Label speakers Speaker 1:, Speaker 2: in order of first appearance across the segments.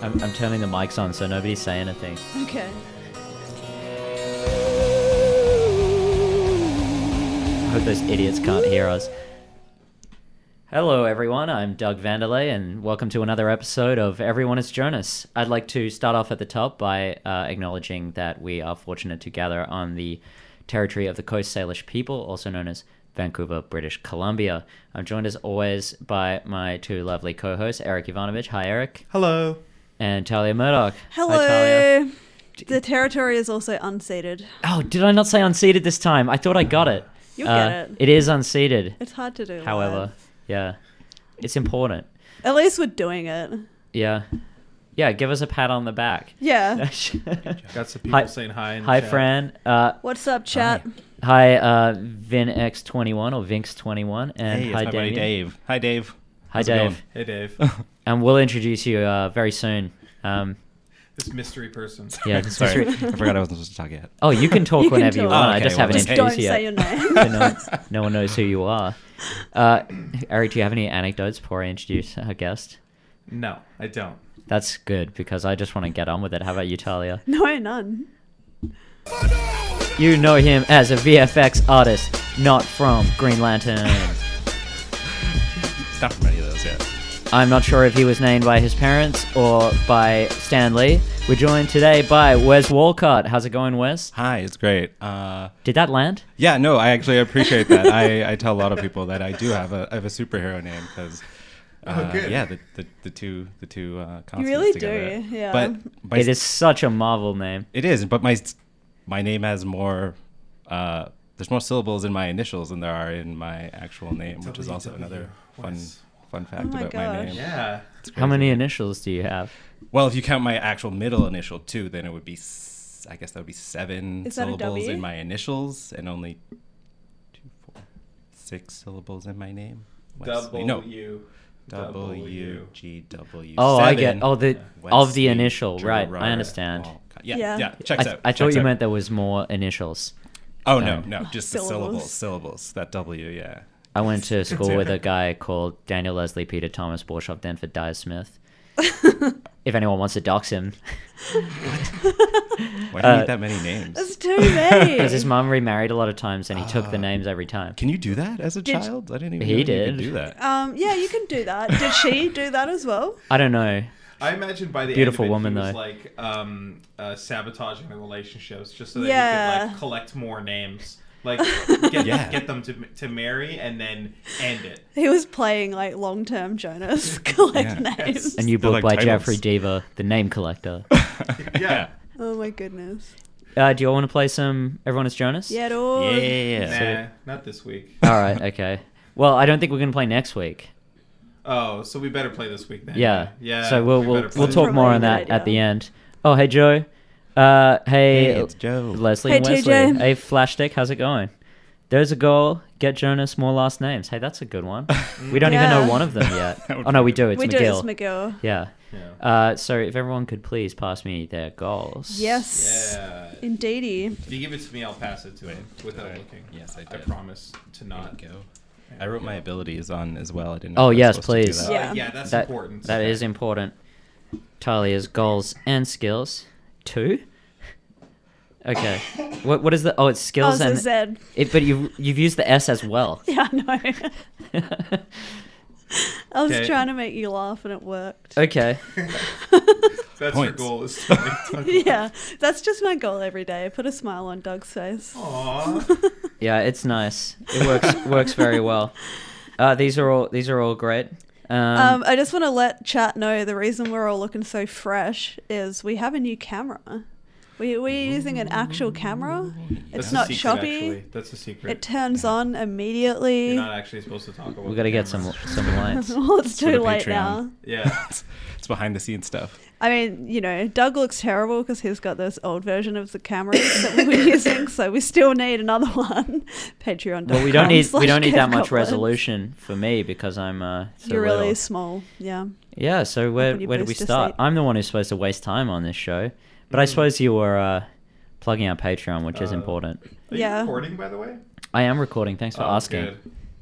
Speaker 1: I'm, I'm turning the mics on so nobody's saying anything.
Speaker 2: Okay.
Speaker 1: I hope those idiots can't hear us. Hello, everyone. I'm Doug Vanderlei, and welcome to another episode of Everyone is Jonas. I'd like to start off at the top by uh, acknowledging that we are fortunate to gather on the territory of the Coast Salish people, also known as Vancouver, British Columbia. I'm joined as always by my two lovely co hosts, Eric Ivanovich. Hi, Eric.
Speaker 3: Hello.
Speaker 1: And Talia Murdoch. Hi, Talia.
Speaker 2: Hello. The territory is also unseated.
Speaker 1: Oh, did I not say unseated this time? I thought I got it. Uh,
Speaker 2: You'll get it.
Speaker 1: It is unseated.
Speaker 2: It's hard to do.
Speaker 1: However,
Speaker 2: live.
Speaker 1: yeah, it's important.
Speaker 2: at least we're doing it.
Speaker 1: Yeah, yeah. Give us a pat on the back.
Speaker 2: Yeah.
Speaker 3: Got some people
Speaker 1: Hi-
Speaker 3: saying hi. In the
Speaker 1: hi,
Speaker 3: chat.
Speaker 1: Fran. Uh,
Speaker 2: What's up, chat?
Speaker 1: hi, uh, VinX21 or Vinx21, and
Speaker 4: Hey,
Speaker 1: hi,
Speaker 4: it's my buddy
Speaker 1: Damien.
Speaker 4: Dave. Hi, Dave.
Speaker 1: Hi,
Speaker 4: How's it
Speaker 1: Dave.
Speaker 3: Hey, Dave.
Speaker 4: going?
Speaker 1: And we'll introduce you uh, very soon. Um,
Speaker 3: this mystery person.
Speaker 1: yeah.
Speaker 4: Sorry, I forgot I wasn't supposed to talk yet.
Speaker 1: Oh, you can talk
Speaker 2: You can
Speaker 1: whenever you
Speaker 2: talk.
Speaker 1: want.
Speaker 4: Oh,
Speaker 1: I
Speaker 4: okay,
Speaker 1: just
Speaker 4: well,
Speaker 1: haven't
Speaker 4: just
Speaker 1: introduced
Speaker 2: don't
Speaker 1: you yet.
Speaker 2: say your name.
Speaker 1: So no, one- no one knows who you are. Uh, Eric, do you have any anecdotes before I introduce our guest?
Speaker 3: No, I don't.
Speaker 1: That's good because I just want to get on with it. How about you, Talia?
Speaker 2: No, none.
Speaker 1: You know him as a VFX artist, not from Green Lantern.
Speaker 4: It's not from any of those yet.
Speaker 1: I'm not sure if he was named by his parents or by Stan Lee. We're joined today by Wes Walcott. How's it going, Wes?
Speaker 4: Hi, it's great. Uh,
Speaker 1: Did that land?
Speaker 4: yeah, no, I actually appreciate that. I, I tell a lot of people that I do have a I have a superhero name because. Uh,
Speaker 3: Oh, good.
Speaker 4: Yeah, the, the, the two the two uh, consonants
Speaker 2: really
Speaker 4: together.
Speaker 2: do, yeah.
Speaker 4: But my,
Speaker 1: It is such a Marvel name.
Speaker 4: It is, but my s- my name has more. Uh, there's more syllables in my initials than there are in my actual name, which is also another fun
Speaker 3: WWS.
Speaker 4: fun fact
Speaker 2: Oh my
Speaker 4: about my
Speaker 2: gosh.
Speaker 4: name.
Speaker 3: Yeah.
Speaker 1: How many initials do you have?
Speaker 4: Well, if you count my actual middle initial too, then it would be. s- I guess that would be seven
Speaker 2: Is that a
Speaker 4: syllables
Speaker 2: W?
Speaker 4: in my initials, and only two, four, six syllables in my name. Wesley-
Speaker 3: W.
Speaker 4: no,
Speaker 3: W.
Speaker 4: W G W.
Speaker 1: Oh, I get.
Speaker 4: seven,
Speaker 1: Oh, the of the
Speaker 4: Wesley
Speaker 1: initial, right?
Speaker 4: Gerard
Speaker 1: I understand.
Speaker 4: Walcott. Oh, Yeah,
Speaker 2: Yeah.
Speaker 4: yeah.
Speaker 1: I,
Speaker 4: Checks out.
Speaker 1: I thought
Speaker 4: checks
Speaker 1: you
Speaker 4: out.
Speaker 1: meant there was more initials.
Speaker 4: Oh no, no, just the
Speaker 2: Syllables.
Speaker 4: syllables, syllables. That W, yeah.
Speaker 1: I went to school
Speaker 4: it.
Speaker 1: with a guy called Daniel Leslie Peter Thomas Borshoff Denford Dyer Smith. if anyone wants to dox him,
Speaker 4: Why do you
Speaker 1: Uh,
Speaker 4: need that many names?
Speaker 2: It's too many.
Speaker 1: because his mum remarried a lot of times and he took the names every time.
Speaker 4: Uh, Can you do that as a
Speaker 2: Did-
Speaker 4: child? I didn't even
Speaker 1: He
Speaker 4: know you
Speaker 1: did. Oh.
Speaker 4: could do that.
Speaker 2: um, yeah, you can do that. Did she do that as well?
Speaker 1: I don't know.
Speaker 3: I imagine by the
Speaker 1: Beautiful
Speaker 3: end of
Speaker 1: woman,
Speaker 3: it, he was,
Speaker 1: though.
Speaker 3: like um, uh, sabotaging the relationships just so that he could
Speaker 2: Yeah.
Speaker 3: like collect more names, like get,
Speaker 4: Yeah.
Speaker 3: get them to to marry and then end it.
Speaker 2: He was playing like long-term Jonas collect
Speaker 4: Yeah.
Speaker 2: names.
Speaker 1: A new
Speaker 4: They're
Speaker 1: book
Speaker 4: like
Speaker 1: by
Speaker 4: titles.
Speaker 1: Jeffrey Deaver, The Name Collector.
Speaker 3: Yeah.
Speaker 2: Oh my goodness.
Speaker 1: Uh, do you all want to play some Everyone is Jonas?
Speaker 2: Yeah, dude.
Speaker 4: Yeah.
Speaker 3: Nah, not this week.
Speaker 1: All right, okay. Well, I don't think we're going to play next week.
Speaker 3: Oh, so we better play this week then.
Speaker 1: Yeah.
Speaker 3: Yeah.
Speaker 1: So we'll
Speaker 3: we
Speaker 1: we'll,
Speaker 3: better play
Speaker 1: we'll
Speaker 3: this
Speaker 1: talk
Speaker 3: week.
Speaker 1: more on
Speaker 2: Probably
Speaker 1: that
Speaker 2: a good
Speaker 1: at the
Speaker 2: idea.
Speaker 1: end. Oh, hey Joe. Uh, hey,
Speaker 4: Hey, it's Joe.
Speaker 1: Leslie
Speaker 2: Hey,
Speaker 1: and Wesley.
Speaker 2: TJ.
Speaker 1: Hey Flash Deck, how's it going? There's a goal. Get Jonas more last names. Hey, that's a good one. We don't even
Speaker 2: Yeah.
Speaker 1: know one of them yet.
Speaker 4: That would
Speaker 1: oh no,
Speaker 4: be-
Speaker 1: we do. It's
Speaker 2: we
Speaker 1: McGill.
Speaker 2: do it as McGill.
Speaker 1: yeah.
Speaker 3: Yeah.
Speaker 1: Uh, so if everyone could please pass me their goals.
Speaker 2: Yes.
Speaker 3: yeah.
Speaker 2: Indeedy.
Speaker 3: If you give it to me, I'll pass it to him without
Speaker 4: Alright.
Speaker 3: looking.
Speaker 4: Yes, I
Speaker 3: I
Speaker 4: did.
Speaker 3: promise to not
Speaker 4: Not go. I wrote my abilities on as well. I didn't.
Speaker 1: Oh,
Speaker 4: Know if I was
Speaker 1: yes,
Speaker 4: supposed to do
Speaker 1: please.
Speaker 4: that.
Speaker 3: Uh,
Speaker 2: Yeah.
Speaker 3: yeah, that's
Speaker 1: That-
Speaker 3: important.
Speaker 1: That is important. Talia's goals and skills. Two. Okay. what what is the? Oh, it's
Speaker 2: Oh,
Speaker 1: skills
Speaker 2: so
Speaker 1: and
Speaker 2: Zed.
Speaker 1: It, but you you've used the S as well.
Speaker 2: Yeah, I know. I was
Speaker 3: Okay.
Speaker 2: trying to make you laugh and it worked.
Speaker 1: okay.
Speaker 3: That's your
Speaker 4: Points.
Speaker 3: goal is to make Doug-
Speaker 2: Yeah, that's just my goal every day. Put a smile on Doug's face.
Speaker 3: Aw.
Speaker 1: Yeah, it's nice. It works works very well. Uh, these are all these are all great. Um,
Speaker 2: Um, I just want to let chat know the reason we're all looking so fresh is we have a new camera. We, we're using an actual camera.
Speaker 3: That's
Speaker 2: It's
Speaker 3: a
Speaker 2: not
Speaker 3: secret,
Speaker 2: choppy.
Speaker 3: Actually. That's a secret.
Speaker 2: It turns on immediately.
Speaker 3: You're not actually supposed to talk about.
Speaker 1: we got to
Speaker 3: the
Speaker 1: get some
Speaker 3: camera.
Speaker 1: some lights.
Speaker 2: well, it's
Speaker 4: for
Speaker 2: too
Speaker 4: the
Speaker 2: late
Speaker 4: Patreon.
Speaker 2: now.
Speaker 3: Yeah.
Speaker 4: It's, it's behind the scenes stuff.
Speaker 2: I mean, you know, Doug looks terrible because he's got this old version of the camera that we were using, so we still need another one. Patreon.
Speaker 1: Well, we don't need we don't need that much resolution for me because I'm uh, so
Speaker 2: You're really
Speaker 1: little.
Speaker 2: small. Yeah.
Speaker 1: Yeah. So where
Speaker 2: on your
Speaker 1: where do we
Speaker 2: booster
Speaker 1: start?
Speaker 2: seat. Hmm.
Speaker 1: I'm the one who's supposed to waste time on this show, but I suppose you were uh, plugging our Patreon, which is
Speaker 3: Uh,
Speaker 1: important.
Speaker 3: Are
Speaker 2: Yeah.
Speaker 3: you recording, by the way?
Speaker 1: I am recording. Thanks for
Speaker 3: Oh,
Speaker 1: asking.
Speaker 3: good.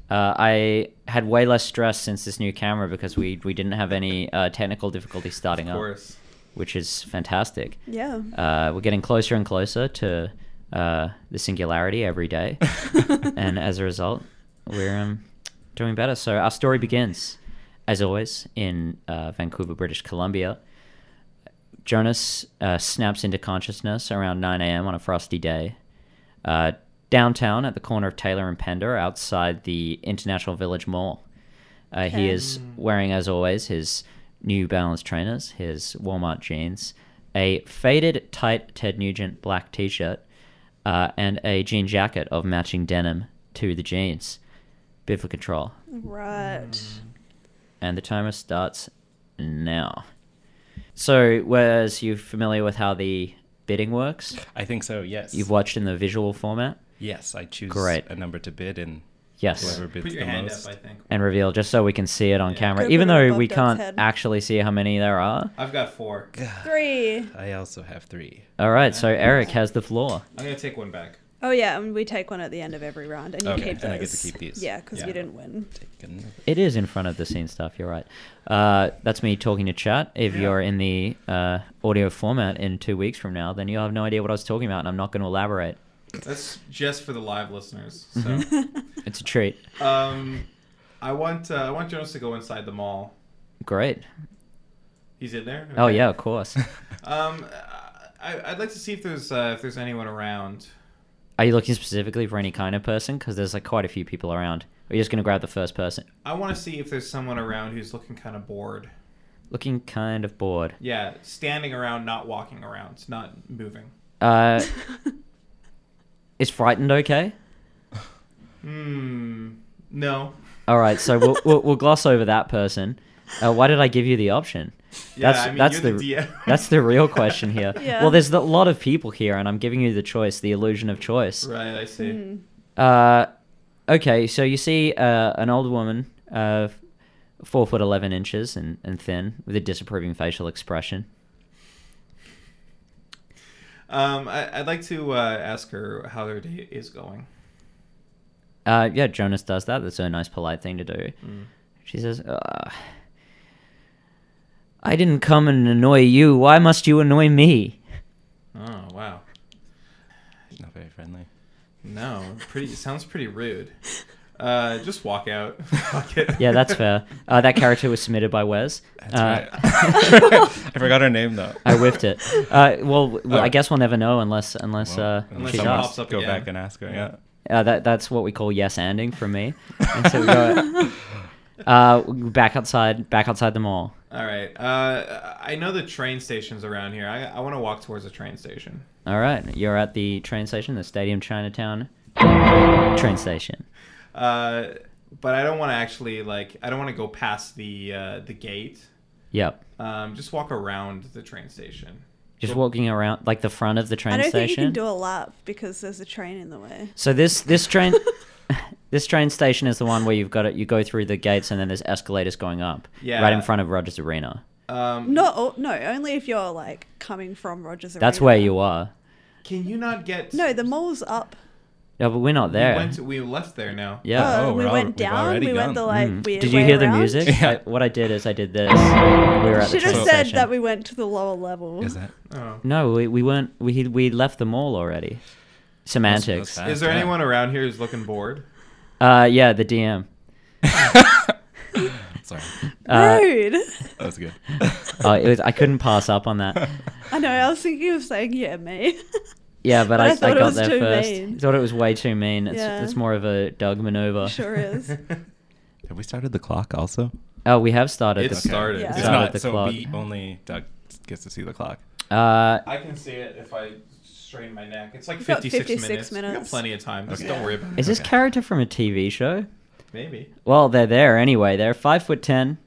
Speaker 1: Uh, I had way less stress since this new camera because we we didn't have any uh, technical difficulties starting
Speaker 3: Of
Speaker 1: up.
Speaker 3: course.
Speaker 1: which is fantastic.
Speaker 2: Yeah.
Speaker 1: Uh, we're getting closer and closer to uh, the singularity every day, and as a result, we're um, doing better. So our story begins, as always, in uh, Vancouver, British Columbia. Jonas uh, snaps into consciousness around 9 a.m. on a frosty day. Uh, downtown at the corner of Taylor and Pender outside the International Village Mall. Uh, He
Speaker 2: Okay.
Speaker 1: is wearing, as always, his New Balance trainers, his Walmart jeans, a faded, tight Ted Nugent black t shirt, uh, and a jean jacket of matching denim to the jeans. Bid for control.
Speaker 2: Right.
Speaker 1: And the timer starts now. So, whereas you familiar with how the bidding works,
Speaker 4: I think so. Yes.
Speaker 1: you've watched in the visual format?
Speaker 4: Yes, I choose
Speaker 1: Great.
Speaker 4: a number to bid, and
Speaker 1: Yes.
Speaker 4: whoever bids
Speaker 3: Put your
Speaker 4: the
Speaker 3: hand
Speaker 4: most.
Speaker 3: up, I think.
Speaker 1: And reveal, just so we can see it on
Speaker 3: Yeah.
Speaker 1: camera,
Speaker 2: Go
Speaker 1: even
Speaker 2: put it
Speaker 1: though
Speaker 2: above
Speaker 1: we
Speaker 2: Doug's
Speaker 1: can't
Speaker 2: head.
Speaker 1: actually see how many there are.
Speaker 3: I've got four.
Speaker 2: Three.
Speaker 4: I also have three.
Speaker 1: All right, so Eric has the floor.
Speaker 3: I'm gonna take one back.
Speaker 2: Oh yeah, and we take one at the end of every round, and you
Speaker 4: Okay,
Speaker 2: keep those.
Speaker 4: and I get to keep these.
Speaker 2: Yeah, because
Speaker 3: Yeah.
Speaker 2: you didn't win.
Speaker 4: Taken.
Speaker 1: It is in front of the scene stuff. You're right. Uh, that's me talking to chat. If you're in the uh, audio format in two weeks from now, then you'll have no idea what I was talking about, and I'm not going to elaborate.
Speaker 3: That's just for the live listeners. So,
Speaker 1: Mm-hmm.
Speaker 2: Hmm.
Speaker 1: It's a treat.
Speaker 3: um, I want uh, I want Jonas to go inside the mall.
Speaker 1: Great.
Speaker 3: He's in there.
Speaker 1: Oh
Speaker 3: Okay.
Speaker 1: yeah, of course.
Speaker 3: Um, I, I'd like to see if there's uh, if there's anyone around.
Speaker 1: Are you looking specifically for any kind of person? Because there's like quite a few people around. Are you just going to grab the first person?
Speaker 3: I want to see if there's someone around who's looking kind of bored.
Speaker 1: Looking kind of bored.
Speaker 3: Yeah, standing around, not walking around, not moving.
Speaker 1: Uh, is frightened okay?
Speaker 3: Hmm. No.
Speaker 1: All right, so we'll, we'll, we'll gloss over that person. Uh, why did I give you the option?
Speaker 3: Yeah,
Speaker 1: That's-
Speaker 3: I mean,
Speaker 1: that's
Speaker 3: you're
Speaker 1: the-
Speaker 3: the, DM.
Speaker 1: That's the real question here.
Speaker 2: Yeah.
Speaker 1: Well, there's a lot of people here, and I'm giving you the choice, the illusion of choice.
Speaker 3: right. I see.
Speaker 2: Mm.
Speaker 1: Uh, okay, so you see uh, an old woman, uh, four foot eleven inches and, and thin, with a disapproving facial expression.
Speaker 3: Um, I, I'd like to uh, ask her how their day is going.
Speaker 1: Uh, yeah, Jonas does that. That's a nice, polite thing to do.
Speaker 3: Mm.
Speaker 1: She says, uh, "I didn't come and annoy you. Why must you annoy me?"
Speaker 3: Oh wow.
Speaker 4: Not very friendly.
Speaker 3: No, pretty. sounds pretty rude. Uh, just walk out. Fuck it.
Speaker 1: Yeah, that's fair. Uh, that character was submitted by Wes.
Speaker 4: That's
Speaker 1: Uh,
Speaker 4: right. I forgot her name though.
Speaker 1: I whiffed it. Uh, well, w-
Speaker 4: Oh.
Speaker 1: I guess we'll never know unless unless,
Speaker 4: Well,
Speaker 1: uh,
Speaker 3: unless
Speaker 1: she's
Speaker 3: someone
Speaker 1: asked.
Speaker 3: pops up
Speaker 4: Go
Speaker 3: again.
Speaker 4: back and ask her. Yeah.
Speaker 1: Uh, that that's what we call yes anding from me. And so we go uh, back outside, back outside the mall.
Speaker 3: All right. Uh, I know the train station's around here. I, I want to walk towards a train station.
Speaker 1: All right, you're at the train station, the Stadium Chinatown train station.
Speaker 3: Uh, but I don't want to actually like. I don't want to go past the uh, the gate.
Speaker 1: Yep.
Speaker 3: Um, just walk around the train station.
Speaker 1: Just walking around like the front of the train
Speaker 2: I don't
Speaker 1: station.
Speaker 2: think you can do a lap because there's a train in the way.
Speaker 1: So this this train this train station is the one where you've got it. You go through the gates and then there's escalators going up.
Speaker 3: Yeah.
Speaker 1: Right in front of Rogers Arena.
Speaker 3: Um,
Speaker 2: No, oh, no, only if you're like coming from Rogers.
Speaker 1: That's
Speaker 2: Arena.
Speaker 1: where you are.
Speaker 3: Can you not get?
Speaker 2: No, the mall's up.
Speaker 1: Yeah, but we're not there.
Speaker 3: We, went to- we left there now.
Speaker 1: yeah.
Speaker 4: Oh,
Speaker 2: Um, we
Speaker 4: we're al-
Speaker 2: went
Speaker 4: we've
Speaker 2: down.
Speaker 4: already
Speaker 2: We
Speaker 4: gone.
Speaker 2: went the like
Speaker 1: Mm.
Speaker 2: weird
Speaker 1: Did you
Speaker 2: way
Speaker 1: hear the
Speaker 2: around.
Speaker 1: music?
Speaker 4: Yeah.
Speaker 1: I, what I did is I did this. We were at the
Speaker 2: Should have
Speaker 1: train
Speaker 2: said
Speaker 1: station.
Speaker 2: that we went to the lower level.
Speaker 4: Is that?
Speaker 3: Oh.
Speaker 1: No, we, we weren't. We we left the mall already. Semantics.
Speaker 4: That's-
Speaker 3: Is there
Speaker 4: Yeah.
Speaker 3: anyone around here who's looking bored?
Speaker 1: Uh, yeah, the DM.
Speaker 4: Sorry.
Speaker 1: Uh,
Speaker 2: Rude.
Speaker 4: That was good.
Speaker 1: uh, it was, I couldn't pass up on that.
Speaker 2: I know. I was thinking of saying yeah, me.
Speaker 1: Yeah, but,
Speaker 2: But
Speaker 1: I,
Speaker 2: I thought
Speaker 1: I
Speaker 2: it
Speaker 1: got
Speaker 2: was
Speaker 1: there
Speaker 2: too
Speaker 1: first.
Speaker 2: mean.
Speaker 1: I thought it was way too mean. It's,
Speaker 2: Yeah.
Speaker 1: it's more of a Doug maneuver.
Speaker 2: sure is.
Speaker 4: Have we started the clock also?
Speaker 1: Oh, we have started.
Speaker 3: It's
Speaker 1: the-
Speaker 3: started.
Speaker 2: Yeah.
Speaker 4: It's
Speaker 1: Started
Speaker 4: not.
Speaker 1: the
Speaker 4: so
Speaker 1: clock.
Speaker 4: we only Doug gets to see the clock.
Speaker 1: uh,
Speaker 3: I can see it if I strain my neck. It's like
Speaker 2: You've got
Speaker 3: 56,
Speaker 2: 56
Speaker 3: minutes. We got
Speaker 2: minutes.
Speaker 3: plenty of time. Just
Speaker 4: Okay.
Speaker 3: don't worry about it.
Speaker 1: is this
Speaker 4: Okay.
Speaker 1: character from a TV show?
Speaker 3: Maybe.
Speaker 1: Well, they're there anyway. They're five foot ten.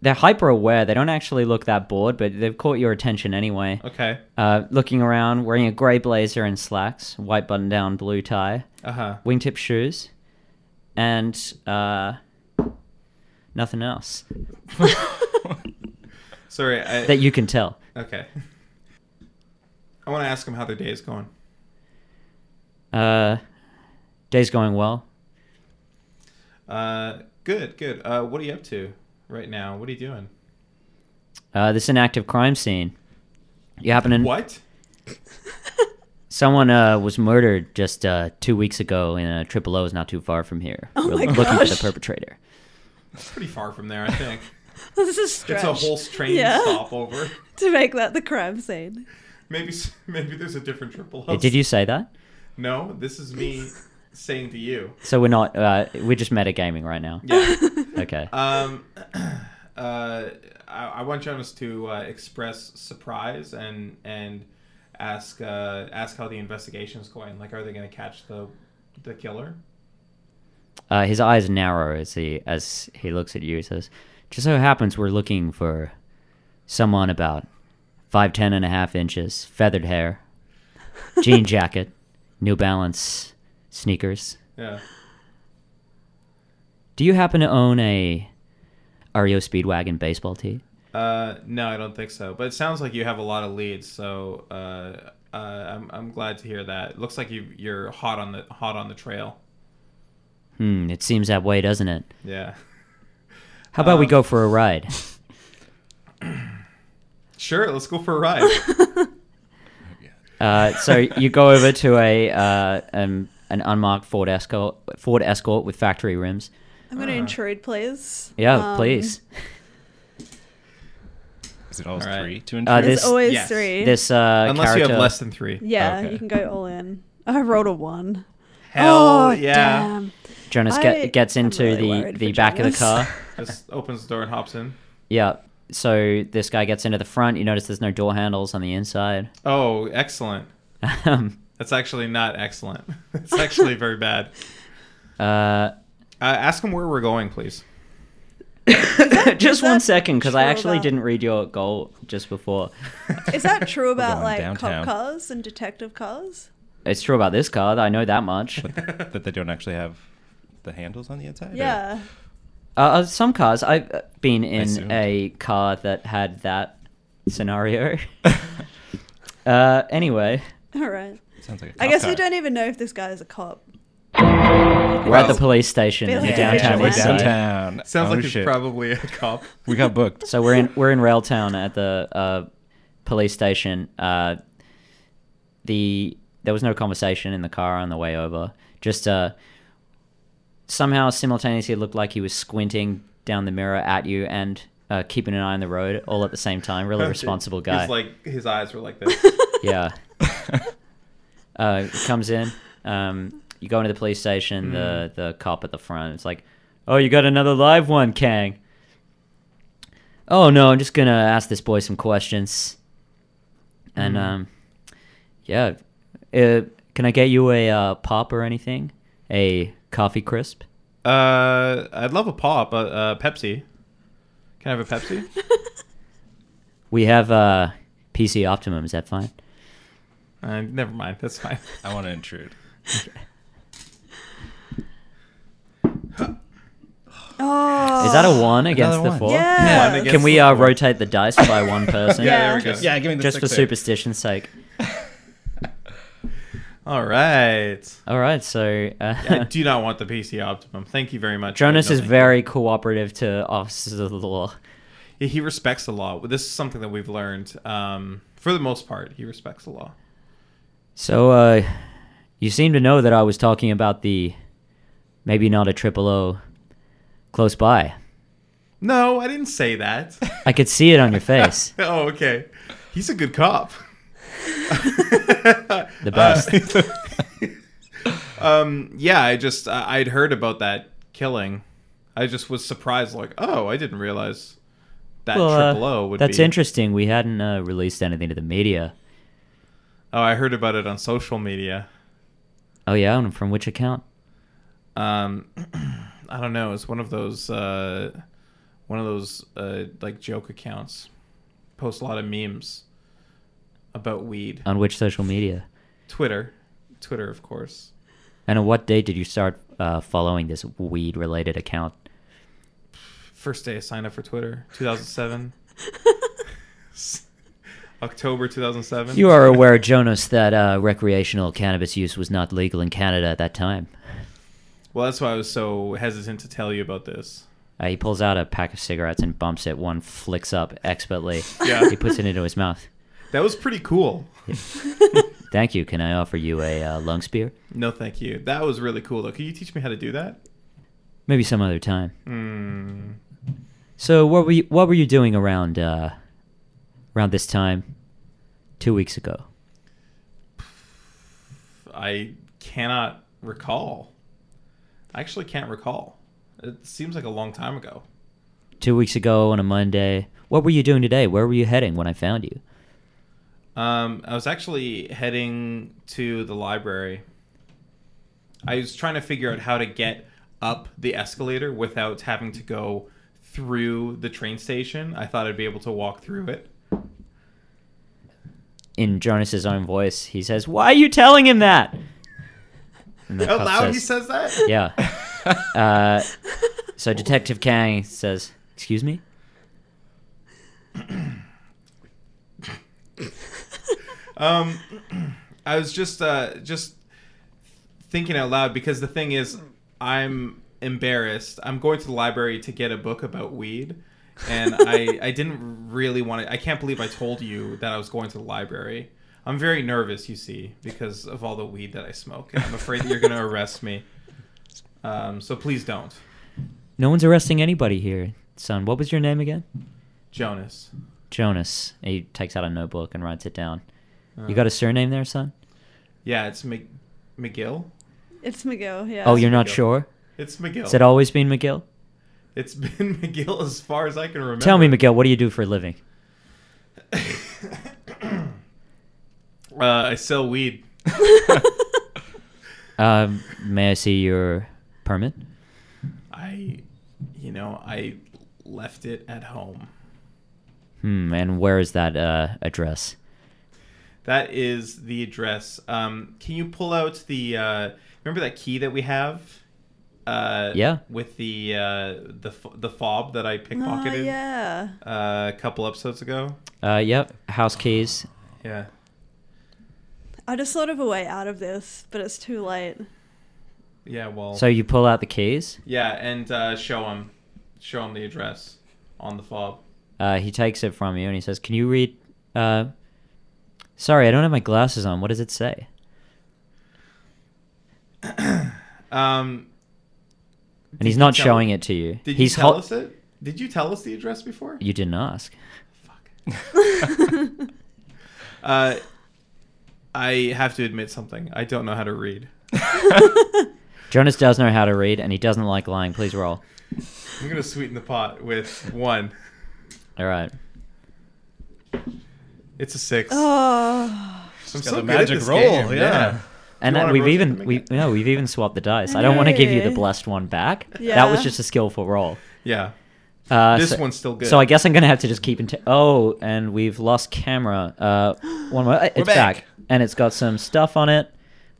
Speaker 1: They're hyper aware. They don't actually look that bored, but they've caught your attention anyway.
Speaker 3: Okay.
Speaker 1: Uh, looking around, wearing a grey blazer and slacks, white button down, blue tie.
Speaker 3: Uh huh.
Speaker 1: wingtip shoes, and uh, nothing else
Speaker 3: Sorry. I,
Speaker 1: that you can tell.
Speaker 3: Okay. I want to ask them how their day is going.
Speaker 1: Uh, day's going well.
Speaker 3: Uh, good, good. Uh, what are you up to right now? What are you doing?
Speaker 1: Uh, this is an active crime scene. You happen to
Speaker 3: What?
Speaker 1: someone uh, was murdered just uh, two weeks ago in a triple O is not too far from here.
Speaker 2: Oh
Speaker 1: We're
Speaker 2: my
Speaker 1: looking for the
Speaker 2: gosh.
Speaker 1: perpetrator.
Speaker 3: It's pretty far from there, I think.
Speaker 2: This is
Speaker 3: it's
Speaker 2: stretch.
Speaker 3: a whole train
Speaker 2: Yeah.
Speaker 3: stop over.
Speaker 2: to make that the crime scene.
Speaker 3: Maybe s- maybe there's a different triple.
Speaker 1: Uh,
Speaker 3: O.
Speaker 1: Did you say that?
Speaker 3: No, this is me saying to you.
Speaker 1: So we're not. Uh, we're just metagaming right now.
Speaker 3: Yeah.
Speaker 1: Okay.
Speaker 3: Um, uh, I, I want Jonas to uh, express surprise and and ask uh, ask how the investigation's going. Like, are they going to catch the the killer?
Speaker 1: Uh, his eyes narrow as he as he looks at you. He says, "Just so happens we're looking for someone about five ten and a half inches, feathered hair, jean jacket, New Balance sneakers.
Speaker 3: Yeah.
Speaker 1: Do you happen to own a REO Speedwagon baseball tee?
Speaker 3: Uh, no, I don't think so. But it sounds like you have a lot of leads, so uh, uh, I'm, I'm glad to hear that. It looks like you you're hot on the hot on the trail.
Speaker 1: Hmm, it seems that way, doesn't it?
Speaker 3: Yeah.
Speaker 1: How about we
Speaker 3: Um,
Speaker 1: go for a ride?
Speaker 3: Sure, let's go for a ride.
Speaker 4: Oh,
Speaker 1: Uh, so you go over to a uh, um, an unmarked Ford Escort, Ford Escort with factory rims.
Speaker 2: I'm gonna
Speaker 3: Ah.
Speaker 2: intrude, please.
Speaker 1: Yeah,
Speaker 2: Um,
Speaker 1: please.
Speaker 4: Is it always
Speaker 3: All right.
Speaker 4: three? Two and three?
Speaker 1: Uh,
Speaker 2: There's
Speaker 1: this-
Speaker 2: always
Speaker 3: yes.
Speaker 2: three.
Speaker 1: This uh,
Speaker 3: Unless you
Speaker 1: character-
Speaker 3: have less than three.
Speaker 2: yeah,
Speaker 4: okay.
Speaker 2: you can go all in. I rolled a one.
Speaker 3: Hell
Speaker 2: oh,
Speaker 3: yeah!
Speaker 2: damn.
Speaker 1: Jonas
Speaker 2: I-
Speaker 1: get, gets
Speaker 2: I'm
Speaker 1: into
Speaker 2: really
Speaker 1: the,
Speaker 2: worried
Speaker 1: the
Speaker 2: for
Speaker 1: back of the
Speaker 2: Jonas.
Speaker 1: car.
Speaker 3: Just opens the door and hops in.
Speaker 1: yeah. So this guy gets into the front. You notice there's no door handles on the inside.
Speaker 3: Oh, excellent.
Speaker 1: Um,
Speaker 3: That's actually not excellent. It's actually very bad.
Speaker 1: uh,
Speaker 3: Uh, ask him where we're going, please.
Speaker 1: just
Speaker 2: that
Speaker 1: one second, because I
Speaker 2: true
Speaker 1: actually
Speaker 2: about-
Speaker 1: didn't read your goal just before.
Speaker 2: Is that true about
Speaker 4: going
Speaker 2: like
Speaker 4: downtown.
Speaker 2: cop cars and detective cars?
Speaker 1: It's true about this car. I know that much. Uh,
Speaker 4: that they don't actually have the handles on the inside? or-
Speaker 2: Yeah.
Speaker 1: uh, some cars. I've uh, been in
Speaker 4: assumed.
Speaker 1: a car that had that scenario. uh, anyway,
Speaker 2: All right.
Speaker 4: Sounds like a
Speaker 2: I guess
Speaker 4: cop
Speaker 2: we
Speaker 4: car.
Speaker 2: don't even know if this guy is a cop.
Speaker 1: we're at
Speaker 3: Well,
Speaker 1: the police station in
Speaker 2: Billy
Speaker 1: the
Speaker 2: Yeah,
Speaker 1: downtown
Speaker 2: we're
Speaker 1: east side.
Speaker 4: downtown.
Speaker 3: Sounds
Speaker 4: Oh,
Speaker 3: like he's
Speaker 4: shit.
Speaker 3: probably a cop.
Speaker 4: We got booked.
Speaker 1: So we're in we're in Railtown at the uh, police station. Uh, the there was no conversation in the car on the way over. Just uh, somehow simultaneously it looked like he was squinting down the mirror at you and uh, keeping an eye on the road all at the same time. Really responsible guy.
Speaker 3: He's like his eyes were like this.
Speaker 1: yeah. Uh, comes in. Um, you go into the police station. The the cop at the front. It's like, oh, you got another live one, Kang. Oh no, I'm just gonna ask this boy some questions. And um, yeah, uh, can I get you a uh, pop or anything? A coffee crisp?
Speaker 3: Uh, I'd love a pop, uh, uh, Pepsi. Can I have a Pepsi?
Speaker 1: We have uh, PC Optimum. Is that fine?
Speaker 3: uh, never mind, that's fine.
Speaker 4: I want to intrude.
Speaker 2: Oh.
Speaker 1: Is that a one against
Speaker 4: Another
Speaker 1: the
Speaker 4: one.
Speaker 1: four?
Speaker 2: Yeah.
Speaker 3: One against
Speaker 1: Can we
Speaker 3: the
Speaker 1: uh,
Speaker 3: four.
Speaker 1: rotate the dice by one person?
Speaker 2: Yeah,
Speaker 3: there we go.
Speaker 2: just-
Speaker 4: give me
Speaker 1: Just for superstition's sake.
Speaker 3: All right.
Speaker 1: All right, so uh,
Speaker 3: I do not want the PC Optimum. Thank you very much.
Speaker 1: Jonas
Speaker 3: No,
Speaker 1: is
Speaker 3: thank
Speaker 1: very cooperative to officers of the law.
Speaker 3: you. He respects the law. This is something that we've learned. Um, for the most part, he respects the law.
Speaker 1: So, uh, you seem to know that I was talking about the maybe not a triple O close by.
Speaker 3: No, I didn't say that.
Speaker 1: I could see it on your face.
Speaker 3: oh, okay. He's a good cop.
Speaker 1: The best.
Speaker 3: um, yeah, I just I I'd heard about that killing. I just was surprised, like, oh, I didn't realize that
Speaker 1: Well, uh,
Speaker 3: triple O would.
Speaker 1: that's
Speaker 3: be.
Speaker 1: interesting. We hadn't uh, released anything to the media.
Speaker 3: Oh, I heard about it on social media.
Speaker 1: Oh yeah, and from which account?
Speaker 3: Um, I don't know. It's one of those uh, one of those uh, like joke accounts. Post a lot of memes about weed.
Speaker 1: On which social media?
Speaker 3: Twitter, Twitter, of course.
Speaker 1: And on what date did you start uh, following this weed-related account?
Speaker 3: First day I signed up for Twitter, 2007. October 2007.
Speaker 1: You are aware, Jonas, that uh, recreational cannabis use was not legal in Canada at that time.
Speaker 3: Well, that's why I was so hesitant to tell you about this.
Speaker 1: Uh, he pulls out a pack of cigarettes and bumps it. One flicks up expertly.
Speaker 3: Yeah.
Speaker 1: He puts it into his mouth.
Speaker 3: That was pretty cool.
Speaker 1: Thank you. Can I offer you a uh, lung spear?
Speaker 3: No, thank you. That was really cool, though. Can you teach me how to do that?
Speaker 1: Maybe some other time.
Speaker 3: Hmm.
Speaker 1: So what were you, what were you doing around uh, around this time two weeks ago?
Speaker 3: I cannot recall. I actually can't recall. It seems like a long time ago.
Speaker 1: Two weeks ago on a Monday. What were you doing today? Where were you heading when I found you?
Speaker 3: Um, I was actually heading to the library. I was trying to figure out how to get up the escalator without having to go through the train station. I thought I'd be able to walk through it.
Speaker 1: In Jonas's own voice, he says, "Why are you telling him that?" And the
Speaker 3: Out
Speaker 1: cop
Speaker 3: loud, he says that.
Speaker 1: "Yeah." Uh, so Detective Kang says, "Excuse me."
Speaker 3: Um, I was just uh, just thinking out loud because the thing is, I'm embarrassed. I'm going to the library to get a book about weed, and I I didn't really want to. I can't believe I told you that I was going to the library. I'm very nervous, you see, because of all the weed that I smoke. And I'm afraid that you're going to arrest me. Um, so please don't,
Speaker 1: No one's arresting anybody here, son. What was your name again?
Speaker 3: Jonas.
Speaker 1: Jonas. He takes out a notebook and writes it down.
Speaker 3: Uh,
Speaker 1: You got a surname there, son?
Speaker 3: Um, yeah? It's Mc- McGill.
Speaker 2: It's McGill, yeah.
Speaker 1: oh, you're not
Speaker 3: McGill.
Speaker 1: sure?
Speaker 3: It's McGill.
Speaker 1: Has it always been McGill?
Speaker 3: it's been McGill as far as I can remember.
Speaker 1: Tell me, McGill, what do you do for a living?
Speaker 3: Uh, I sell weed.
Speaker 1: Um, may I see your permit?
Speaker 3: I, you know, I left it at home.
Speaker 1: Hmm, and where is that uh, address?
Speaker 3: That is the address. Um, can you pull out the? Uh, remember that key that we have? Uh,
Speaker 1: Yeah.
Speaker 3: With the uh, the f- the fob that I
Speaker 2: Ah,
Speaker 3: pickpocketed
Speaker 2: yeah.
Speaker 3: uh, a couple episodes ago.
Speaker 1: Uh, yep, house keys.
Speaker 3: Yeah.
Speaker 2: I just thought of a way out of this, but it's too late.
Speaker 3: Yeah. Well.
Speaker 1: So you pull out the keys.
Speaker 3: yeah, and uh, show him, show him the address on the fob.
Speaker 1: Uh, he takes it from you and he says, "Can you read?" Uh, sorry, I don't have my glasses on. What does it say?
Speaker 3: Um,
Speaker 1: And he's
Speaker 3: you
Speaker 1: not
Speaker 3: tell-
Speaker 1: showing it to you.
Speaker 3: did
Speaker 1: he's
Speaker 3: you tell
Speaker 1: hol-
Speaker 3: us it? Did you tell us the address before?
Speaker 1: You didn't ask.
Speaker 3: Fuck. Uh, I have to admit something. I don't know how to read.
Speaker 1: Jonas does know how to read, and he doesn't like lying. Please roll.
Speaker 3: I'm gonna sweeten the pot with one.
Speaker 1: All right.
Speaker 3: It's a six.
Speaker 2: oh.
Speaker 3: I'm
Speaker 4: got the magic roll, yeah.
Speaker 1: And
Speaker 3: You
Speaker 1: that
Speaker 3: wanna
Speaker 1: we've
Speaker 3: roast
Speaker 1: even
Speaker 3: them
Speaker 1: we
Speaker 3: again?
Speaker 1: no we've even swapped the dice. I don't want to give you the
Speaker 2: Hey.
Speaker 1: blessed one back. That was
Speaker 2: Yeah.
Speaker 1: just a skillful roll.
Speaker 3: Yeah.
Speaker 1: Uh,
Speaker 3: This
Speaker 1: so-
Speaker 3: one's still good.
Speaker 1: So I guess I'm gonna have to just keep in. oh, and we've lost camera. Uh, one more. It's back.
Speaker 4: back.
Speaker 1: and it's got some stuff on it.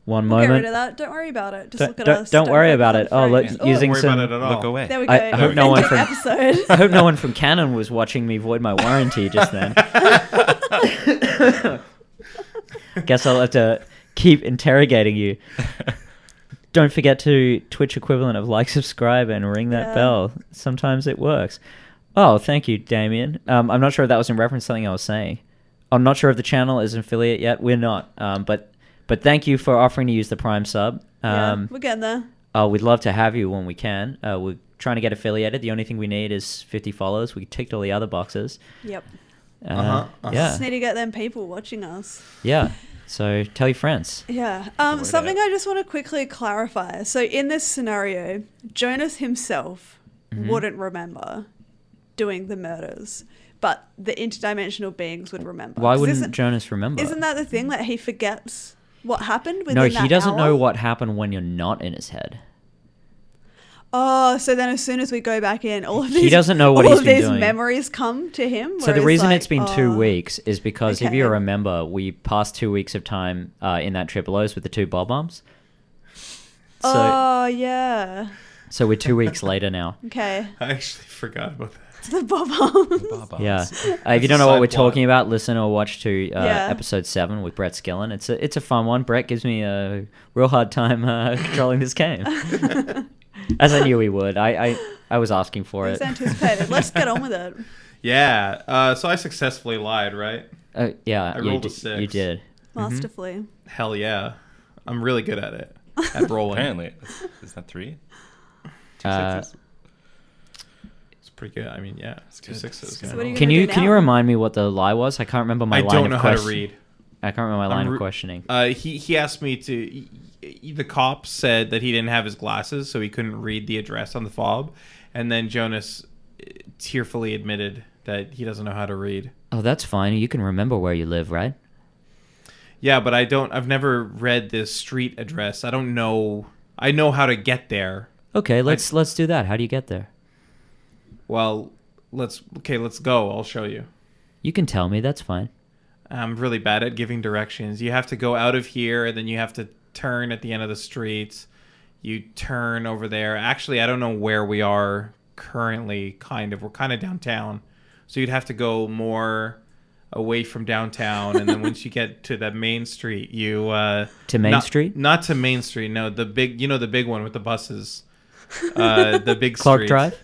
Speaker 1: One
Speaker 2: We'll get
Speaker 1: moment.
Speaker 2: rid of that. Don't worry about it. Just
Speaker 1: Don't-
Speaker 2: look at
Speaker 1: don't-
Speaker 2: us.
Speaker 1: don't worry
Speaker 2: click
Speaker 1: about
Speaker 2: on
Speaker 1: it. Oh,
Speaker 2: frames.
Speaker 1: look, using
Speaker 3: Don't worry
Speaker 1: some-
Speaker 3: about it at all.
Speaker 4: Look away.
Speaker 2: There we go.
Speaker 1: I- I hope no one
Speaker 2: End of
Speaker 1: from-
Speaker 2: episode.
Speaker 1: I hope no one from Canon was watching me void my warranty just then. Guess I'll have to keep interrogating you. Don't forget to Twitch equivalent of like, subscribe, and ring that
Speaker 2: Yeah.
Speaker 1: bell. Sometimes it works. Oh, thank you, Damien. Um, I'm not sure if that was in reference to something I was saying. I'm not sure if the channel is an affiliate yet. We're not. Um, but but thank you for offering to use the Prime sub.
Speaker 2: yeah,
Speaker 1: Um,
Speaker 2: we're getting there.
Speaker 1: uh, we'd love to have you when we can. Uh, we're trying to get affiliated. The only thing we need is 50 followers. We ticked all the other boxes.
Speaker 2: Yep.
Speaker 1: Uh,
Speaker 3: Uh-huh, uh-huh.
Speaker 1: Yeah.
Speaker 2: Just need to get them people watching us.
Speaker 1: Yeah. So tell your friends.
Speaker 2: Yeah. Um,
Speaker 4: word
Speaker 2: something
Speaker 4: out.
Speaker 2: I just want to quickly clarify. So, in this scenario, Jonas himself
Speaker 1: Mm-hmm.
Speaker 2: wouldn't remember doing the murders, but the interdimensional beings would remember.
Speaker 1: Why
Speaker 2: 'Cause
Speaker 1: wouldn't
Speaker 2: isn't,
Speaker 1: Jonas remember?
Speaker 2: Isn't that the thing that he forgets what happened within
Speaker 1: no,
Speaker 2: that
Speaker 1: he doesn't know
Speaker 2: hour?
Speaker 1: what happened when you're not in his head.
Speaker 2: Oh, so then as soon as we go back in, all of
Speaker 1: He
Speaker 2: these
Speaker 1: doesn't know what
Speaker 2: all
Speaker 1: he's
Speaker 2: of
Speaker 1: been
Speaker 2: these
Speaker 1: doing.
Speaker 2: memories come to him.
Speaker 1: So
Speaker 2: where
Speaker 1: the
Speaker 2: he's
Speaker 1: reason
Speaker 2: like,
Speaker 1: it's been two
Speaker 2: "Oh,
Speaker 1: weeks is because if you
Speaker 2: okay.
Speaker 1: remember, we passed two weeks of time uh, in that triple O's with the two bob bombs. So
Speaker 2: Oh yeah.
Speaker 1: so we're two weeks later now.
Speaker 2: Okay.
Speaker 3: I actually forgot about that.
Speaker 2: The bob
Speaker 4: Bob-ombs.
Speaker 1: Yeah. Uh, if
Speaker 3: It's
Speaker 1: you
Speaker 3: a
Speaker 1: don't know what
Speaker 3: side
Speaker 1: we're
Speaker 3: plot.
Speaker 1: talking about, listen or watch to uh,
Speaker 2: Yeah.
Speaker 1: episode seven with Brett Skillen. It's a it's a fun one. Brett gives me a real hard time uh, controlling this game, as I knew he would. I, I I was asking for
Speaker 2: It's
Speaker 1: it. Mm-hmm.
Speaker 2: anticipated. Let's get on with it.
Speaker 3: Yeah. Uh, so I successfully lied, right?
Speaker 1: Uh, yeah,
Speaker 3: I
Speaker 1: you,
Speaker 3: rolled a
Speaker 1: di-
Speaker 3: six.
Speaker 1: you did.
Speaker 2: Masterfully.
Speaker 3: Hell yeah. I'm really good at it. At rolling.
Speaker 4: Apparently, is that three? Two
Speaker 1: Uh,
Speaker 4: sixes?
Speaker 3: It's pretty good. I mean, yeah. It's two
Speaker 4: good.
Speaker 3: sixes.
Speaker 4: So
Speaker 3: you
Speaker 2: what are
Speaker 3: know.
Speaker 2: you
Speaker 1: Can
Speaker 2: gonna
Speaker 1: you
Speaker 2: do
Speaker 1: can you
Speaker 2: now?
Speaker 1: remind me what the lie was? I can't remember my
Speaker 3: I
Speaker 1: line
Speaker 3: don't
Speaker 1: of
Speaker 3: know how
Speaker 1: question.
Speaker 3: to read.
Speaker 1: I can't remember my line
Speaker 3: re-
Speaker 1: of questioning.
Speaker 3: Uh, he he asked me to. he- he- The cop said that he didn't have his glasses, so he couldn't read the address on the fob, and then Jonas uh, tearfully admitted that he doesn't know how to read.
Speaker 1: oh, that's fine. You can remember where you live, right?
Speaker 3: Yeah, but I don't. I've never read the street address. I don't know. I know how to get there.
Speaker 1: Okay, let's let's do that. How do you get there?
Speaker 3: Well, let's. Okay, let's go. I'll show you.
Speaker 1: You can tell me. That's fine.
Speaker 3: I'm really bad at giving directions. You have to go out of here, and then you have to turn at the end of the street. You turn over there. Actually, I don't know where we are currently, kind of. We're kind of downtown. So you'd have to go more away from downtown. And then once you get to the main street, you. Uh,
Speaker 1: To Main
Speaker 3: not-
Speaker 1: Street?
Speaker 3: Not to Main Street. No, the big, you know, the big one with the buses. Uh, the big
Speaker 1: Clark
Speaker 3: street.
Speaker 1: Drive.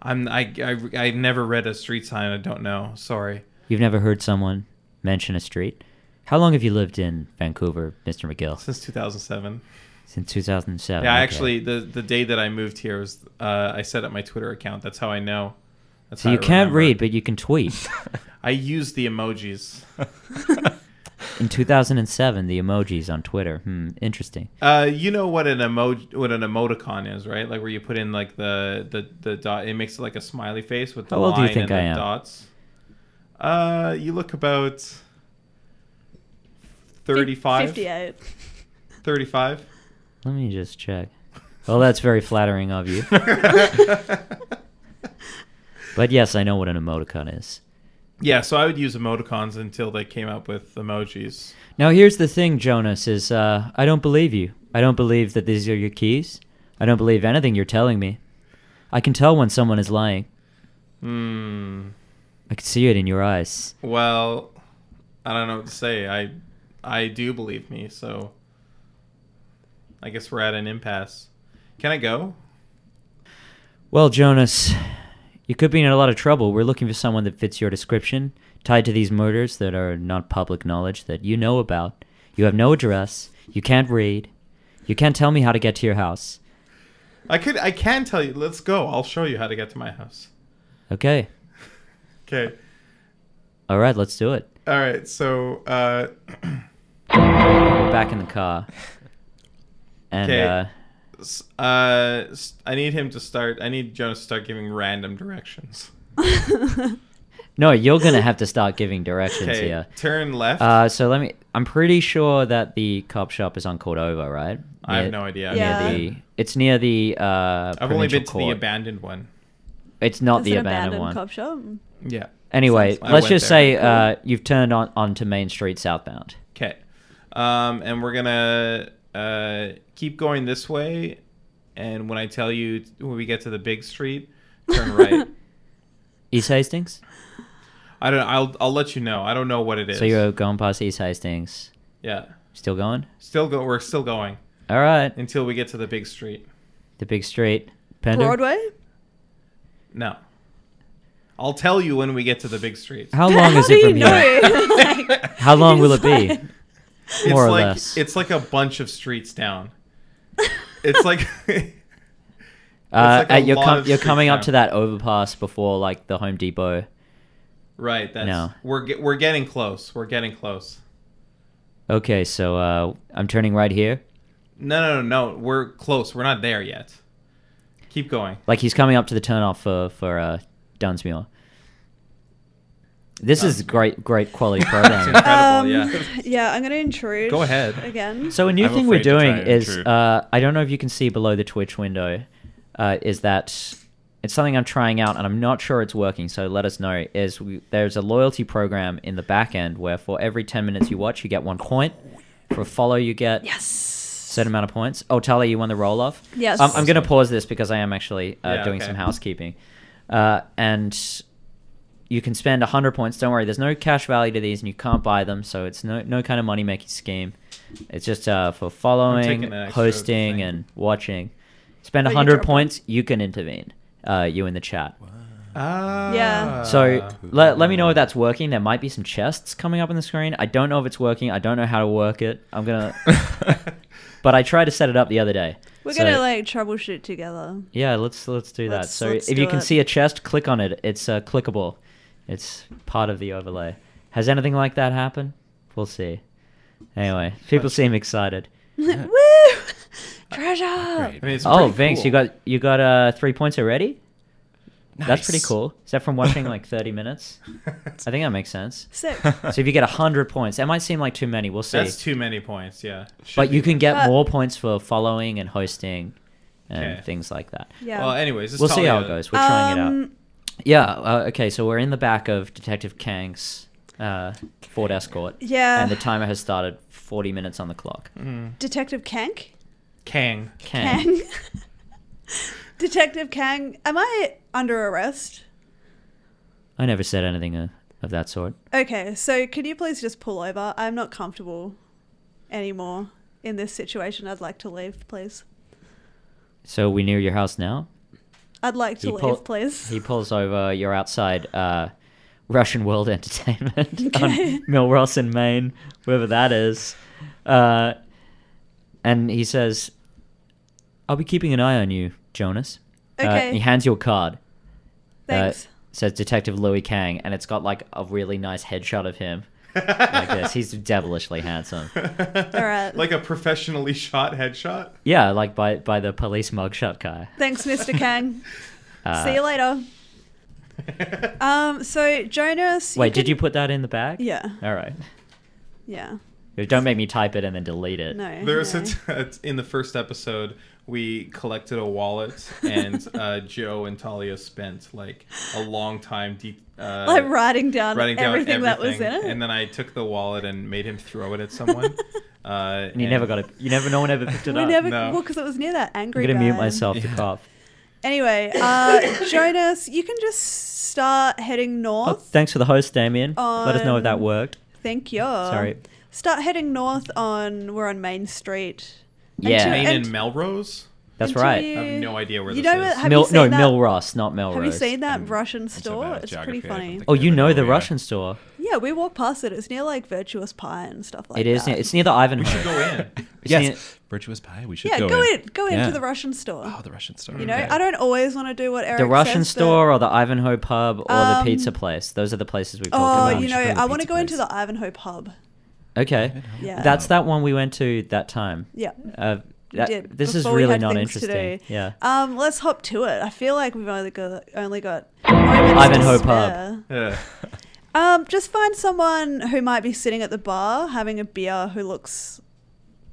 Speaker 3: I'm, I, I, I never read a street sign. I don't know. Sorry.
Speaker 1: You've never heard someone mention a street. How long have you lived in Vancouver, Mr. McGill?
Speaker 3: Since 2007.
Speaker 1: Since 2007.
Speaker 3: Yeah, I
Speaker 1: okay.
Speaker 3: actually the the day that I moved here was uh, I set up my Twitter account. That's how I know. That's
Speaker 1: So
Speaker 3: how
Speaker 1: you
Speaker 3: I
Speaker 1: can't
Speaker 3: remember.
Speaker 1: read, but you can tweet.
Speaker 3: I use the emojis.
Speaker 1: in 2007, the emojis on Twitter. Hmm, interesting.
Speaker 3: Uh, you know what an emo what an emoticon is, right? Like where you put in like the the the dot. It makes it like a smiley face with the
Speaker 1: How old do you
Speaker 3: line
Speaker 1: think
Speaker 3: and
Speaker 1: I
Speaker 3: the
Speaker 1: am?
Speaker 3: dots. Uh, you look about 35
Speaker 2: 58.
Speaker 3: 35
Speaker 1: Let me just check. Well, that's very flattering of you. But yes, I know what an emoticon is.
Speaker 3: yeah so i would use emoticons until they came up with emojis
Speaker 1: Now, here's the thing, Jonas, is uh, I don't believe you. I don't believe that these are your keys. I don't believe anything you're telling me. I can tell when someone is lying.
Speaker 3: hmm
Speaker 1: I can see it in your eyes.
Speaker 3: Well, I don't know what to say. I I do believe me, so I guess we're at an impasse. Can I go?
Speaker 1: Well, Jonas, you could be in a lot of trouble. We're looking for someone that fits your description, tied to these murders that are not public knowledge that you know about. You have no address. You can't read. You can't tell me how to get to your house.
Speaker 3: I could I can tell you. Let's go. I'll show you how to get to my house.
Speaker 1: Okay.
Speaker 3: Okay.
Speaker 1: All right, let's do it.
Speaker 3: All right. So, uh
Speaker 1: We're back in the car. And
Speaker 3: Okay.
Speaker 1: uh,
Speaker 3: s- uh s- I need him to start I need Jonas to start giving random directions.
Speaker 1: no, you're going to have to start giving directions
Speaker 3: Okay.
Speaker 1: here.
Speaker 3: Turn left.
Speaker 1: Uh, so let me. I'm pretty sure that the cop shop is on Cordova, right?
Speaker 3: I have
Speaker 1: Near-
Speaker 3: no idea.
Speaker 1: Near
Speaker 2: Yeah.
Speaker 1: the, it's near the. Uh,
Speaker 3: I've only been to
Speaker 1: provincial
Speaker 3: the
Speaker 1: court.
Speaker 3: abandoned one.
Speaker 1: It's not
Speaker 2: It's
Speaker 1: the
Speaker 2: an
Speaker 1: abandoned,
Speaker 2: abandoned
Speaker 1: one.
Speaker 2: cop shop.
Speaker 3: Yeah.
Speaker 1: Anyway,
Speaker 3: I
Speaker 1: let's
Speaker 3: went
Speaker 1: just say
Speaker 3: there.
Speaker 1: uh, you've turned on onto Main Street southbound.
Speaker 3: Okay. Um, and we're gonna uh, keep going this way, and when I tell you when we get to the big street, turn right.
Speaker 1: East Hastings.
Speaker 3: I don't. I'll I'll let you know. I don't know what it is.
Speaker 1: So you're going past East Hastings.
Speaker 3: yeah.
Speaker 1: Still going?
Speaker 3: Still go. We're still going
Speaker 1: All right.
Speaker 3: until we get to the big street.
Speaker 1: The big street. Pender.
Speaker 2: Broadway?
Speaker 3: No. I'll tell you when we get to the big street.
Speaker 1: How long
Speaker 2: How
Speaker 1: is
Speaker 2: do
Speaker 1: it
Speaker 2: you
Speaker 1: from
Speaker 2: know
Speaker 1: here?
Speaker 2: it? Like,
Speaker 1: How long will it
Speaker 2: it's
Speaker 1: be?
Speaker 2: like-
Speaker 3: it's
Speaker 1: More or
Speaker 3: like
Speaker 1: less.
Speaker 3: it's like a bunch of streets down. It's like
Speaker 1: Uh,
Speaker 3: like a
Speaker 1: uh, you're
Speaker 3: lot
Speaker 1: com-
Speaker 3: of
Speaker 1: you're
Speaker 3: street
Speaker 1: coming up
Speaker 3: time.
Speaker 1: to that overpass before like the Home Depot.
Speaker 3: right. That's
Speaker 1: No.
Speaker 3: we're ge- we're getting close. We're getting close.
Speaker 1: Okay, so uh, I'm turning right here.
Speaker 3: No, no, no, no. We're close. We're not there yet. Keep going.
Speaker 1: Like he's coming up to the turnoff for for uh, Dunsmuir. This is
Speaker 3: Dunsmuir.
Speaker 1: great, great quality
Speaker 3: It's
Speaker 1: programming.
Speaker 2: Um,
Speaker 3: incredible.
Speaker 2: yeah.
Speaker 3: yeah.
Speaker 2: I'm going to intrude.
Speaker 3: Go ahead.
Speaker 2: Again.
Speaker 1: So a new
Speaker 4: I'm
Speaker 1: thing we're
Speaker 4: afraid to
Speaker 1: doing
Speaker 4: try it,
Speaker 1: is
Speaker 4: true.
Speaker 1: uh, I don't know if you can see below the Twitch window, uh, is that it's something I'm trying out and I'm not sure it's working. So let us know. Is we, there's a loyalty program in the back end where for every 10 minutes you watch you get one point, for a follow you get
Speaker 2: yes.
Speaker 1: certain amount of points. Oh, Tali, you won the roll off.
Speaker 2: Yes.
Speaker 1: Um, I'm going to pause this because I am actually uh,
Speaker 3: Yeah,
Speaker 1: doing
Speaker 3: okay.
Speaker 1: some housekeeping, uh, and you can spend 100 points. Don't worry, there's no cash value to these, and you can't buy them, so it's no no kind of money making scheme. It's just uh, for
Speaker 3: taking
Speaker 1: following,
Speaker 3: an extra
Speaker 1: hosting,
Speaker 3: thing.
Speaker 1: and watching. Spend
Speaker 2: But you
Speaker 1: 100
Speaker 2: drop
Speaker 1: points, you can intervene, uh, you in the chat.
Speaker 3: Ah.
Speaker 2: Yeah.
Speaker 1: So let, let me know if that's working. There might be some chests coming up on the screen. I don't know if it's working. I don't know how to work it. I'm gonna, but I tried to set it up the other day.
Speaker 2: We're
Speaker 1: So-
Speaker 2: gonna like troubleshoot together.
Speaker 1: yeah. Let's let's do that.
Speaker 2: Let's-
Speaker 1: so
Speaker 2: let's
Speaker 1: if you
Speaker 2: do
Speaker 1: can
Speaker 2: it.
Speaker 1: see a chest, click on it. It's uh, clickable. It's part of the overlay. Has anything like that happened? We'll see. Anyway, people seem excited.
Speaker 4: Yeah.
Speaker 2: Woo! Treasure.
Speaker 4: Great.
Speaker 3: I mean, it's
Speaker 1: oh,
Speaker 3: pretty
Speaker 1: Vince,
Speaker 3: cool.
Speaker 1: you got you got uh, three points already. That's pretty
Speaker 4: Nice.
Speaker 1: cool. Is that from watching like 30 minutes? I think that makes sense.
Speaker 2: Sick.
Speaker 1: So if you get 100 points, that might seem like too many. We'll see.
Speaker 3: That's too many points. Yeah. Should
Speaker 1: but
Speaker 3: be
Speaker 1: you can get
Speaker 2: But-
Speaker 1: more points for following and hosting and
Speaker 3: Okay.
Speaker 1: things like that.
Speaker 2: Yeah.
Speaker 3: Well, anyways, it's
Speaker 1: We'll see how it
Speaker 3: Talia.
Speaker 1: goes. We're trying it out.
Speaker 2: Um,
Speaker 1: Yeah, uh, okay, so we're in the back of Detective Kang's uh, Ford Escort.
Speaker 2: Yeah.
Speaker 1: And the timer has started 40 minutes on the clock.
Speaker 3: Mm.
Speaker 2: Detective Kank.
Speaker 3: Kang.
Speaker 1: Kang.
Speaker 2: Kang. Detective Kang. Am I under arrest?
Speaker 1: I never said anything uh, of that sort.
Speaker 2: Okay, so can you please just pull over? I'm not comfortable anymore in this situation. I'd like to leave, please.
Speaker 1: So we near your house now?
Speaker 2: I'd like to
Speaker 1: He
Speaker 2: leave,
Speaker 1: pull-
Speaker 2: please.
Speaker 1: He uh, pulls over. You're outside uh, Russian World Entertainment on
Speaker 2: Okay.
Speaker 1: Milros in Maine, wherever that is. Uh, and he says, "I'll be keeping an eye on you, Jonas." Uh,
Speaker 2: Okay.
Speaker 1: he hands you a card. Uh,
Speaker 2: Thanks.
Speaker 1: says Detective Louis Kang, and it's got like a really nice headshot of him. like this. He's devilishly handsome.
Speaker 2: All right.
Speaker 3: Like a professionally shot headshot.
Speaker 1: Yeah, like by by the police mugshot guy.
Speaker 2: Thanks, Mr. Kang.
Speaker 1: Uh,
Speaker 2: See you later. Um, so Jonas.
Speaker 1: Wait, did
Speaker 2: can-
Speaker 1: you put that in the bag?
Speaker 2: Yeah.
Speaker 1: All right.
Speaker 2: Yeah.
Speaker 1: Don't make me type it and then delete it.
Speaker 2: No.
Speaker 3: There was
Speaker 2: no.
Speaker 3: a t- in the first episode we collected a wallet and uh, Joe and Talia spent like a long time de- uh,
Speaker 2: like writing down,
Speaker 3: writing down
Speaker 2: everything,
Speaker 3: everything,
Speaker 2: that was in it.
Speaker 3: and then I took the wallet and made him throw it at someone. uh,
Speaker 1: And you never got it. You never. No one ever picked it
Speaker 2: we
Speaker 1: up.
Speaker 2: never
Speaker 3: No.
Speaker 2: well because it was near that
Speaker 1: I'm
Speaker 2: angry.
Speaker 1: gonna mute
Speaker 2: guy.
Speaker 1: myself. The
Speaker 3: Yeah.
Speaker 1: cop.
Speaker 2: Anyway, uh, Jonas, you can just start heading
Speaker 1: Oh,
Speaker 2: north.
Speaker 1: thanks for the host, Damien. Let us know if that
Speaker 2: Um,
Speaker 1: worked.
Speaker 2: Thank you.
Speaker 1: Oh, Sorry.
Speaker 2: Start heading north on. We're on Main Street.
Speaker 1: Yeah.
Speaker 3: Maine
Speaker 2: and-
Speaker 3: and Melrose.
Speaker 1: That's
Speaker 2: into
Speaker 1: right.
Speaker 3: I have no idea where
Speaker 2: You
Speaker 3: this
Speaker 2: know
Speaker 3: is.
Speaker 2: what- have
Speaker 1: Mil-
Speaker 2: you seen
Speaker 1: no,
Speaker 2: that-
Speaker 1: Milros, not Melrose.
Speaker 2: Have you seen that
Speaker 4: I'm-
Speaker 2: Russian
Speaker 4: I'm so
Speaker 2: store?
Speaker 4: bad at
Speaker 2: it's
Speaker 4: geography,
Speaker 2: pretty
Speaker 4: I don't
Speaker 2: funny.
Speaker 4: think
Speaker 1: Oh,
Speaker 4: I
Speaker 1: you
Speaker 4: ever
Speaker 1: know the
Speaker 4: where we are.
Speaker 1: Russian store.
Speaker 2: Yeah, we walk past it. It's near like Virtuous Pie and stuff like
Speaker 1: It is.
Speaker 2: that.
Speaker 1: Near, it's near the Ivanhoe.
Speaker 3: We should go in.
Speaker 1: It's near-
Speaker 4: Yes, virtuous pie. We should
Speaker 2: yeah,
Speaker 4: go,
Speaker 2: go, in. Go
Speaker 4: Yeah.
Speaker 2: into the Russian store.
Speaker 4: Oh, the Russian store.
Speaker 2: you know,
Speaker 4: okay.
Speaker 2: I don't always want to do what Eric
Speaker 1: the Russian
Speaker 2: says, but-
Speaker 1: store or the Ivanhoe pub or the
Speaker 2: Um,
Speaker 1: pizza place. Those are the places we've
Speaker 2: Oh,
Speaker 1: talked about.
Speaker 2: you know,
Speaker 4: Should go to
Speaker 2: I want to
Speaker 4: pizza
Speaker 2: go into
Speaker 4: place.
Speaker 2: the Ivanhoe pub.
Speaker 1: okay.
Speaker 2: Yeah.
Speaker 1: That's that one we went to that time.
Speaker 2: Yeah.
Speaker 1: Uh,
Speaker 2: we
Speaker 1: that-
Speaker 2: did,
Speaker 1: this is
Speaker 2: before we
Speaker 1: really
Speaker 2: had
Speaker 1: not
Speaker 2: things to
Speaker 1: interesting.
Speaker 2: do.
Speaker 1: Yeah.
Speaker 2: Um, let's hop to it. I feel like we've only got only got
Speaker 1: Ivanhoe
Speaker 2: Ivanhoe
Speaker 1: pub.
Speaker 3: Yeah.
Speaker 2: Um, just find someone who might be sitting at the bar having a beer who looks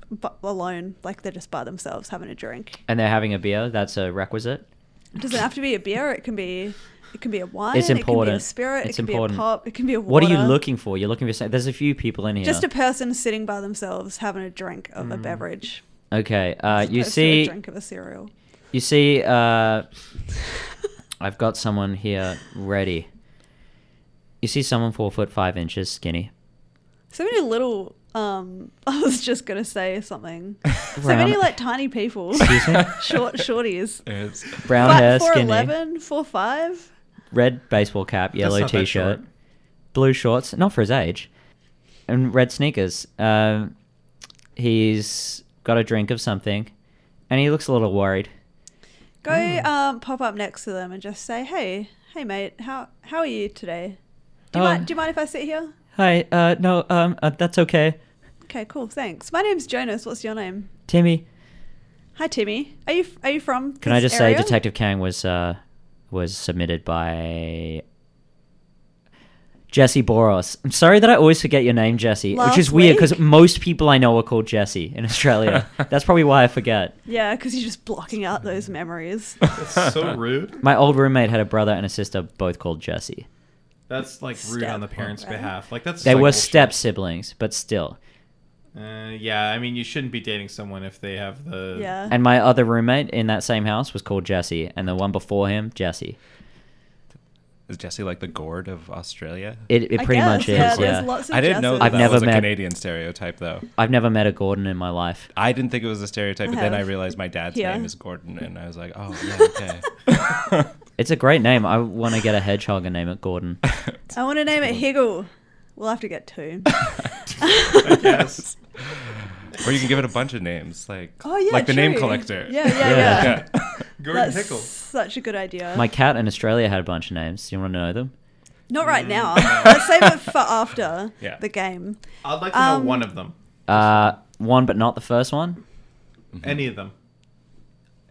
Speaker 2: bu- alone, like they're just by themselves having a drink.
Speaker 1: And they're having a beer. That's a requisite.
Speaker 2: It doesn't have to be a beer. It can be it can be a wine.
Speaker 1: It's
Speaker 2: It can be a
Speaker 1: important.
Speaker 2: spirit.
Speaker 1: It's
Speaker 2: it can
Speaker 1: important.
Speaker 2: be a pop. It can be a water.
Speaker 1: What are you looking for? You're looking for. some- There's a few people in here.
Speaker 2: Just a person sitting by themselves having a drink of a beverage.
Speaker 1: Okay, Mm. uh,
Speaker 2: as
Speaker 1: you
Speaker 2: opposed to a
Speaker 1: see,
Speaker 2: drink of a cereal.
Speaker 1: you see, uh, I've got someone here ready. You see someone four foot five inches, skinny.
Speaker 2: So many little. Um, I was just gonna say something. So many
Speaker 1: Brown-
Speaker 2: like tiny people.
Speaker 1: Excuse me?
Speaker 2: Short shorties.
Speaker 4: There's-
Speaker 1: Brown
Speaker 2: But
Speaker 1: hair,
Speaker 2: 4'11",
Speaker 1: skinny,
Speaker 2: 4'5".
Speaker 1: red baseball cap, yellow
Speaker 3: not that
Speaker 1: t-shirt,
Speaker 3: short.
Speaker 1: blue shorts, not for his age, and red sneakers. Um, he's got a drink of something, and he looks a little worried.
Speaker 2: Go
Speaker 1: Mm.
Speaker 2: um, pop up next to them and just say, "Hey, hey, mate, how how are you today? Do you
Speaker 1: Oh.
Speaker 2: mind? Do you mind if I sit here?
Speaker 1: Hi, uh, no, um, uh, that's okay.
Speaker 2: Okay, cool, thanks. My name's Jonas. What's your name?
Speaker 1: Timmy,
Speaker 2: Hi, Timmy. Are you are you from?
Speaker 1: Can I
Speaker 2: this
Speaker 1: just
Speaker 2: area?
Speaker 1: say Detective Kang was uh, was submitted by Jesse Boros. I'm sorry that I always forget your name, Jesse, which is
Speaker 2: Last
Speaker 1: weird because
Speaker 2: week?
Speaker 1: most people I know are called Jesse in Australia. That's probably why I forget.
Speaker 2: Yeah, because you're just blocking out those memories.
Speaker 3: That's so rude.
Speaker 1: My old roommate had a brother and a sister both called Jesse.
Speaker 3: That's like rude
Speaker 2: Step
Speaker 3: on the parents'
Speaker 2: program.
Speaker 3: behalf. Like that's
Speaker 1: They
Speaker 3: like
Speaker 1: were
Speaker 3: bullshit.
Speaker 1: step siblings, but still.
Speaker 3: Uh, yeah, I mean you shouldn't be dating someone if they have the
Speaker 2: yeah.
Speaker 1: And my other roommate in that same house was called Jesse, and the one before him, Jesse.
Speaker 4: Is Jesse like the gourd of Australia?
Speaker 1: It, it
Speaker 2: I
Speaker 1: pretty
Speaker 2: guess,
Speaker 1: much
Speaker 2: yeah,
Speaker 1: is, yeah.
Speaker 2: There's lots of
Speaker 4: I didn't know
Speaker 2: Jesses.
Speaker 4: that,
Speaker 1: I've
Speaker 4: that
Speaker 1: never
Speaker 4: was a
Speaker 1: met-
Speaker 4: Canadian stereotype, though.
Speaker 1: I've never met a Gordon in my life.
Speaker 4: I didn't think it was a stereotype,
Speaker 2: I
Speaker 4: but then I
Speaker 2: have.
Speaker 4: realized my dad's
Speaker 2: Yeah.
Speaker 4: name is Gordon, and I was like, oh, yeah, okay.
Speaker 1: It's a great name. I want to get a hedgehog and name it Gordon.
Speaker 2: Uh-huh. I want to name it Higgle. We'll have to get two.
Speaker 3: I guess.
Speaker 4: or you can give it a bunch of names, like
Speaker 2: Oh yeah,
Speaker 4: like the name
Speaker 2: true.
Speaker 4: collector.
Speaker 2: Yeah, yeah,
Speaker 1: Yeah.
Speaker 2: yeah.
Speaker 4: Yeah.
Speaker 3: Gordon
Speaker 2: That's
Speaker 3: Pickle.
Speaker 2: such a good idea.
Speaker 1: My cat in Australia had a bunch of names. Do you want to know them?
Speaker 2: Not right now. Let's save it for after
Speaker 4: Yeah.
Speaker 2: the game.
Speaker 3: I'd like to know
Speaker 2: Um,
Speaker 3: one of them.
Speaker 1: Uh, one, but not the first one.
Speaker 3: Any of them.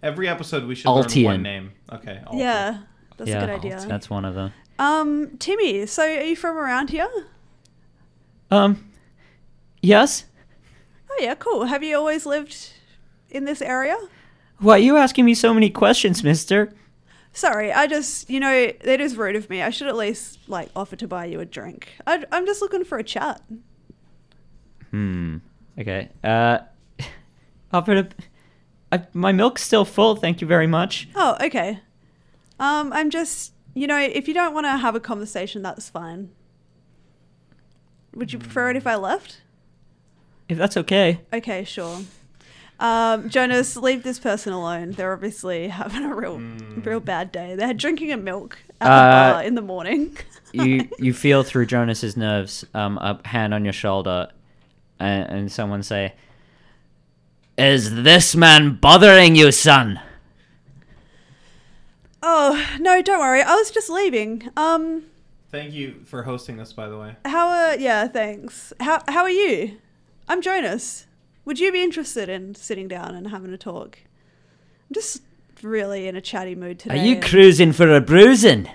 Speaker 3: Every episode we should
Speaker 1: Altian.
Speaker 3: learn one name. Okay. Altian.
Speaker 2: Yeah, that's
Speaker 1: yeah,
Speaker 2: a good idea.
Speaker 1: That's one of them.
Speaker 2: Um, Timmy, so are you from around here?
Speaker 1: Um, yes.
Speaker 2: Oh yeah, cool. Have you always lived in this area?
Speaker 1: Why are you asking me so many questions, Mister?
Speaker 2: Sorry, I just you know it is rude of me. I should at least like offer to buy you a drink. I, I'm just looking for a chat.
Speaker 1: Hmm. Okay. Uh, offer to. I, my milk's still full. Thank you very much.
Speaker 2: Oh, okay. Um, I'm just you know if you don't want to have a conversation, that's fine. Would you prefer it if I left?
Speaker 1: If that's okay.
Speaker 2: Okay, sure. Um, Jonas, leave this person alone. They're obviously having a real, real bad day. They're drinking a milk at
Speaker 1: Uh,
Speaker 2: the bar in the morning.
Speaker 1: You you feel through Jonas's nerves, um, a hand on your shoulder, and, and someone say, "Is this man bothering you, son?"
Speaker 2: oh no, don't worry. I was just leaving. Um,
Speaker 3: Thank you for hosting us, by the way.
Speaker 2: how are? Yeah, thanks. How how are you? I'm Jonas. Would you be interested in sitting down and having a talk? I'm just really in a chatty mood
Speaker 1: Are
Speaker 2: today.
Speaker 1: you
Speaker 2: and
Speaker 1: cruising for a bruising?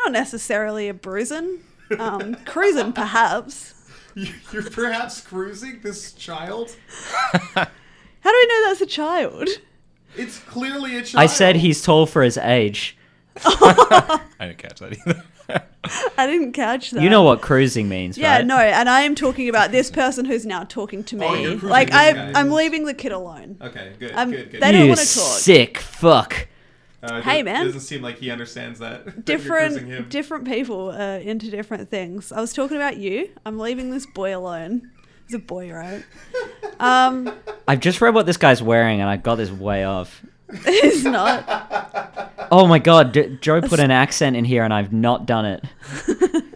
Speaker 2: not necessarily a bruising, um, cruising perhaps.
Speaker 3: You're perhaps cruising this child?
Speaker 2: How do we know that's a child?
Speaker 3: It's clearly a child.
Speaker 2: Oh.
Speaker 1: I said he's tall for his age.
Speaker 4: I didn't catch that either.
Speaker 2: I didn't catch that.
Speaker 1: You know what cruising means,
Speaker 2: Yeah,
Speaker 1: right?
Speaker 2: no, and I am talking about this person who's now talking to me.
Speaker 3: Oh, you're cruising
Speaker 2: like
Speaker 3: this
Speaker 2: I,
Speaker 3: guy.
Speaker 2: I'm leaving the kid alone.
Speaker 3: Okay, good,
Speaker 2: Um,
Speaker 3: good, good.
Speaker 2: they I don't
Speaker 1: you
Speaker 2: wanna talk.
Speaker 1: sick fuck.
Speaker 3: Uh,
Speaker 2: Hey,
Speaker 3: does-
Speaker 2: man.
Speaker 3: Doesn't seem like he understands that. that you're cruising him.
Speaker 2: Different, different people uh, into different things. I was talking about you. I'm leaving this boy alone. He's a boy, right? Um,
Speaker 1: I've just read what this guy's wearing, and I got this way off.
Speaker 2: he's not.
Speaker 1: Oh my god, D- Joe put an accent in here, and I've not done it.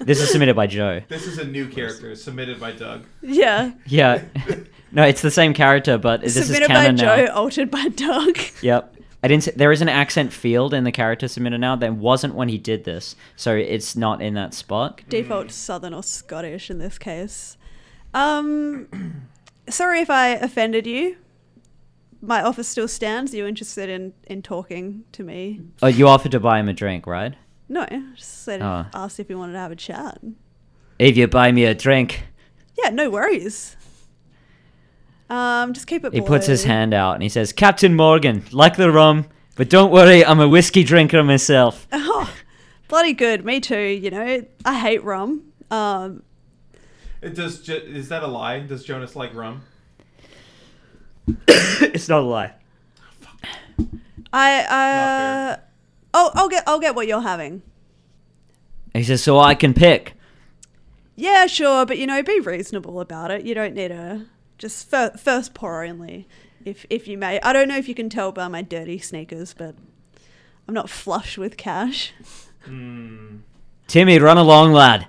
Speaker 1: This is submitted by Joe.
Speaker 3: This is a new character submitted by Doug.
Speaker 2: Yeah.
Speaker 1: Yeah, no, it's the same character, but this
Speaker 2: Submitted
Speaker 1: is canon
Speaker 2: by
Speaker 1: now.
Speaker 2: Joe, altered by Doug.
Speaker 1: Yep. I didn't. Say, there is an accent field in the character submitter now. There wasn't when he did this, so it's not in that spot.
Speaker 2: Default Southern or Scottish in this case. Um, sorry if I offended you. My offer still stands. Are you interested in, in talking to me?
Speaker 1: Oh, you offered to buy him a drink, right?
Speaker 2: No, just said
Speaker 1: Oh.
Speaker 2: asked if you wanted to have a chat.
Speaker 1: If you buy me a drink,
Speaker 2: Yeah, no worries. Um, just keep it.
Speaker 1: he puts his
Speaker 2: below.
Speaker 1: hand out and he says, "Captain Morgan, like the rum, but don't worry, I'm a whiskey drinker myself."
Speaker 2: Oh, bloody good. Me too. You know, I hate rum. Um,
Speaker 3: It does. Jo- is that a lie? Does Jonas like rum?
Speaker 1: it's not a lie.
Speaker 2: I.
Speaker 3: Not
Speaker 2: Uh, oh, I'll get. I'll get what you're having.
Speaker 1: He says, "So I can pick."
Speaker 2: Yeah, sure, but you know, be reasonable about it. You don't need a just fir- first pour only, if if you may. I don't know if you can tell by my dirty sneakers, but I'm not flush with cash.
Speaker 3: Hmm.
Speaker 1: Timmy, run along, lad.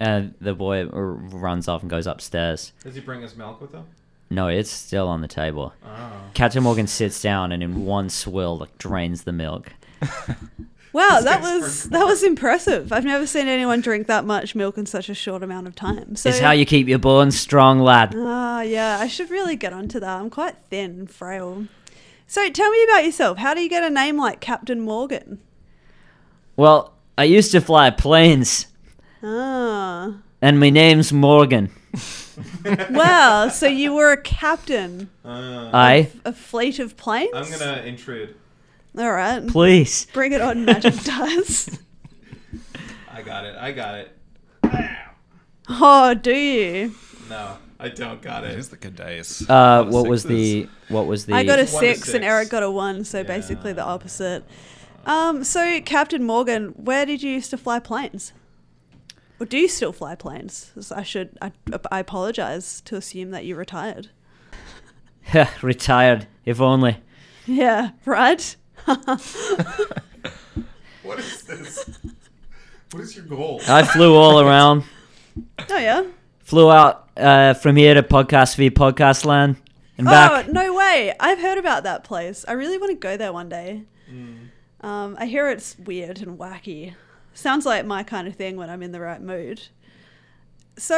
Speaker 1: And the boy r- runs off and goes upstairs.
Speaker 3: Does he bring his milk with him?
Speaker 1: No, it's still on the table.
Speaker 3: Oh.
Speaker 1: Captain Morgan sits down and in one swill like, drains the milk.
Speaker 2: Wow,
Speaker 3: This
Speaker 2: that
Speaker 3: guy's
Speaker 2: was
Speaker 3: pretty
Speaker 2: that was impressive. I've never seen anyone drink that much milk in such a short amount of time. So
Speaker 1: it's how you keep your bones strong, lad.
Speaker 2: Ah, yeah, I should really get onto that. I'm quite thin and frail. So tell me about yourself. How do you get a name like Captain Morgan?
Speaker 1: Well, I used to fly planes,
Speaker 2: Ah.
Speaker 1: and my name's Morgan.
Speaker 2: Wow, so you were a captain.
Speaker 3: Uh,
Speaker 1: I,
Speaker 2: A fleet of planes?
Speaker 3: I'm
Speaker 1: Uh,
Speaker 3: gonna intrude.
Speaker 2: All right.
Speaker 1: please.
Speaker 2: Bring it on, Magic Dice.
Speaker 3: I got it. I got it.
Speaker 2: Oh, do you?
Speaker 3: No, I don't got it.
Speaker 4: Here's the good dice.
Speaker 1: Uh,
Speaker 4: Oh,
Speaker 1: what was
Speaker 4: sixes.
Speaker 1: the what was the?
Speaker 2: I got a
Speaker 3: One to
Speaker 2: six, and
Speaker 3: six.
Speaker 2: Eric got a one, so basically the opposite. Um, so, Captain Morgan, where did you used to fly planes? Or do you still fly planes? 'Cause I should. I, I apologize to assume that you retired.
Speaker 1: retired, if only.
Speaker 2: Oh, Yeah, right.
Speaker 3: what is this? What is your goal?
Speaker 1: I flew all around.
Speaker 2: Oh yeah.
Speaker 1: Flew out uh, from here to Podcast V Podcast Land and back.
Speaker 2: Oh no way! I've heard about that place. I really want to go there one day. Um, I hear it's weird and wacky. Sounds like my kind of thing when I'm in the right mood. So,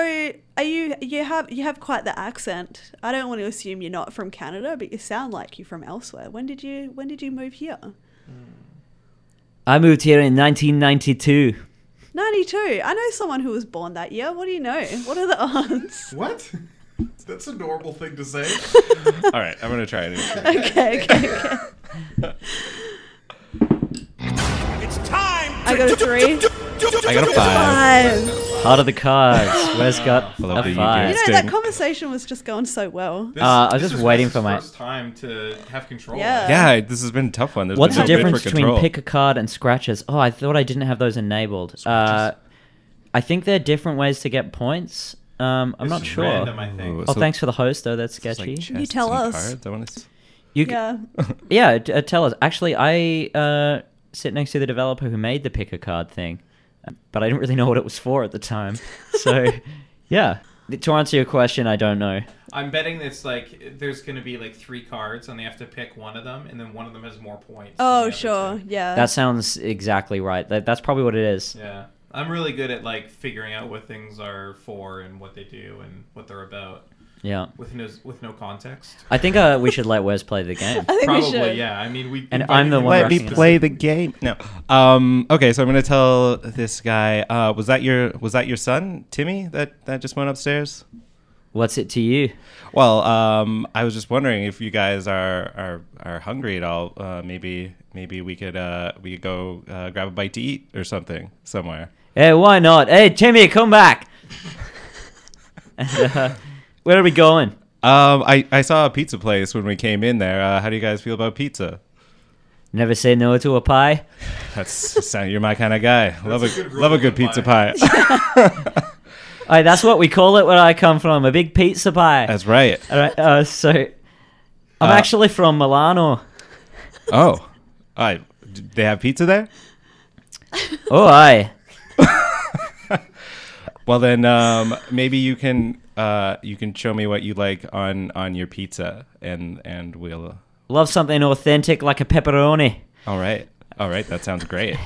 Speaker 2: are you? You have you have quite the accent. I don't want to assume you're not from Canada, but you sound like you're from elsewhere. When did you When did you move here?
Speaker 1: I moved here in 1992.
Speaker 2: Ninety two. I know someone who was born that year. What do you know? What are the odds?
Speaker 3: what? That's a normal thing to say.
Speaker 1: Uh,
Speaker 4: All right, I'm gonna try it.
Speaker 2: okay, okay, okay.
Speaker 5: It's time.
Speaker 2: I got a three.
Speaker 4: I got a five.
Speaker 2: Five.
Speaker 1: Out of the cards. Where's got
Speaker 4: Hello,
Speaker 1: a
Speaker 4: you
Speaker 1: five?
Speaker 2: You know,
Speaker 4: Sting.
Speaker 2: that conversation was just going so well.
Speaker 3: This,
Speaker 1: Uh, I was
Speaker 3: this
Speaker 1: just
Speaker 3: is
Speaker 1: waiting
Speaker 3: Chris's
Speaker 1: for my-
Speaker 3: first time to have control.
Speaker 2: Yeah.
Speaker 4: Yeah, this has been a tough one. There's
Speaker 1: What's the
Speaker 4: been no bid
Speaker 1: difference
Speaker 4: for
Speaker 1: between
Speaker 4: control.
Speaker 1: pick a card and scratches? Oh, I thought I didn't have those enabled. Uh, I think they're different ways to get points. Um, I'm
Speaker 3: This
Speaker 1: not
Speaker 3: is
Speaker 1: sure.
Speaker 3: Random, I think.
Speaker 1: Oh,
Speaker 4: So-
Speaker 1: thanks for the host, though. That's
Speaker 4: It's like
Speaker 1: sketchy.
Speaker 4: chests
Speaker 2: tell
Speaker 4: and
Speaker 2: us.
Speaker 4: cards. I want to.
Speaker 1: you, yeah,
Speaker 2: Yeah.
Speaker 1: yeah d- uh, tell us. Actually, I uh, sit next to the developer who made the pick a card thing, um, but I didn't really know what it was for at the time. So, yeah. To answer your question, I don't know.
Speaker 3: I'm betting it's like there's going to be like three cards, and they have to pick one of them, and then one of them has more points. than the
Speaker 2: Oh,
Speaker 3: other
Speaker 2: sure.
Speaker 3: two.
Speaker 2: Yeah.
Speaker 1: That sounds exactly right. That, that's probably what it is.
Speaker 3: Yeah, I'm really good at like figuring out what things are for and what they do and what they're about
Speaker 1: Yeah.
Speaker 3: with no with no context.
Speaker 1: I think uh, we should let Wes play the game.
Speaker 3: Uh.
Speaker 2: I think we
Speaker 3: Probably,
Speaker 2: should.
Speaker 3: yeah. I mean, we
Speaker 1: And
Speaker 3: invited
Speaker 1: I'm the
Speaker 3: you
Speaker 1: one
Speaker 4: Let
Speaker 3: back
Speaker 4: me
Speaker 1: Russian.
Speaker 4: play the game. No. Um, okay, so I'm gonna tell this guy. Uh, was that your was that your son, Timmy? That that just went upstairs.
Speaker 1: What's it to you?
Speaker 4: Well, um, I was just wondering if you guys are are, are hungry at all. Uh, maybe maybe we could uh, we could go uh, grab a bite to eat or something somewhere.
Speaker 1: Hey, why not? Hey, Timmy, come back. and, uh, where are we going?
Speaker 4: Um, I, I saw a pizza place when we came in there. Uh, how do you guys feel about pizza?
Speaker 1: Never say no to a pie.
Speaker 4: That's sound, you're my kind of guy. Love
Speaker 3: a
Speaker 4: a,
Speaker 3: good
Speaker 4: love a good
Speaker 3: rule
Speaker 4: pizza
Speaker 3: of
Speaker 4: pie.
Speaker 1: All right, that's what we call it where I come from, a big pizza pie.
Speaker 4: That's right.
Speaker 1: All right, uh, so I'm
Speaker 4: Uh,
Speaker 1: actually from Milano.
Speaker 4: Oh, I d they have pizza there.
Speaker 1: Oh, aye.
Speaker 4: Well then, um, maybe you can uh, you can show me what you like on on your pizza, and and we'll.
Speaker 1: Love something authentic like a pepperoni.
Speaker 4: All right, all right. That sounds great.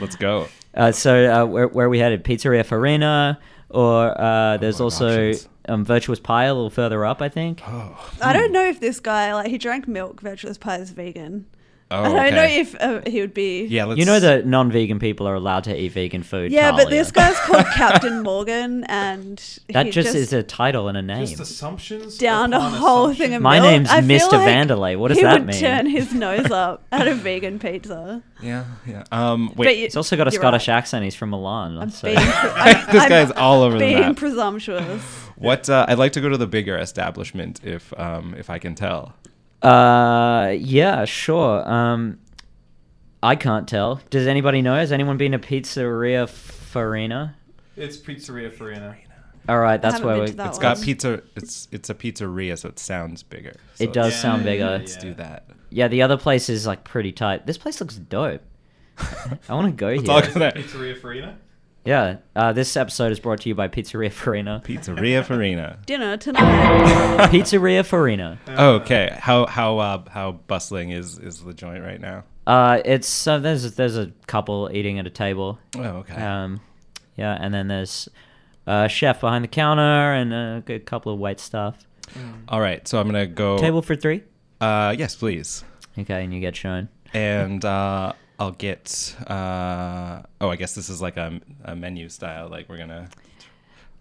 Speaker 4: Let's go.
Speaker 1: Uh, so uh, where, where we headed? Pizzeria Farina, or uh, there's
Speaker 4: lot of
Speaker 1: also
Speaker 4: options.
Speaker 1: um, Virtuous Pie a little further up, I think.
Speaker 2: I don't know if this guy, like, he drank milk, virtuous pie is vegan.
Speaker 4: Oh,
Speaker 2: I don't
Speaker 4: okay.
Speaker 2: know if uh, he would be.
Speaker 4: yeah, let's,
Speaker 1: You know that non-vegan people are allowed to eat vegan food.
Speaker 2: Yeah, but
Speaker 1: Talia.
Speaker 2: this guy's called Captain Morgan, and
Speaker 1: That
Speaker 2: he
Speaker 1: just, is a title and a name.
Speaker 3: Just assumptions
Speaker 2: down a
Speaker 3: upon
Speaker 2: whole
Speaker 3: assumptions.
Speaker 2: thing of
Speaker 1: My
Speaker 2: milk.
Speaker 1: name's
Speaker 2: I feel
Speaker 1: Mr.
Speaker 2: Like
Speaker 1: Vanderlei. What does
Speaker 2: he
Speaker 1: that
Speaker 2: would
Speaker 1: mean?
Speaker 2: turn his nose up at a vegan pizza.
Speaker 4: Yeah, yeah. Um, wait.
Speaker 2: But you-
Speaker 1: He's also got a
Speaker 2: you're
Speaker 1: Scottish
Speaker 2: right.
Speaker 1: accent. He's from Milan.
Speaker 2: I'm
Speaker 1: so-
Speaker 2: being, I'm,
Speaker 4: this
Speaker 2: I'm
Speaker 4: guy's all over the
Speaker 2: being
Speaker 4: map.
Speaker 2: presumptuous.
Speaker 4: what uh, I'd like to go to the bigger establishment if um, if I can tell.
Speaker 2: Oh,
Speaker 1: uh, yeah, sure. Um, I can't tell. Does anybody know? Has anyone been to Pizzeria Farina?
Speaker 3: It's Pizzeria Farina.
Speaker 1: All right, that's
Speaker 2: haven't
Speaker 1: where
Speaker 2: been
Speaker 1: we.
Speaker 2: to that
Speaker 4: It's got
Speaker 2: one.
Speaker 4: pizza. It's it's a pizzeria, so it sounds bigger. So
Speaker 1: It does
Speaker 4: let's-
Speaker 1: sound bigger.
Speaker 4: Let's do that.
Speaker 1: Yeah, the other place is like pretty tight. This place looks dope. I want to go
Speaker 4: Let's
Speaker 1: here.
Speaker 4: all
Speaker 3: Is
Speaker 4: go
Speaker 3: it
Speaker 4: there.
Speaker 3: Pizzeria Farina.
Speaker 1: Yeah. Uh, this episode is brought to you by Pizzeria Farina.
Speaker 4: Pizzeria Farina.
Speaker 2: Dinner tonight.
Speaker 1: Pizzeria Farina.
Speaker 4: Oh, Okay. How how uh, how bustling is is the joint right now?
Speaker 1: Uh, it's uh, there's there's a couple eating at a table.
Speaker 4: Oh, okay.
Speaker 1: Um, yeah, and then there's a chef behind the counter and a good couple of wait staff.
Speaker 4: All right. So I'm gonna go.
Speaker 1: Table for three.
Speaker 4: Uh, yes, please.
Speaker 1: Okay, and you get shown.
Speaker 4: And uh, I'll get. Uh, oh, I guess this is like a, a menu style. Like we're gonna.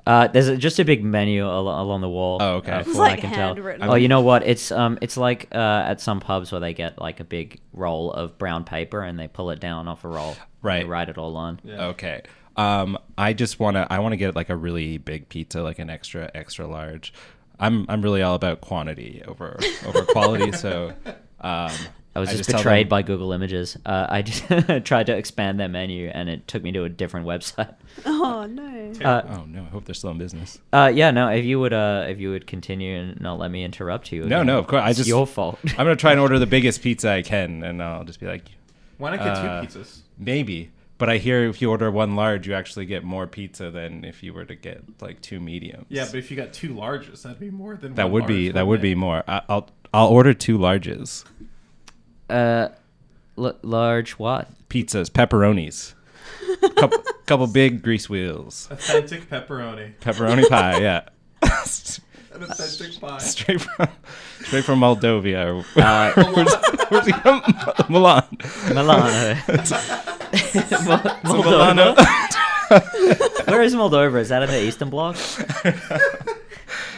Speaker 1: Uh, there's a, just a big menu al- along the wall.
Speaker 4: Oh, okay.
Speaker 1: uh,
Speaker 4: It's
Speaker 1: from
Speaker 2: like
Speaker 1: what I can tell.
Speaker 2: handwritten.
Speaker 1: Oh, you know what? It's um, it's like uh, at some pubs where they get like a big roll of brown paper and they pull it down off a roll. and They
Speaker 4: Right.
Speaker 1: write it all on.
Speaker 3: Yeah.
Speaker 4: Okay. Um, I just wanna. I wanna get like a really big pizza, like an extra extra large. I'm I'm really all about quantity over over quality. so. Um,
Speaker 1: I was just,
Speaker 4: tell
Speaker 1: betrayed
Speaker 4: them-
Speaker 1: by Google Images. Uh, I just tried to expand their menu and it took me to a different website.
Speaker 2: oh no.
Speaker 4: Oh no! I hope they're still in business.
Speaker 1: Uh, yeah, no. If you would, uh, if you would continue and not let me interrupt you.
Speaker 4: No,
Speaker 1: again.
Speaker 4: no, of course. I
Speaker 1: It's
Speaker 4: just
Speaker 1: your fault.
Speaker 4: I'm gonna try and order the biggest pizza I can, and I'll just be like,
Speaker 3: Why not get
Speaker 4: Uh,
Speaker 3: two pizzas?
Speaker 4: Maybe. But I hear if you order one large, you actually get more pizza than if you were to get like two mediums.
Speaker 3: Yeah, but if you got two larges, that'd be more than
Speaker 4: that
Speaker 3: one
Speaker 4: would be
Speaker 3: large,
Speaker 4: that would
Speaker 3: wouldn't
Speaker 4: be more. I, I'll I'll order two larges
Speaker 1: Uh, l- large what?
Speaker 4: pizzas, pepperonis, couple, couple big grease wheels,
Speaker 3: it? authentic pepperoni,
Speaker 4: pepperoni pie. Yeah,
Speaker 3: an authentic pie.
Speaker 4: straight from straight from Moldova.
Speaker 1: Uh,
Speaker 4: Where's- where's he from? Milan.
Speaker 1: Milano. Mo-
Speaker 4: Milano.
Speaker 1: Moldova. Where is Moldova? Is that in the Eastern Bloc?
Speaker 3: I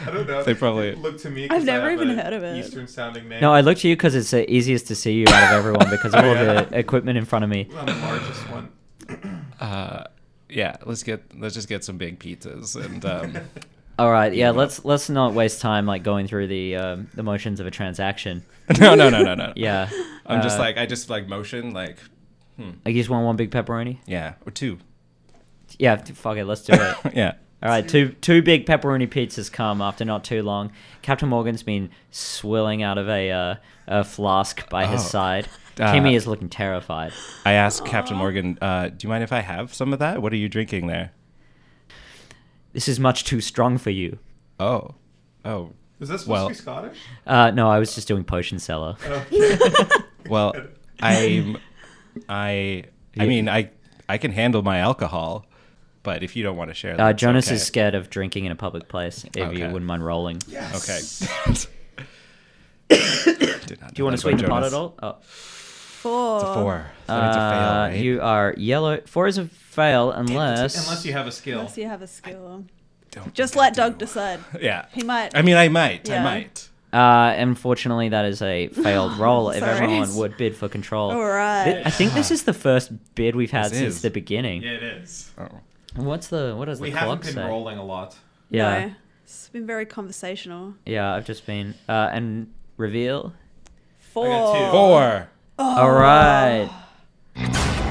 Speaker 3: don't know.
Speaker 4: They probably-
Speaker 3: look to me.
Speaker 2: I've
Speaker 3: 'cause I
Speaker 2: never
Speaker 3: have
Speaker 2: even
Speaker 3: a
Speaker 2: heard of it.
Speaker 3: Eastern sounding name.
Speaker 1: No, I looked at you because it's the easiest to see you out of everyone because of all the equipment in front of me.
Speaker 3: I'm the largest one.
Speaker 4: Uh, yeah, let's get let's just get some big pizzas and um,
Speaker 1: All right, yeah, let's let's not waste time like going through the um, the motions of a transaction.
Speaker 4: no no no no no.
Speaker 1: Yeah,
Speaker 4: I'm just
Speaker 1: uh,
Speaker 4: like I just like motion like hmm.
Speaker 1: I just want one big pepperoni.
Speaker 4: yeah or two.
Speaker 1: Yeah, t- fuck it, let's do it.
Speaker 4: yeah.
Speaker 1: All right, two two big pepperoni pizzas come after not too long. Captain Morgan's been swilling out of a uh, a flask by his
Speaker 4: Oh.
Speaker 1: side.
Speaker 4: Uh,
Speaker 1: Kimmy is looking terrified.
Speaker 4: I asked Captain Morgan, uh, do you mind if I have some of that? What are you drinking there?
Speaker 1: This is much too strong for you.
Speaker 4: Oh. Oh.
Speaker 3: Is that supposed
Speaker 4: Well-
Speaker 3: to be Scottish? Oh,
Speaker 1: Uh, no, I was just doing potion cellar.
Speaker 3: Okay.
Speaker 4: Well, I'm I I mean, I I can handle my alcohol, but if you don't want to share that.
Speaker 1: Uh,
Speaker 4: it's
Speaker 1: Jonas
Speaker 4: okay.
Speaker 1: is scared of drinking in a public place. If you
Speaker 4: Okay.
Speaker 1: wouldn't mind rolling,
Speaker 4: Okay. Did not
Speaker 1: do you want to sweeten the pot at all? Oh.
Speaker 2: Four.
Speaker 4: It's a four. So it's a fail,
Speaker 1: Uh,
Speaker 4: right?
Speaker 1: you are yellow. Four is a fail unless
Speaker 3: Unless you have a skill.
Speaker 2: Unless you have a skill.
Speaker 4: Don't
Speaker 2: Just
Speaker 4: think I
Speaker 2: let
Speaker 4: do.
Speaker 2: Doug decide.
Speaker 4: Yeah.
Speaker 2: He might.
Speaker 4: I mean, I might. I
Speaker 2: Yeah.
Speaker 4: might.
Speaker 1: Uh, unfortunately, that is a failed roll. if
Speaker 2: Sorry.
Speaker 1: everyone would bid for control,
Speaker 2: All right.
Speaker 1: Thi- I think this is the first bid we've had
Speaker 4: Ah. This
Speaker 1: since
Speaker 4: is.
Speaker 1: the beginning.
Speaker 3: Yeah, it is.
Speaker 4: Oh.
Speaker 1: And What's the what does
Speaker 3: We
Speaker 1: the clock
Speaker 3: haven't been
Speaker 1: say?
Speaker 3: rolling a lot.
Speaker 1: Yeah,
Speaker 2: No, it's been very conversational.
Speaker 1: yeah. I've just been uh, and reveal.
Speaker 2: Four.
Speaker 3: got two.
Speaker 4: Four.
Speaker 2: Oh.
Speaker 1: All right.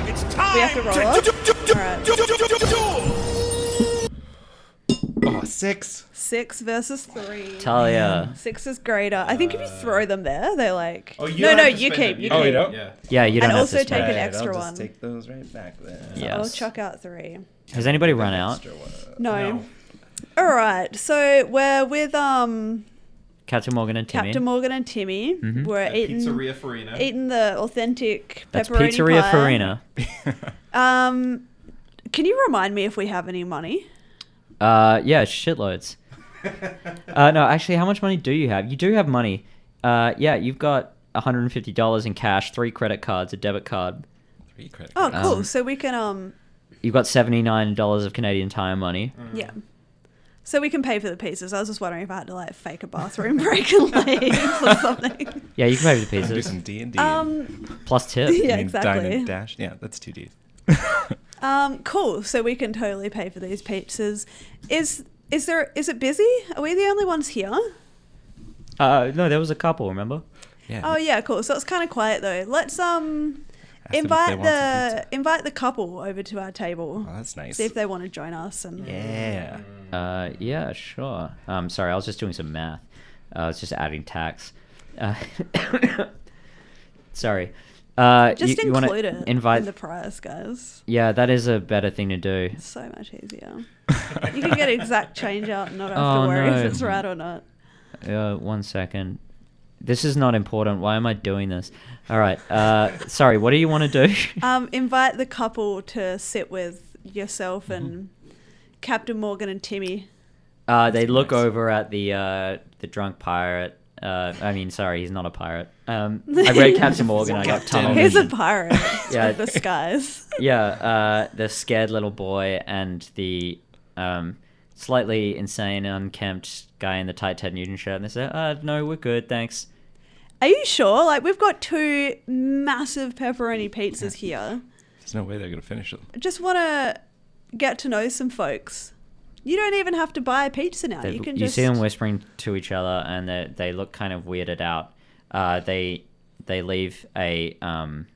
Speaker 5: It's time.
Speaker 2: We have to roll up? Alright.
Speaker 4: Oh, six.
Speaker 2: Six versus three.
Speaker 1: Talia.
Speaker 2: Six is greater. I think if you throw them there, they're like.
Speaker 3: Oh, you
Speaker 2: no,
Speaker 3: don't
Speaker 2: no,
Speaker 3: have to
Speaker 2: you
Speaker 3: spend
Speaker 2: keep.
Speaker 3: them.
Speaker 2: You
Speaker 4: Oh,
Speaker 2: keep.
Speaker 4: you don't?
Speaker 3: Yeah.
Speaker 1: Yeah, you don't
Speaker 2: And
Speaker 1: have
Speaker 2: also
Speaker 1: to
Speaker 2: take
Speaker 1: spend.
Speaker 2: an
Speaker 1: it.
Speaker 4: Alright,
Speaker 2: extra
Speaker 4: I'll just
Speaker 2: one.
Speaker 4: take those right back then.
Speaker 2: I'll
Speaker 1: Yes.
Speaker 2: chuck out three.
Speaker 1: Has anybody run out?
Speaker 4: Extra one.
Speaker 1: Oh,
Speaker 2: No.
Speaker 3: No.
Speaker 2: All right. So we're with um
Speaker 1: Captain Morgan and Timmy.
Speaker 2: Captain Morgan and Timmy. We're
Speaker 3: At
Speaker 2: eating
Speaker 3: Pizzeria Farina.
Speaker 2: eating the authentic
Speaker 1: That's
Speaker 2: pepperoni
Speaker 1: Pizzeria
Speaker 2: pie.
Speaker 1: Farina.
Speaker 2: Um, can you remind me if we have any money?
Speaker 1: Uh, yeah, shitloads. uh, no, actually, how much money do you have? You do have money. Uh, yeah, you've got $150 in cash, three credit cards, a debit card.
Speaker 4: Three credit
Speaker 2: Oh,
Speaker 4: cards.
Speaker 2: cool.
Speaker 1: Um,
Speaker 2: so we can um
Speaker 1: You've got $79 of Canadian Tire money.
Speaker 3: Hmm.
Speaker 2: yeah. So we can pay for the pizzas. I was just wondering if I had to like fake a bathroom break and leave or something.
Speaker 1: Yeah, you can pay for the
Speaker 4: Do
Speaker 1: pizzas.
Speaker 4: some D and D.
Speaker 2: Um,
Speaker 1: Plus tip.
Speaker 2: yeah,
Speaker 4: Dine
Speaker 2: exactly.
Speaker 4: and dash. Yeah, that's two D's.
Speaker 2: Um, cool. So we can totally pay for these pizzas. Is is there is it busy? Are we the only ones here?
Speaker 1: Uh, no, there was a couple, remember?
Speaker 4: Yeah.
Speaker 2: Oh yeah, cool. So it's kind of quiet though. Let's um
Speaker 4: Ask them if they
Speaker 2: invite
Speaker 4: want some
Speaker 2: the
Speaker 4: pizza.
Speaker 2: invite the couple over to our table.
Speaker 4: Oh, that's nice.
Speaker 2: See if they want to join us and
Speaker 4: Yeah.
Speaker 3: Hmm.
Speaker 1: Uh, yeah, sure. Um, sorry, I was just doing some math. Uh, I was just adding tax. Uh, sorry. Uh,
Speaker 2: just
Speaker 1: you, you wanna
Speaker 2: include it
Speaker 1: Invite.
Speaker 2: in the prize, guys.
Speaker 1: yeah, that is a better thing to do.
Speaker 2: So much easier. You can get exact change out and not have
Speaker 1: Oh,
Speaker 2: to worry
Speaker 1: no.
Speaker 2: if it's right or not.
Speaker 1: Uh, one second. This is not important. Why am I doing this? All right. Uh, sorry. What do you want to do?
Speaker 2: Um, invite the couple to sit with yourself and Captain Morgan and Timmy.
Speaker 1: Uh, they look over at the uh, the drunk pirate. Uh, I mean, sorry, he's not a pirate. Um, I read Captain Morgan. I got tunnel
Speaker 4: Captain.
Speaker 2: Here's a
Speaker 1: vision.
Speaker 2: pirate
Speaker 1: Yeah.
Speaker 2: of the skies.
Speaker 1: Yeah. Uh, the scared little boy and the um, slightly insane, unkempt guy in the tight Ted Newton shirt. And they say, uh, "No, we're good, thanks."
Speaker 2: Are you sure? Like we've got two massive pepperoni pizzas here.
Speaker 4: There's no way they're gonna finish them.
Speaker 2: I just want to get to know some folks. You don't even have to buy a pizza now.
Speaker 1: They-
Speaker 2: you
Speaker 1: you
Speaker 2: can just
Speaker 1: see them whispering to each other, and they they look kind of weirded out. Uh, they they leave a um,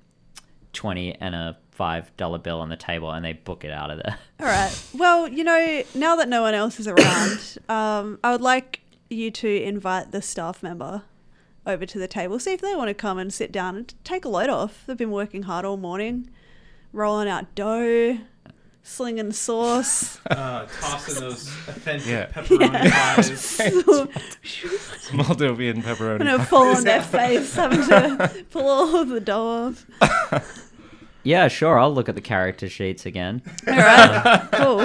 Speaker 1: twenty and a five dollar bill on the table, and they book it out of there.
Speaker 2: All right. Well, you know, now that no one else is around, um, I would like you to invite the staff member over to the table, see if they want to come and sit down and take a load off. They've been working hard all morning, rolling out dough, slinging sauce.
Speaker 3: Uh, tossing those authentic
Speaker 4: Yeah.
Speaker 3: pepperoni
Speaker 2: Yeah.
Speaker 3: pies.
Speaker 4: Moldovan pepperoni.
Speaker 2: gonna fall on their face, having to pull all of the dough off.
Speaker 1: Yeah, sure. I'll look at the character sheets again.
Speaker 2: All right, cool.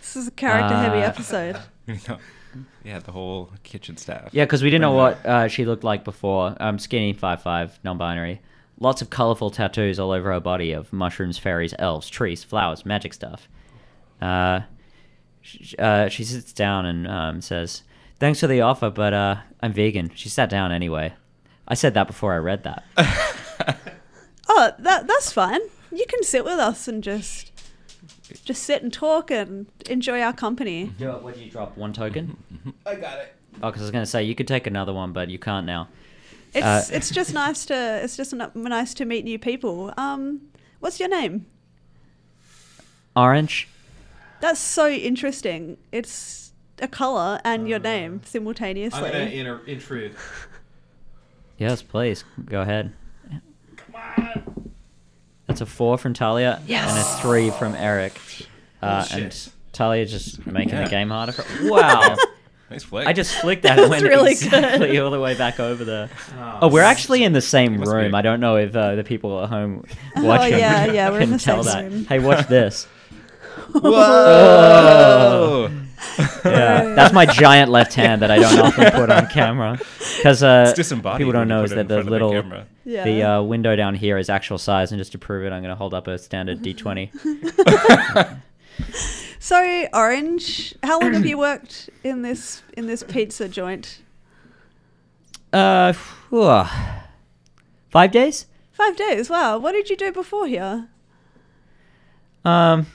Speaker 2: This is a character-heavy
Speaker 1: Uh,
Speaker 2: episode.
Speaker 4: No. Yeah, the whole kitchen staff.
Speaker 1: Yeah, because we didn't know what uh, she looked like before. Um, skinny, five five, non-binary. Lots of colorful tattoos all over her body of mushrooms, fairies, elves, trees, flowers, magic stuff. Uh, sh- uh, she sits down and um, says, "Thanks for the offer, but uh, I'm vegan." She sat down anyway. I said that before I read that.
Speaker 2: Oh, that that's fine. You can sit with us and just just sit and talk and enjoy our company.
Speaker 1: Do it. What do you drop? One token?
Speaker 3: I got it.
Speaker 1: Oh, because I was gonna say you could take another one, but you can't now.
Speaker 2: It's
Speaker 1: Uh,
Speaker 2: it's just nice to it's just n- nice to meet new people. Um, what's your name?
Speaker 1: Orange.
Speaker 2: That's so interesting. It's a color and your name
Speaker 3: I'm
Speaker 2: simultaneously.
Speaker 3: gonna inter- intrude.
Speaker 1: Yes, please go ahead.
Speaker 3: Come on.
Speaker 1: That's a four from Talia and a three from Eric. Uh,
Speaker 3: Oh,
Speaker 1: and
Speaker 3: shit.
Speaker 1: Talia just making
Speaker 4: Yeah.
Speaker 1: the game harder. For- wow.
Speaker 4: Nice flick.
Speaker 1: I just flicked that,
Speaker 2: That
Speaker 1: and
Speaker 2: was
Speaker 1: went
Speaker 2: really
Speaker 1: exactly
Speaker 2: good.
Speaker 1: all the way back over there.
Speaker 3: Oh,
Speaker 1: Oh, we're actually in the same
Speaker 4: must be.
Speaker 1: room. I don't know if uh, the people at home
Speaker 2: Oh,
Speaker 1: watching
Speaker 2: yeah, yeah, we're in
Speaker 1: can
Speaker 2: the
Speaker 1: tell
Speaker 2: same
Speaker 1: that.
Speaker 2: room.
Speaker 1: Hey, watch this.
Speaker 4: Whoa!
Speaker 1: Yeah,
Speaker 2: Right.
Speaker 1: that's my giant left hand that I don't often put on camera because uh,
Speaker 4: It's disembodied.
Speaker 1: people don't
Speaker 4: when you
Speaker 1: know
Speaker 4: put
Speaker 1: is
Speaker 4: it
Speaker 1: that
Speaker 4: in
Speaker 1: the
Speaker 4: front of
Speaker 1: little
Speaker 4: camera.
Speaker 2: yeah.
Speaker 1: the uh, window down here is actual size, and just to prove it, I'm going to hold up a standard D20.
Speaker 2: so Orange, how long have you worked in this in this pizza joint?
Speaker 1: Uh, phew. five days.
Speaker 2: Five days. Wow. What did you do before here?
Speaker 1: Um,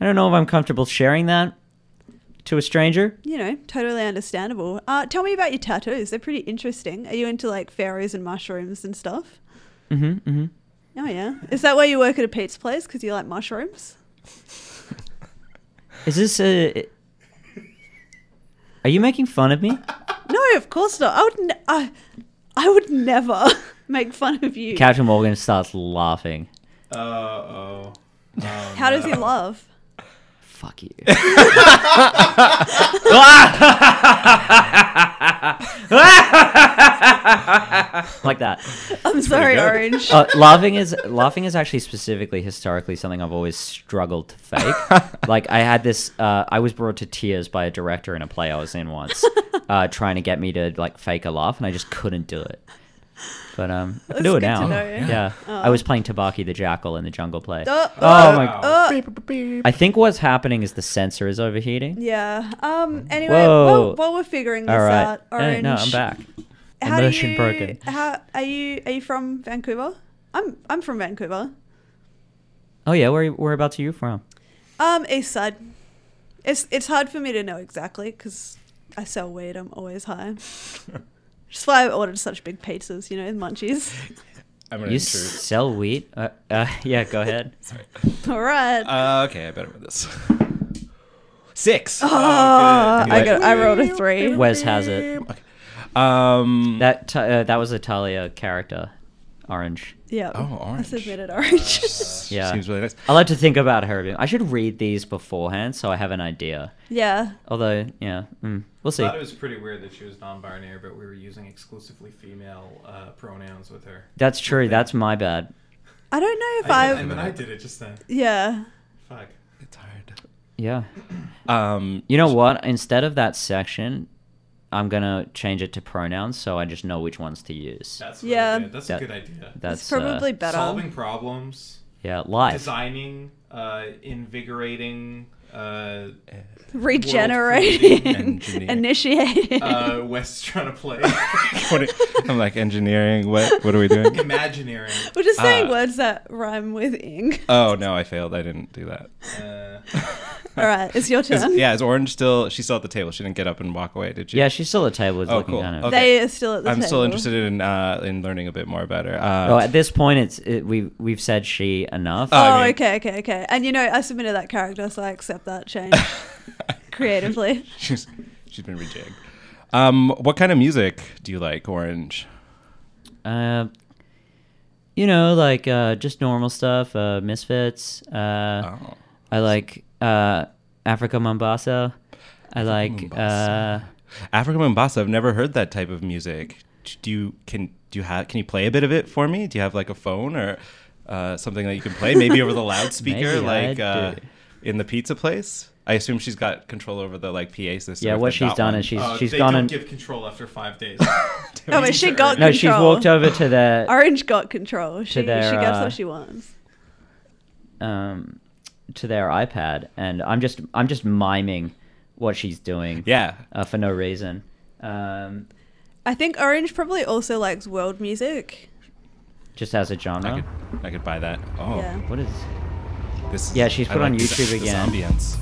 Speaker 1: I don't know if I'm comfortable sharing that to a stranger.
Speaker 2: You know, totally understandable. Uh, tell me about your tattoos. They're pretty interesting. Are you into like fairies and mushrooms and stuff?
Speaker 1: Mm-hmm. mm-hmm.
Speaker 2: Oh yeah. Is that why you work at a pizza place? Because you like mushrooms?
Speaker 1: Is this a? Are you making fun of me?
Speaker 2: No, of course not. I would. Ne- I, I would never make fun of you.
Speaker 1: Captain Morgan starts laughing.
Speaker 3: Uh oh. Oh,
Speaker 2: How does he
Speaker 3: no.
Speaker 2: love?
Speaker 1: Fuck you. like that.
Speaker 2: I'm sorry,
Speaker 4: good.
Speaker 2: Orange.
Speaker 1: Uh, laughing is laughing is actually specifically historically something I've always struggled to fake. like I had this, uh, I was brought to tears by a director in a play I was in once, uh, trying to get me to like fake a laugh, and I just couldn't do it. But um, I can
Speaker 2: That's
Speaker 1: do it
Speaker 2: good to
Speaker 1: now.
Speaker 2: know.
Speaker 1: yeah, I was playing Tabaki the Jackal in the Jungle Play.
Speaker 2: Oh,
Speaker 1: Oh
Speaker 2: oh,
Speaker 1: my!
Speaker 3: Wow.
Speaker 2: oh.
Speaker 1: I think what's happening is the sensor is overheating.
Speaker 2: Yeah. Um. Anyway,
Speaker 1: Whoa.
Speaker 2: while, while we're figuring this
Speaker 1: All right.
Speaker 2: out, Orange.
Speaker 1: Hey, no, I'm back.
Speaker 2: How do
Speaker 1: Immersion
Speaker 2: you,
Speaker 1: broken.
Speaker 2: How are you? Are you from Vancouver? I'm. I'm from Vancouver.
Speaker 1: Oh yeah, where whereabouts are you from?
Speaker 2: Um, East Side. It's it's hard for me to know exactly because I sell weed. I'm always high. Just why I ordered such big pizzas, you know, munchies.
Speaker 4: I'm gonna
Speaker 1: You
Speaker 4: intrude.
Speaker 1: sell wheat? Uh, uh, yeah, go ahead.
Speaker 4: Sorry.
Speaker 2: All right.
Speaker 4: Uh, okay, I better with this. Six. Oh,
Speaker 2: Ah,
Speaker 1: good.
Speaker 2: I got. I rolled a three.
Speaker 1: Wes has it.
Speaker 4: Okay. Um.
Speaker 1: That t- uh, that was a Talia character, Orange.
Speaker 2: Yeah.
Speaker 4: Oh, orange.
Speaker 2: I submitted orange.
Speaker 1: Yeah.
Speaker 4: Seems really nice.
Speaker 1: I like to think about her. a bit. I should read these beforehand so I have an idea.
Speaker 2: yeah.
Speaker 1: Although, yeah, mm, we'll
Speaker 3: I
Speaker 1: see.
Speaker 3: thought it was pretty weird that she was non-binary, but we were using exclusively female uh, pronouns with her.
Speaker 1: That's true. That's my bad.
Speaker 2: I don't know if
Speaker 3: I,
Speaker 2: I.
Speaker 3: and then I did it just then.
Speaker 2: yeah.
Speaker 3: Fuck.
Speaker 4: It's hard.
Speaker 1: Yeah.
Speaker 4: Um.
Speaker 1: You know what? Instead of that section, I'm gonna change it to pronouns so I just know which ones to use.
Speaker 3: That's really
Speaker 2: Yeah.
Speaker 3: good. That's
Speaker 1: That-
Speaker 3: a good idea.
Speaker 1: That's
Speaker 2: it's probably
Speaker 1: uh,
Speaker 2: better.
Speaker 3: Solving problems,
Speaker 1: yeah, life.
Speaker 3: designing, uh, invigorating, uh,
Speaker 2: Regenerating.
Speaker 4: Engineer.
Speaker 2: Initiating.
Speaker 3: uh, Wes trying to play,
Speaker 4: What are- I'm like engineering. What? What are we doing?
Speaker 3: imagineering.
Speaker 2: We're just saying
Speaker 4: uh,
Speaker 2: words that rhyme with ing.
Speaker 4: Oh no, I failed. I didn't do that.
Speaker 3: Uh,
Speaker 2: All right, it's your
Speaker 4: Is-
Speaker 2: turn.
Speaker 4: yeah, is Orange still? She's still at the table. She didn't get up and walk away, did she?
Speaker 1: Yeah, she's still at the table. Is
Speaker 4: Oh,
Speaker 1: looking
Speaker 4: cool.
Speaker 1: kind of.
Speaker 4: Okay.
Speaker 2: They are still at the
Speaker 4: I'm
Speaker 2: table.
Speaker 4: still interested in uh, in learning a bit more about her. Uh,
Speaker 1: Oh, at this point, it's it, we we've said she enough.
Speaker 4: Oh,
Speaker 2: Oh,
Speaker 4: I mean-
Speaker 2: okay, okay, okay. And you know, I submitted that character, so I accept that change creatively.
Speaker 4: she's she's been rejigged. Um, what kind of music do you like, Orange?
Speaker 1: Uh, you know, like uh, just normal stuff. Uh, Misfits. Uh,
Speaker 4: Oh.
Speaker 1: I like uh, Africa Mombasa. I like. Uh,
Speaker 4: Mombasa. Africa Mombasa. I've never heard that type of music. Do you can do you have can you play a bit of it for me? Do you have like a phone or uh, something that you can play maybe over the loudspeaker
Speaker 1: Maybe I
Speaker 4: like uh,
Speaker 1: do.
Speaker 4: in the pizza place? I assume she's got control over the like PA system.
Speaker 1: Yeah,
Speaker 4: if
Speaker 1: what
Speaker 4: they've
Speaker 1: she's
Speaker 4: got
Speaker 1: done
Speaker 4: one.
Speaker 1: is she's
Speaker 3: Uh,
Speaker 1: she's
Speaker 3: they
Speaker 1: gone
Speaker 3: don't
Speaker 1: and
Speaker 3: give control after five days.
Speaker 2: No, but Oh, she got
Speaker 1: uh, no,
Speaker 2: control.
Speaker 1: she's walked over to the
Speaker 2: Orange got control. She
Speaker 1: their,
Speaker 2: she gets
Speaker 1: uh,
Speaker 2: what she wants.
Speaker 1: um, to their iPad, and I'm just I'm just miming what she's doing.
Speaker 4: yeah.
Speaker 1: uh, for no reason. Um,
Speaker 2: I think Orange probably also likes world music.
Speaker 1: just as a
Speaker 4: I
Speaker 1: genre.
Speaker 4: could I could buy that. Oh,
Speaker 2: Yeah.
Speaker 1: What is?
Speaker 4: this.
Speaker 1: Yeah, she's
Speaker 4: I
Speaker 1: put on
Speaker 4: like
Speaker 1: YouTube
Speaker 4: this
Speaker 1: again.
Speaker 4: ambience.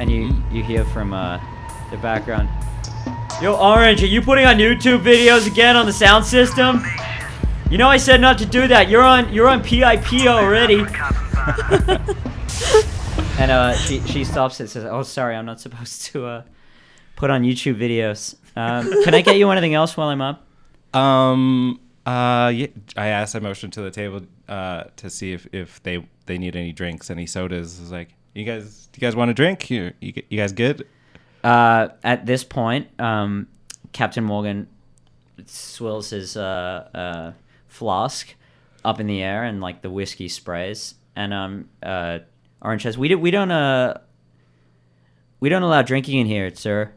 Speaker 1: And you you hear from uh, the background. Yo, Orange, are you putting on YouTube videos again on the sound system? You know I said not to do that. You're on you're on PIP already. And uh, she she stops and says, "Oh, sorry, I'm not supposed to uh, put on YouTube videos. Um, can I get you anything else while I'm up?"
Speaker 4: Um. Uh. Yeah, I asked. I motioned to the table uh, to see if, if they they need any drinks, any sodas. I was like, you guys, do you guys want a drink? You you, you guys good?
Speaker 1: Uh, at this point, um, Captain Morgan swirls his uh, uh, flask up in the air, and like the whiskey sprays. And um, uh, Orange says, "We do, we don't uh, we don't allow drinking in here, sir."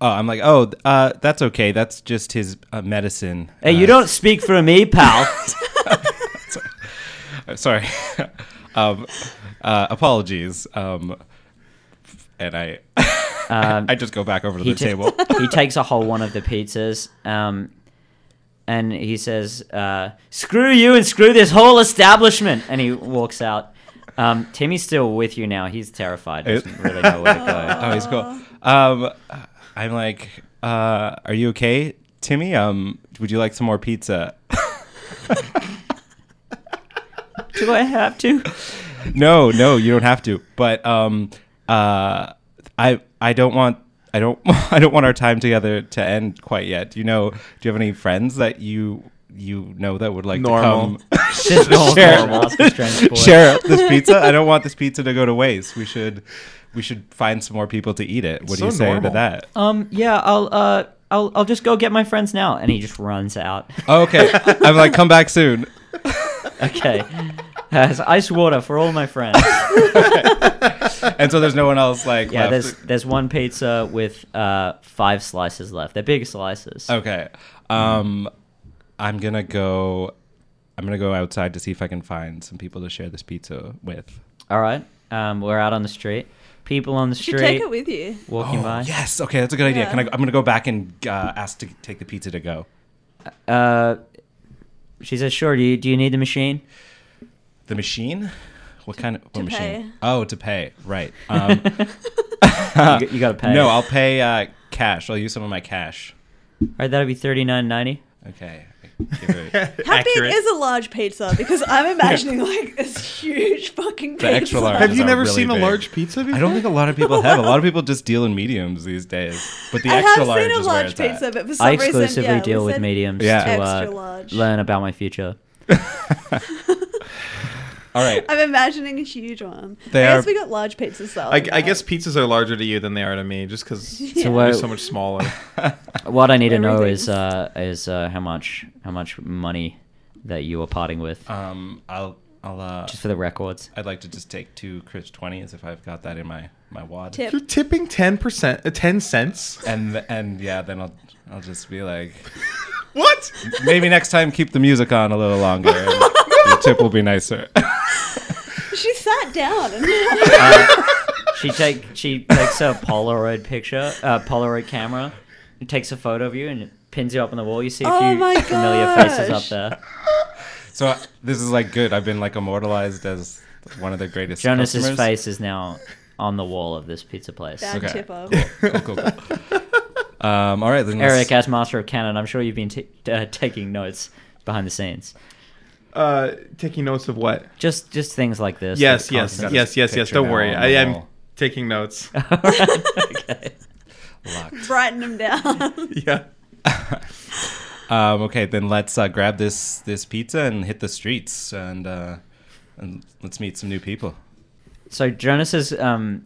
Speaker 4: Oh, I'm like, oh, th- uh, that's okay. That's just his uh, medicine.
Speaker 1: Hey, you don't speak for me, pal.
Speaker 4: don't. Sorry. um, uh, apologies. Um, and I, I just go back over to the
Speaker 1: ta-
Speaker 4: table.
Speaker 1: he takes a whole one of the pizzas, um, and he says, uh, "Screw you and screw this whole establishment," and he walks out. Um, Timmy's still with you now. He's terrified. Doesn't really know where to go.
Speaker 4: oh, he's cool. Um, I'm like, uh, are you okay, Timmy? Um, would you like some more pizza?
Speaker 1: Do I have to?
Speaker 4: no, no, you don't have to. But um, uh, I I don't want I don't I don't want our time together to end quite yet. Do you know? Do you have any friends that you you know that would like
Speaker 3: Normal.
Speaker 4: to come
Speaker 1: Just normal.
Speaker 4: Share.
Speaker 1: Ask his transport.
Speaker 4: share this pizza? I don't want this pizza to go to waste. We should we should find some more people to eat it. What
Speaker 3: It's
Speaker 4: do you
Speaker 3: so
Speaker 4: say
Speaker 3: normal.
Speaker 4: to that?
Speaker 1: Um. Yeah. I'll. Uh. I'll. I'll just go get my friends now. And he just runs out.
Speaker 4: okay, I'm like, come back soon.
Speaker 1: okay. Has ice water for all my friends.
Speaker 4: And so there's no one else like
Speaker 1: Yeah.
Speaker 4: left.
Speaker 1: There's there's one pizza with uh five slices left. They're big slices.
Speaker 4: Okay. Um I'm gonna go I'm gonna go outside to see if I can find some people to share this pizza with.
Speaker 1: All right. Um. We're out on the street. People on the
Speaker 2: Should
Speaker 1: street
Speaker 2: take it with you.
Speaker 4: Oh,
Speaker 1: walking by.
Speaker 4: yes, okay, that's a good idea. Can I I'm gonna go back and uh, ask to take the pizza to go.
Speaker 1: Uh. She says, "Sure. Do you do you need the machine?"
Speaker 4: The machine? What kind of what
Speaker 2: to
Speaker 4: machine?
Speaker 2: pay.
Speaker 4: Oh, to pay. Right. Um,
Speaker 1: You, g- you gotta pay.
Speaker 4: No,
Speaker 1: All
Speaker 4: I'll pay uh, cash. I'll use some of my cash.
Speaker 1: right. That'll be thirty nine ninety.
Speaker 4: Okay. Give it
Speaker 2: How
Speaker 3: Accurate.
Speaker 2: big is a large pizza? Because I'm imagining like this huge fucking
Speaker 4: The
Speaker 2: pizza.
Speaker 4: extra large.
Speaker 3: Have you
Speaker 4: are
Speaker 3: never
Speaker 4: really
Speaker 3: seen a
Speaker 4: big.
Speaker 3: large pizza before?
Speaker 4: I don't think a lot of people have. A lot of people just deal in mediums these days. But the
Speaker 2: I
Speaker 4: extra
Speaker 2: have
Speaker 4: large
Speaker 2: seen a
Speaker 4: is where
Speaker 2: large
Speaker 4: it's at.
Speaker 2: pizza, but for some
Speaker 1: I
Speaker 2: reason,
Speaker 1: exclusively
Speaker 2: yeah, we
Speaker 1: deal with
Speaker 2: said-
Speaker 1: mediums
Speaker 4: Yeah.
Speaker 1: to uh,
Speaker 2: Extra large.
Speaker 1: learn about my future.
Speaker 4: All right.
Speaker 2: I'm imagining a huge one.
Speaker 4: They
Speaker 2: I
Speaker 4: are-
Speaker 2: guess we got large pizzas though.
Speaker 3: I, I guess pizzas are larger to you than they are to me, just because
Speaker 1: So
Speaker 3: they're
Speaker 1: what,
Speaker 3: so much smaller.
Speaker 1: what I need to know
Speaker 2: Everything's-
Speaker 1: is uh, is uh, how much how much money that you were parting with,
Speaker 4: Um, I'll, I'll, uh,
Speaker 1: just for the records.
Speaker 4: I'd like to just take two Chris twenties if I've got that in my my wad.
Speaker 2: Tip.
Speaker 3: You're tipping ten percent, uh, ten cents.
Speaker 4: And and yeah, then I'll I'll just be like,
Speaker 3: What?
Speaker 4: maybe next time keep the music on a little longer. And the tip will be nicer.
Speaker 2: she sat down and
Speaker 1: She take she takes a Polaroid picture, uh, Polaroid camera, and takes a photo of you and pins you up on the wall. You see a
Speaker 2: Oh
Speaker 1: few
Speaker 2: my
Speaker 1: familiar faces up
Speaker 2: gosh.
Speaker 1: there.
Speaker 4: so I- this is like good. I've been like immortalized as one of the greatest.
Speaker 1: Jonas's
Speaker 4: customers.
Speaker 1: face is now on the wall of this pizza place.
Speaker 2: bad
Speaker 4: Okay.
Speaker 2: tip up.
Speaker 4: Cool, cool, cool. Um, all right, then let's-
Speaker 1: Eric, as master of canon, I'm sure you've been t- uh, taking notes behind the scenes.
Speaker 3: Uh, taking notes of what?
Speaker 1: Just just things like this.
Speaker 3: Yes,
Speaker 1: like
Speaker 3: yes,
Speaker 1: constant-
Speaker 4: Got
Speaker 3: yes,
Speaker 4: his
Speaker 3: yes, yes.
Speaker 4: picture
Speaker 3: Don't
Speaker 4: now
Speaker 3: worry,
Speaker 4: on
Speaker 3: I
Speaker 4: the
Speaker 3: am
Speaker 4: wall.
Speaker 3: taking notes.
Speaker 1: Alright, okay.
Speaker 4: Locked.
Speaker 2: Brighten them down.
Speaker 3: Yeah.
Speaker 4: Um, okay, then let's uh, grab this this pizza and hit the streets and uh, and let's meet some new people.
Speaker 1: So Jonas is um,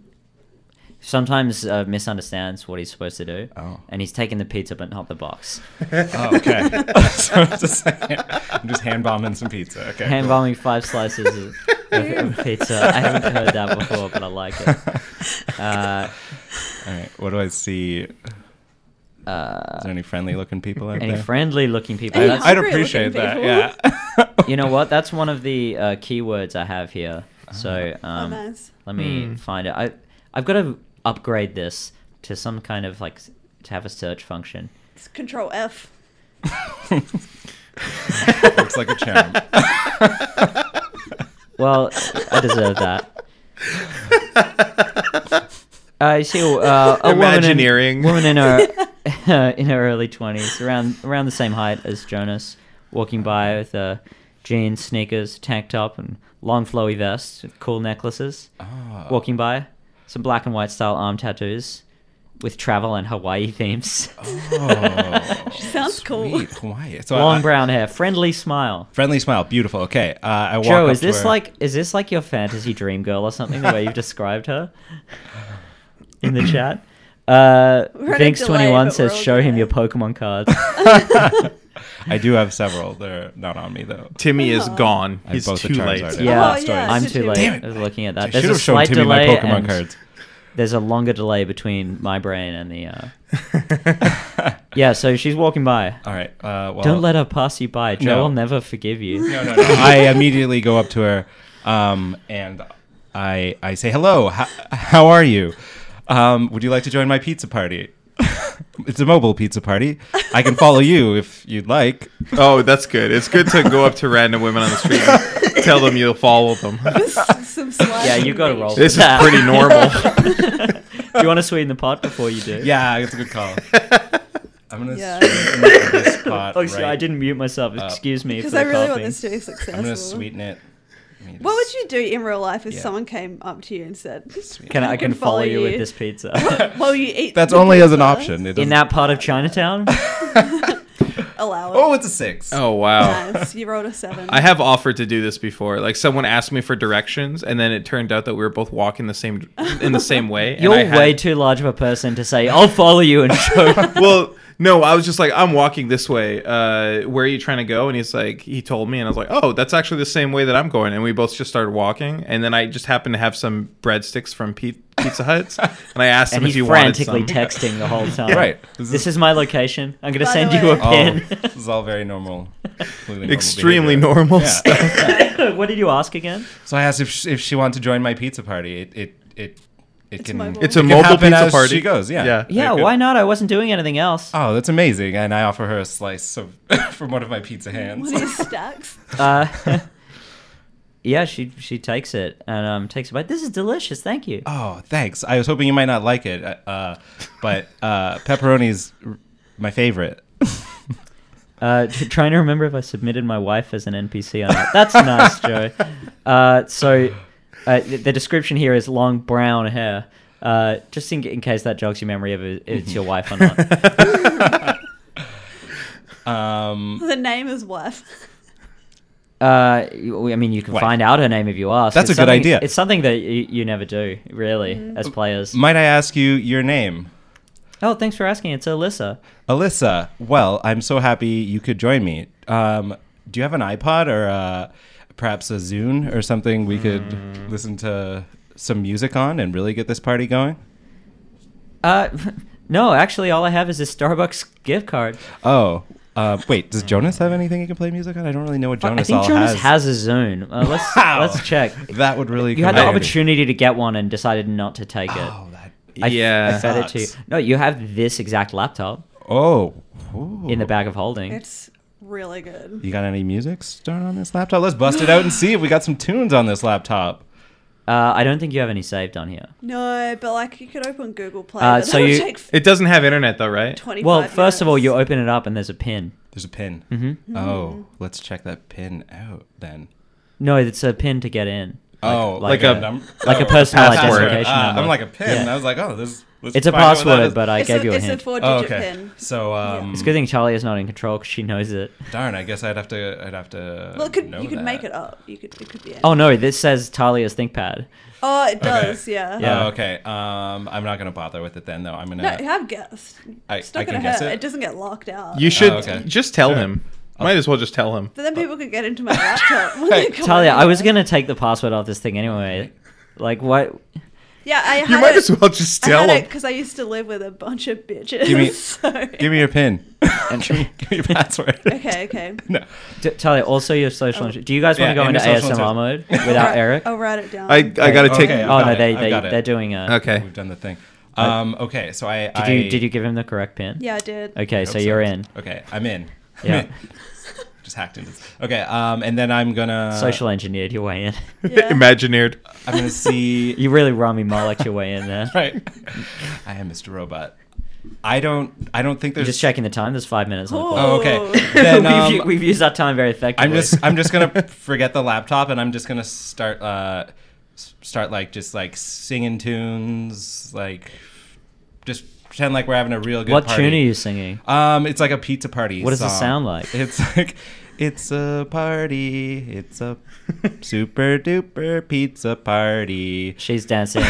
Speaker 1: sometimes uh, misunderstands what he's supposed to do,
Speaker 4: Oh.
Speaker 1: and he's taking the pizza but not the box.
Speaker 4: Oh, okay. so I'm just, I'm just hand bombing some pizza. Okay.
Speaker 1: Hand
Speaker 4: cool.
Speaker 1: bombing five slices of, of pizza. I haven't heard that before, but I like it. Uh,
Speaker 4: All right. What do I see?
Speaker 1: uh,
Speaker 4: Is there any friendly looking people out
Speaker 1: any
Speaker 4: there?
Speaker 1: friendly looking people?
Speaker 2: Any
Speaker 1: That's-
Speaker 4: I'd
Speaker 2: Hungry-looking
Speaker 4: appreciate that.
Speaker 2: people.
Speaker 4: Yeah.
Speaker 1: you know what? That's one of the uh, keywords I have here.
Speaker 4: Ah.
Speaker 1: So
Speaker 2: oh,
Speaker 1: um,
Speaker 2: nice.
Speaker 1: let me
Speaker 3: Hmm.
Speaker 1: find it. I I've got to upgrade this to some kind of like s- to have a search function.
Speaker 2: It's control F.
Speaker 4: Looks like a charm.
Speaker 1: Well, I deserve that. I see uh, a
Speaker 3: Imagineering.
Speaker 1: woman in, woman in her in her early twenties, around around the same height as Jonas, walking by with uh, jeans, sneakers, tank top, and long flowy vest with cool necklaces.
Speaker 4: Oh.
Speaker 1: Walking by, some black and white style arm tattoos, with travel and Hawaii themes.
Speaker 4: Oh,
Speaker 2: She sounds cool.
Speaker 4: sweet. Hawaii. So I-
Speaker 1: Long brown hair, friendly smile.
Speaker 4: Friendly smile. Beautiful. Okay. Uh, I walk
Speaker 1: Joe,
Speaker 4: up
Speaker 1: is
Speaker 4: to
Speaker 1: this
Speaker 4: her.
Speaker 1: like is this like your fantasy dream girl or something? The way you've described her in the chat. Uh,
Speaker 2: We're on a
Speaker 1: Vinx twenty
Speaker 2: delay,
Speaker 1: one
Speaker 2: but
Speaker 1: says,
Speaker 2: we're all
Speaker 1: "Show him
Speaker 2: good."
Speaker 1: your Pokemon cards."
Speaker 4: I do have several. They're not on me though.
Speaker 3: Timmy is
Speaker 2: Aw.
Speaker 3: gone.
Speaker 4: I
Speaker 3: He's
Speaker 4: both the
Speaker 3: too
Speaker 4: charms
Speaker 3: late.
Speaker 4: are down.
Speaker 1: yeah,
Speaker 2: Oh, yeah,
Speaker 1: I'm
Speaker 2: it's
Speaker 1: too
Speaker 2: too
Speaker 1: late.
Speaker 4: Damn it.
Speaker 1: I was looking at
Speaker 4: I
Speaker 1: that. There's
Speaker 4: should
Speaker 1: a
Speaker 4: have shown
Speaker 1: slight
Speaker 4: Timmy my
Speaker 1: delay.
Speaker 4: Pokemon
Speaker 1: and
Speaker 4: cards.
Speaker 1: There's a longer delay between my brain and the. Uh... Yeah, so she's walking by.
Speaker 4: All right. Uh, well,
Speaker 1: Don't let her pass you by. Joe
Speaker 4: No.
Speaker 1: will never forgive you.
Speaker 4: No, no, no. uh, I immediately go up to her, um, and I I say hello. How, how are you? Um, would you like to join my pizza party? it's a mobile pizza party. I can follow you if you'd like.
Speaker 3: Oh, that's good. It's good to go up to random women on the street and tell them you'll follow them.
Speaker 2: Some slashing
Speaker 1: Yeah, you got to roll.
Speaker 3: This
Speaker 1: for
Speaker 3: is
Speaker 1: that.
Speaker 3: pretty normal.
Speaker 1: do you want to sweeten the pot before you do?
Speaker 4: Yeah, it's a good call. I'm gonna
Speaker 2: Yeah.
Speaker 4: sweeten this pot.
Speaker 1: Oh, sorry,
Speaker 4: right- Uh,
Speaker 1: I didn't mute myself. Excuse me.
Speaker 2: Because
Speaker 1: for
Speaker 2: I
Speaker 1: the
Speaker 2: really want
Speaker 1: coughing.
Speaker 2: this to be successful.
Speaker 4: I'm gonna sweeten it. Let me
Speaker 2: What would
Speaker 4: just
Speaker 2: you do in real life if
Speaker 4: Yeah.
Speaker 2: someone came up to you and said,
Speaker 4: sweeten
Speaker 1: Can
Speaker 4: it.
Speaker 1: I, I can follow you with this pizza?
Speaker 2: "Well, you eat."
Speaker 4: That's
Speaker 2: the
Speaker 4: only as an
Speaker 2: pizza,
Speaker 4: option. It
Speaker 1: In
Speaker 4: doesn't-
Speaker 1: that part of Chinatown?
Speaker 2: Allow it.
Speaker 4: Oh, it's a six.
Speaker 3: Oh wow.
Speaker 2: nice. You rolled a seven.
Speaker 3: I have offered to do this before. Like someone asked me for directions, and then it turned out that we were both walking the same in the same way. and
Speaker 1: You're
Speaker 3: I had-
Speaker 1: way too large of a person to say, I'll follow you and show.
Speaker 3: well. No, I was just like, I'm walking this way. Uh, where are you trying to go? And he's like, he told me, and I was like, oh, that's actually the same way that I'm going. And we both just started walking, and then I just happened to have some breadsticks from Pe- Pizza Hut's, and I asked
Speaker 1: and
Speaker 3: him if
Speaker 1: he's
Speaker 3: he wanted some.
Speaker 1: frantically texting the whole time.
Speaker 4: Right. This
Speaker 1: This,
Speaker 4: is-
Speaker 1: is my location. I'm going to
Speaker 2: By
Speaker 1: send
Speaker 2: the
Speaker 1: you a
Speaker 2: way- um,
Speaker 4: Oh,
Speaker 1: pin.
Speaker 4: this is all very normal. Completely normal
Speaker 3: Extremely
Speaker 4: behavior.
Speaker 3: normal
Speaker 4: Yeah.
Speaker 3: stuff.
Speaker 1: what did you ask again?
Speaker 4: So I asked if she, if she wanted to join my pizza party. It it it it can.
Speaker 2: mobile.
Speaker 3: It's a
Speaker 2: It
Speaker 4: can
Speaker 3: mobile
Speaker 4: happen
Speaker 3: pizza
Speaker 4: as
Speaker 3: party.
Speaker 4: she goes, yeah.
Speaker 1: Yeah,
Speaker 3: it could-
Speaker 1: why not? I wasn't doing anything else.
Speaker 4: Oh, that's amazing! And I offer her a slice of from one of my pizza hands.
Speaker 2: What are your stacks?
Speaker 1: Uh, yeah, she she takes it and um, takes a bite. This is delicious. Thank you.
Speaker 4: Oh, thanks. I was hoping you might not like it, uh, uh, but uh, pepperoni's r- my favorite.
Speaker 1: Uh, t- trying to remember if I submitted my wife as an NPC or not. That's nice, Joe. Uh, so uh, th- the description here is long brown hair. Uh, just in, in case that jogs your memory of it, it's your wife or not.
Speaker 4: Um,
Speaker 2: The name is wife.
Speaker 1: Uh, you- I mean, you can
Speaker 4: Wait.
Speaker 1: find out her name if you ask.
Speaker 4: That's
Speaker 1: It's
Speaker 4: a good
Speaker 1: something-
Speaker 4: idea.
Speaker 1: It's something that you, you never do, really, as players.
Speaker 4: might I ask you your name?
Speaker 1: Oh, thanks for asking. It's Alyssa.
Speaker 4: Alyssa, well, I'm so happy you could join me. Um, do you have an iPod or uh, perhaps a Zune or something we could listen to some music on and really get this party going?
Speaker 1: Uh, no, actually, all I have is a Starbucks gift card.
Speaker 4: Oh, uh, wait, does Jonas have anything he can play music on? I don't really know what Jonas
Speaker 1: I think
Speaker 4: all
Speaker 1: Jonas
Speaker 4: has.
Speaker 1: has, a Zune. Uh, let's
Speaker 4: Wow.
Speaker 1: let's check.
Speaker 4: That would really
Speaker 1: You had
Speaker 4: come
Speaker 1: the
Speaker 4: in handy.
Speaker 1: opportunity to get one and decided not to take it.
Speaker 4: Oh, that.
Speaker 1: I,
Speaker 3: Yeah.
Speaker 1: I fed it to you.
Speaker 4: Sucks.
Speaker 1: No, you have this exact laptop
Speaker 4: Oh. Ooh.
Speaker 1: in the bag of holding.
Speaker 2: It's really good.
Speaker 4: You got any music started on this laptop? Let's bust it out and see if we got some tunes on this laptop.
Speaker 1: Uh, I don't think you have any saved on here.
Speaker 2: No, but like you could open Google Play.
Speaker 1: Uh,
Speaker 2: but
Speaker 1: so
Speaker 2: that'll
Speaker 1: you-
Speaker 2: take
Speaker 3: It doesn't have internet though, right?
Speaker 2: 25
Speaker 1: Well, first of all, you
Speaker 2: minutes.
Speaker 1: open it up and there's a pin.
Speaker 4: There's a pin.
Speaker 1: Mhm.
Speaker 2: Mm-hmm.
Speaker 4: Oh, let's check that pin out then.
Speaker 1: No, it's a pin to get in.
Speaker 4: Oh,
Speaker 1: like
Speaker 3: a-
Speaker 4: num-
Speaker 1: like a
Speaker 4: oh,
Speaker 1: personal
Speaker 4: password.
Speaker 1: identification
Speaker 4: Ah,
Speaker 1: number.
Speaker 4: I'm like a pin.
Speaker 1: Yeah.
Speaker 4: I was like, oh, this Let's
Speaker 1: It's a
Speaker 4: find out what that
Speaker 1: password,
Speaker 4: is.
Speaker 1: but I
Speaker 2: it's
Speaker 1: gave
Speaker 2: a,
Speaker 1: you a
Speaker 2: it's
Speaker 1: hint.
Speaker 2: a four digit
Speaker 4: Oh, okay.
Speaker 2: pin.
Speaker 4: So um,
Speaker 1: It's a good thing Charlie is not in control because she knows it.
Speaker 4: darn. I guess I'd have to. I'd have to.
Speaker 2: Well, it could,
Speaker 4: know
Speaker 2: you could
Speaker 4: that.
Speaker 2: make it up. You could it could be.
Speaker 1: Oh
Speaker 2: anything.
Speaker 1: no, this says Talia's ThinkPad.
Speaker 2: Oh, it does.
Speaker 4: Okay.
Speaker 2: Yeah.
Speaker 1: Yeah.
Speaker 4: Oh, okay. Um, I'm not gonna bother with it then, though. I'm gonna.
Speaker 2: No, you have guessed.
Speaker 4: I-
Speaker 2: it's not
Speaker 4: I can
Speaker 2: gonna
Speaker 4: guess
Speaker 2: hurt.
Speaker 4: it?
Speaker 2: It doesn't get locked out.
Speaker 3: You should
Speaker 4: okay.
Speaker 3: just tell him.
Speaker 2: Oh.
Speaker 3: Might as well just tell him.
Speaker 2: But then people could get into my laptop. when they come
Speaker 1: Talia,
Speaker 2: in.
Speaker 1: I was gonna take the password off this thing anyway. Like what?
Speaker 2: Yeah, I had
Speaker 3: You might
Speaker 2: it,
Speaker 3: as well just
Speaker 2: I
Speaker 3: tell
Speaker 2: had it
Speaker 3: him.
Speaker 2: because I used to live with a bunch of bitches.
Speaker 4: Give me-
Speaker 2: so.
Speaker 4: Give me your pin. give, me, give me your password.
Speaker 2: okay, okay.
Speaker 4: no.
Speaker 1: D- Talia, also your
Speaker 2: Oh.
Speaker 1: social. Do you guys want to
Speaker 4: Yeah,
Speaker 1: go
Speaker 4: and
Speaker 1: into
Speaker 4: your social
Speaker 1: ASMR mode
Speaker 2: I'll
Speaker 1: without
Speaker 2: write-
Speaker 1: Eric?
Speaker 2: I'll write it down.
Speaker 3: I I gotta take.
Speaker 4: Okay.
Speaker 1: Oh
Speaker 4: I've got
Speaker 1: no,
Speaker 4: it,
Speaker 1: they
Speaker 4: I've
Speaker 1: they
Speaker 4: got it.
Speaker 1: they're doing a.
Speaker 3: Okay.
Speaker 4: We've done the thing. Um, okay. So I.
Speaker 1: Uh, Did you did you give him the correct pin?
Speaker 2: yeah, I did.
Speaker 1: Okay, so you're in.
Speaker 4: Okay, I'm in. I'm
Speaker 1: Yeah.
Speaker 4: in. Just hacked into. this. Okay. Um, and then I'm gonna
Speaker 1: Social engineered your way in.
Speaker 2: Yeah.
Speaker 3: Imagineered.
Speaker 4: I'm gonna see.
Speaker 1: you really Rami Malek your way in there.
Speaker 4: right. I am Mr. Robot. I don't. I don't think
Speaker 1: I'm
Speaker 4: there's.
Speaker 1: just checking the time. There's five minutes on the
Speaker 2: Cool.
Speaker 1: clock.
Speaker 4: Oh, okay.
Speaker 2: Oh.
Speaker 4: Then, um,
Speaker 1: we've, we've used our time very effectively.
Speaker 4: I'm just I'm just gonna forget the laptop and I'm just gonna start uh s- start like just like singing tunes like just pretend like we're having a real good
Speaker 1: what
Speaker 4: party.
Speaker 1: tune are you singing?
Speaker 4: Um, it's like a pizza party.
Speaker 1: What does it
Speaker 4: song.
Speaker 1: sound like?
Speaker 4: It's like it's a party. It's a super duper pizza party.
Speaker 1: She's dancing.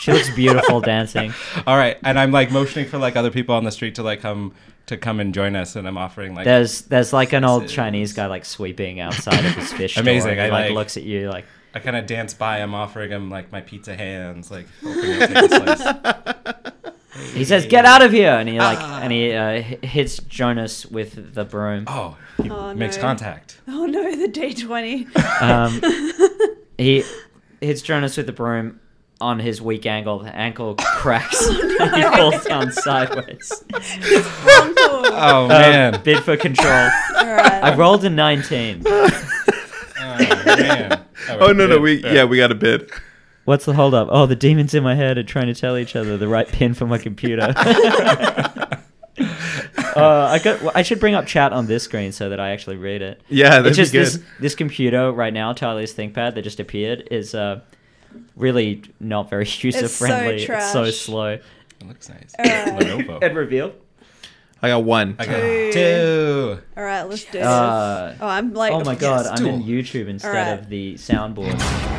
Speaker 1: she looks beautiful dancing.
Speaker 4: All right, and I'm like motioning for like other people on the street to like come to come and join us, and I'm offering like
Speaker 1: There's there's like an old
Speaker 4: This is-
Speaker 1: Chinese guy like sweeping outside of his fish store.
Speaker 4: Amazing,
Speaker 1: and he,
Speaker 4: I
Speaker 1: like,
Speaker 4: like-
Speaker 1: looks at you like
Speaker 4: I kind of dance by. I'm offering him like my pizza hands, like. hoping he'll take a slice.
Speaker 1: he says, "Get out of here!" And he like and he uh, h- hits Jonas with the broom.
Speaker 4: Ah. Oh, he
Speaker 2: Oh,
Speaker 4: makes
Speaker 2: no.
Speaker 4: contact.
Speaker 2: Oh no, the D20.
Speaker 1: Um, he hits Jonas with the broom on his weak ankle. The ankle cracks and he falls down sideways.
Speaker 2: Uncle.
Speaker 4: Oh
Speaker 1: Um,
Speaker 4: man.
Speaker 1: bid for control.
Speaker 2: All right.
Speaker 1: I rolled a 19.
Speaker 4: oh man.
Speaker 3: Oh no no
Speaker 4: good.
Speaker 3: we
Speaker 4: All
Speaker 3: yeah
Speaker 4: right.
Speaker 3: we got a bid.
Speaker 1: What's the holdup? Oh, the demons in my head are trying to tell each other the right pin for my computer. uh, I got. well, I should bring up chat on this screen so that I actually read it.
Speaker 3: Yeah, that'd
Speaker 1: it's just
Speaker 3: be good.
Speaker 1: this this computer right now, Tyler's ThinkPad that just appeared is uh, really not very user friendly. It's so,
Speaker 2: trash.
Speaker 1: slow.
Speaker 4: It looks nice.
Speaker 2: Alright.
Speaker 1: And
Speaker 4: Lenovo.
Speaker 1: revealed.
Speaker 3: I got one.
Speaker 4: I
Speaker 2: Two.
Speaker 4: got two.
Speaker 2: All right, let's do this.
Speaker 1: Uh,
Speaker 2: oh, I'm like.
Speaker 1: Oh my god,
Speaker 4: yes,
Speaker 1: I'm in
Speaker 4: duel.
Speaker 1: YouTube instead
Speaker 2: Alright.
Speaker 1: of the soundboard.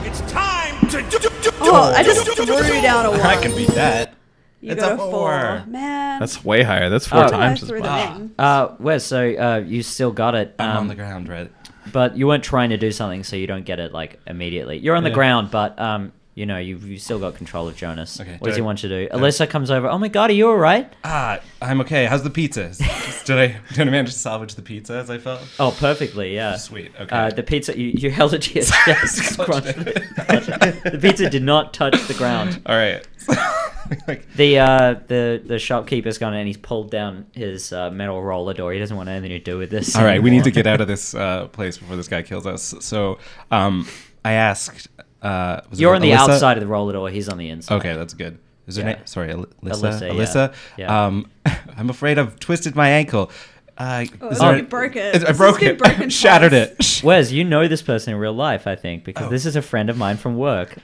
Speaker 5: It's time to do, do, do,
Speaker 2: Oh, I just threw down a one.
Speaker 4: I can beat that.
Speaker 2: You
Speaker 4: It's
Speaker 2: got
Speaker 4: a
Speaker 2: a four.
Speaker 4: four.
Speaker 2: Man.
Speaker 3: That's way higher. That's four
Speaker 1: Oh.
Speaker 3: times
Speaker 2: I
Speaker 3: as
Speaker 2: threw
Speaker 3: much.
Speaker 2: them in.
Speaker 1: Uh, Wes, so uh, you still got it.
Speaker 4: I'm on
Speaker 1: um,
Speaker 4: the ground, right?
Speaker 1: But you weren't trying to do something, so you don't get it like immediately. You're on the
Speaker 4: Yeah.
Speaker 1: ground, but um, you know you've, you've still got control of Jonas.
Speaker 4: Okay,
Speaker 1: What does
Speaker 4: do
Speaker 1: he
Speaker 4: I-
Speaker 1: want to do? Alyssa comes over. Oh my god, are you all right?
Speaker 4: Ah, I'm okay. How's the pizza? Is- is- did I did I manage to salvage the pizza as I fell?
Speaker 1: Oh, perfectly. Yeah.
Speaker 4: Sweet. Okay.
Speaker 1: Uh, the pizza you, you held it to your chest.
Speaker 4: Clutched
Speaker 1: crunch-
Speaker 4: it.
Speaker 1: clutch it. the pizza did not touch the ground.
Speaker 4: All right. like,
Speaker 1: The uh, the the shopkeeper's gone and he's pulled down his uh, metal roller door. He doesn't want anything to do with this.
Speaker 4: all right, we need to
Speaker 1: anymore.
Speaker 4: get out of this uh, place before this guy kills us. So, um, I asked. Uh, was it
Speaker 1: You're on the
Speaker 4: Alyssa?
Speaker 1: outside of the roller door. He's on the inside.
Speaker 4: Okay, that's good. Is her
Speaker 1: Yeah.
Speaker 4: name? Sorry, Alyssa.
Speaker 1: Alyssa,
Speaker 4: Alyssa.
Speaker 1: yeah. Yeah.
Speaker 4: Yeah. Um, I'm afraid I've twisted my ankle. Uh, is
Speaker 2: Oh,
Speaker 4: there-
Speaker 2: you broke it.
Speaker 4: I
Speaker 2: This
Speaker 4: broke
Speaker 2: has been
Speaker 4: it.
Speaker 2: broken
Speaker 4: Shattered
Speaker 2: twice.
Speaker 4: it.
Speaker 1: Wes, you know this person in real life, I think, because this is a friend of mine from work.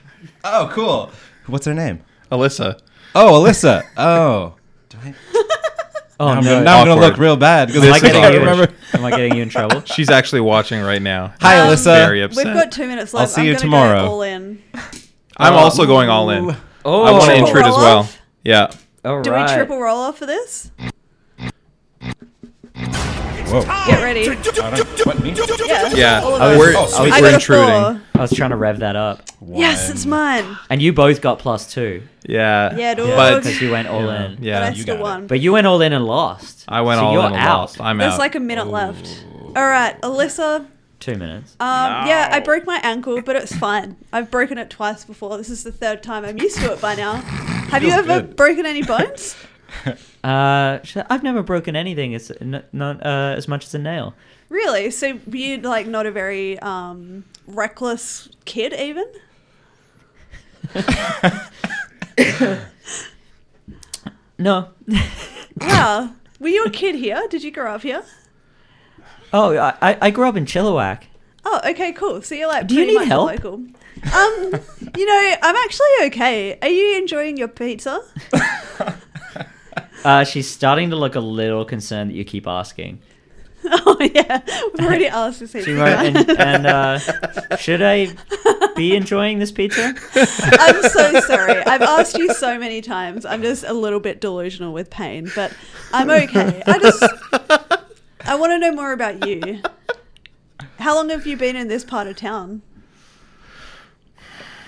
Speaker 4: Oh, cool. What's her name?
Speaker 3: Alyssa.
Speaker 4: Oh, Alyssa. Oh. Do I,
Speaker 1: Oh
Speaker 4: I'm
Speaker 1: no!
Speaker 4: gonna, now I'm gonna
Speaker 3: Awkward.
Speaker 4: look real bad because
Speaker 1: Am I
Speaker 4: I
Speaker 1: getting
Speaker 4: can't
Speaker 1: you?
Speaker 4: remember.
Speaker 1: In, am I getting you in trouble?
Speaker 3: She's actually watching right now.
Speaker 4: Hi,
Speaker 2: Um,
Speaker 4: Alyssa.
Speaker 3: Very upset.
Speaker 2: We've got two minutes left.
Speaker 4: see
Speaker 2: I'm
Speaker 4: you
Speaker 2: gonna
Speaker 4: tomorrow.
Speaker 2: Go all in.
Speaker 3: I'm also going all in.
Speaker 1: Oh,
Speaker 3: I want to intrude as well.
Speaker 2: Roll-off?
Speaker 3: Yeah.
Speaker 1: All
Speaker 2: Do
Speaker 1: right.
Speaker 2: we triple roll off for this?
Speaker 4: Whoa.
Speaker 2: Get ready.
Speaker 4: What, me?
Speaker 2: Yeah.
Speaker 3: Yeah.
Speaker 2: All of
Speaker 1: I was-
Speaker 2: us.
Speaker 3: we're
Speaker 1: I
Speaker 3: I
Speaker 1: was-
Speaker 3: think we're
Speaker 2: Oh, got a
Speaker 3: intruding.
Speaker 2: four.
Speaker 1: I was trying to rev that up,
Speaker 2: Yes, it's
Speaker 4: One.
Speaker 2: mine.
Speaker 1: and you both got plus two
Speaker 3: Yeah.
Speaker 2: Yeah, dog.
Speaker 3: But
Speaker 1: because you went all in.
Speaker 2: But I
Speaker 3: yeah,
Speaker 4: you
Speaker 2: still
Speaker 4: got it.
Speaker 2: won.
Speaker 1: But you went all in and lost.
Speaker 3: I went
Speaker 1: so
Speaker 3: all
Speaker 1: you're
Speaker 3: in and
Speaker 1: out.
Speaker 3: lost. I'm
Speaker 2: There's
Speaker 3: out.
Speaker 2: like a minute left. All right, Alyssa.
Speaker 1: Two minutes.
Speaker 2: Um, Yeah, I broke my ankle, but it's fine. I've broken it twice before. This is the third time. I'm used to it by now. Have you
Speaker 4: Feels
Speaker 2: ever
Speaker 4: good.
Speaker 2: broken any bones?
Speaker 1: Uh, sh- I've never broken anything. It's n- not uh, as much as a nail.
Speaker 2: really? So you are like not a very um, reckless kid, even?
Speaker 1: No.
Speaker 2: Wow. Were you a kid here? Did you grow up here?
Speaker 1: oh, I, I I grew up in Chilliwack.
Speaker 2: Oh, okay, cool. So you're like
Speaker 1: Do you
Speaker 2: pretty
Speaker 1: need
Speaker 2: much
Speaker 1: help?
Speaker 2: local. Um, you know, I'm actually okay. Are you enjoying your pizza?
Speaker 1: Uh, she's starting to look a little concerned that you keep asking.
Speaker 2: oh yeah, we've already asked this.
Speaker 1: She wrote, and, and uh, should I be enjoying this pizza?
Speaker 2: I'm so sorry. I've asked you so many times. I'm just a little bit delusional with pain, but I'm okay. I just I want to know more about you. How long have you been in this part of town?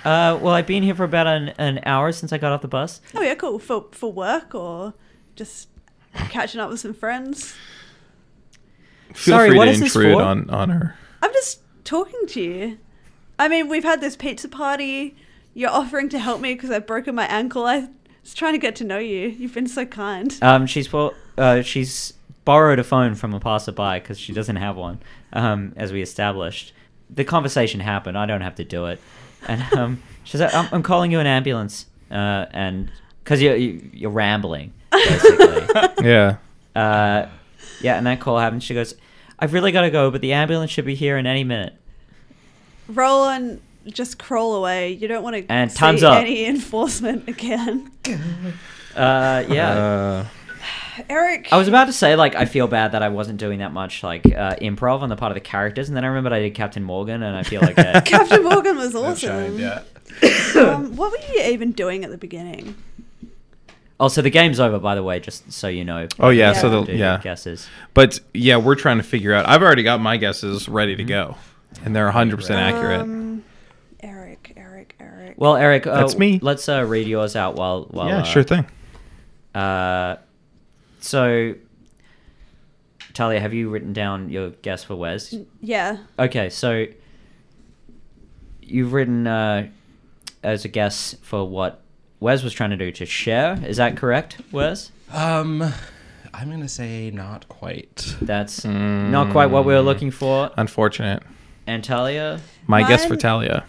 Speaker 1: Uh, well, I've been here for about an, an hour since I got off the bus.
Speaker 2: Oh yeah, cool. For for work or just catching up with some friends?
Speaker 1: Feel Sorry, free what to is this intrude for? on-
Speaker 3: on her.
Speaker 2: I'm just talking to you. I mean, we've had this pizza party. You're offering to help me because I've broken my ankle. I was trying to get to know you. You've been so kind.
Speaker 1: Um, she's well, uh, she's borrowed a phone from a passerby because she doesn't have one. Um, as we established, the conversation happened. I don't have to do it. And um, she's like, I'm, I'm calling you an ambulance. Uh, and because you're you- you're rambling basically.
Speaker 3: Yeah.
Speaker 1: uh, yeah, and that call happened. She goes, I've really got to go, but the ambulance should be here in any minute.
Speaker 2: Roll and just crawl away. You don't want to
Speaker 1: And
Speaker 2: see
Speaker 1: time's up.
Speaker 2: any enforcement again.
Speaker 1: Uh, yeah.
Speaker 3: Uh,
Speaker 2: Eric,
Speaker 1: I was about to say like I feel bad that I wasn't doing that much like uh, improv on the part of the characters, and then I remembered I did Captain Morgan, and I feel like that.
Speaker 2: Captain Morgan was
Speaker 3: Shine,
Speaker 2: awesome.
Speaker 3: yeah.
Speaker 2: um, what were you even doing at the beginning?
Speaker 1: also, Oh, the game's over, by the way, just so you know.
Speaker 3: Oh yeah,
Speaker 2: Yeah.
Speaker 3: so
Speaker 1: Do
Speaker 3: the
Speaker 1: your
Speaker 3: yeah.
Speaker 1: guesses.
Speaker 3: But yeah, we're trying to figure out. I've already got my guesses ready to go, and they're 100 percent accurate.
Speaker 2: Um, Eric, Eric, Eric.
Speaker 1: Well, Eric, uh,
Speaker 3: That's me.
Speaker 1: Let's uh, read yours out while while.
Speaker 3: yeah,
Speaker 1: uh,
Speaker 3: sure thing.
Speaker 1: Uh, so, Talia, have you written down your guess for Wes?
Speaker 2: yeah.
Speaker 1: Okay, so you've written uh, as a guess for what Wes was trying to do to share. Is that correct, Wes?
Speaker 4: Um, I'm gonna say not quite.
Speaker 1: That's not quite what we were looking for.
Speaker 3: Mm. Unfortunate.
Speaker 1: Antalya.
Speaker 3: My guess for
Speaker 2: Mine-
Speaker 3: Talia.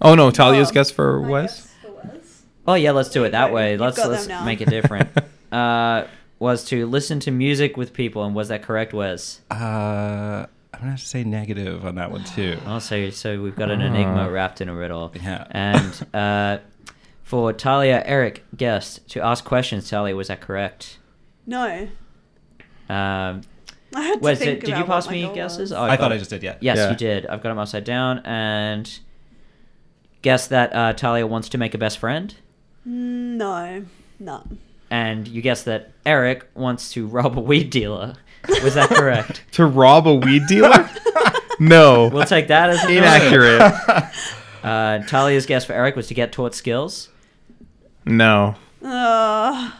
Speaker 3: Oh no, Talia's
Speaker 2: Oh,
Speaker 3: guess for
Speaker 2: my
Speaker 3: Wes.
Speaker 2: guess for Wes.
Speaker 1: Oh yeah, let's do it that
Speaker 2: Okay,
Speaker 1: way.
Speaker 2: you've
Speaker 1: Let's
Speaker 2: got
Speaker 1: let's
Speaker 2: them now.
Speaker 1: make it different. uh, was to listen to music with people, and was that correct, Wes?
Speaker 4: Uh, I'm gonna have to say negative on that one too.
Speaker 1: Oh, so so we've got an
Speaker 2: uh,
Speaker 1: enigma wrapped in a riddle.
Speaker 4: Yeah.
Speaker 1: And uh, for Talia, Eric guessed to ask questions. Talia, was that correct?
Speaker 2: No.
Speaker 1: Um,
Speaker 2: I had to
Speaker 1: Wes, did,
Speaker 2: think
Speaker 1: did you
Speaker 2: about what
Speaker 1: pass
Speaker 2: my
Speaker 1: me
Speaker 2: goal
Speaker 1: guesses?
Speaker 2: was.
Speaker 1: Oh,
Speaker 4: I
Speaker 1: got
Speaker 4: thought I
Speaker 1: it.
Speaker 4: just did. Yeah.
Speaker 1: Yes,
Speaker 3: Yeah.
Speaker 1: you did. I've got them upside down and guess that uh, Talia wants to make a best friend.
Speaker 2: Mm, No, no.
Speaker 1: and you guess that Eric wants to rob a weed dealer. Was that correct?
Speaker 3: To rob a weed dealer? no.
Speaker 1: we'll take that as a no.
Speaker 3: Inaccurate.
Speaker 1: Uh, Talia's guess for Eric was to get taught skills.
Speaker 3: no.
Speaker 2: Uh,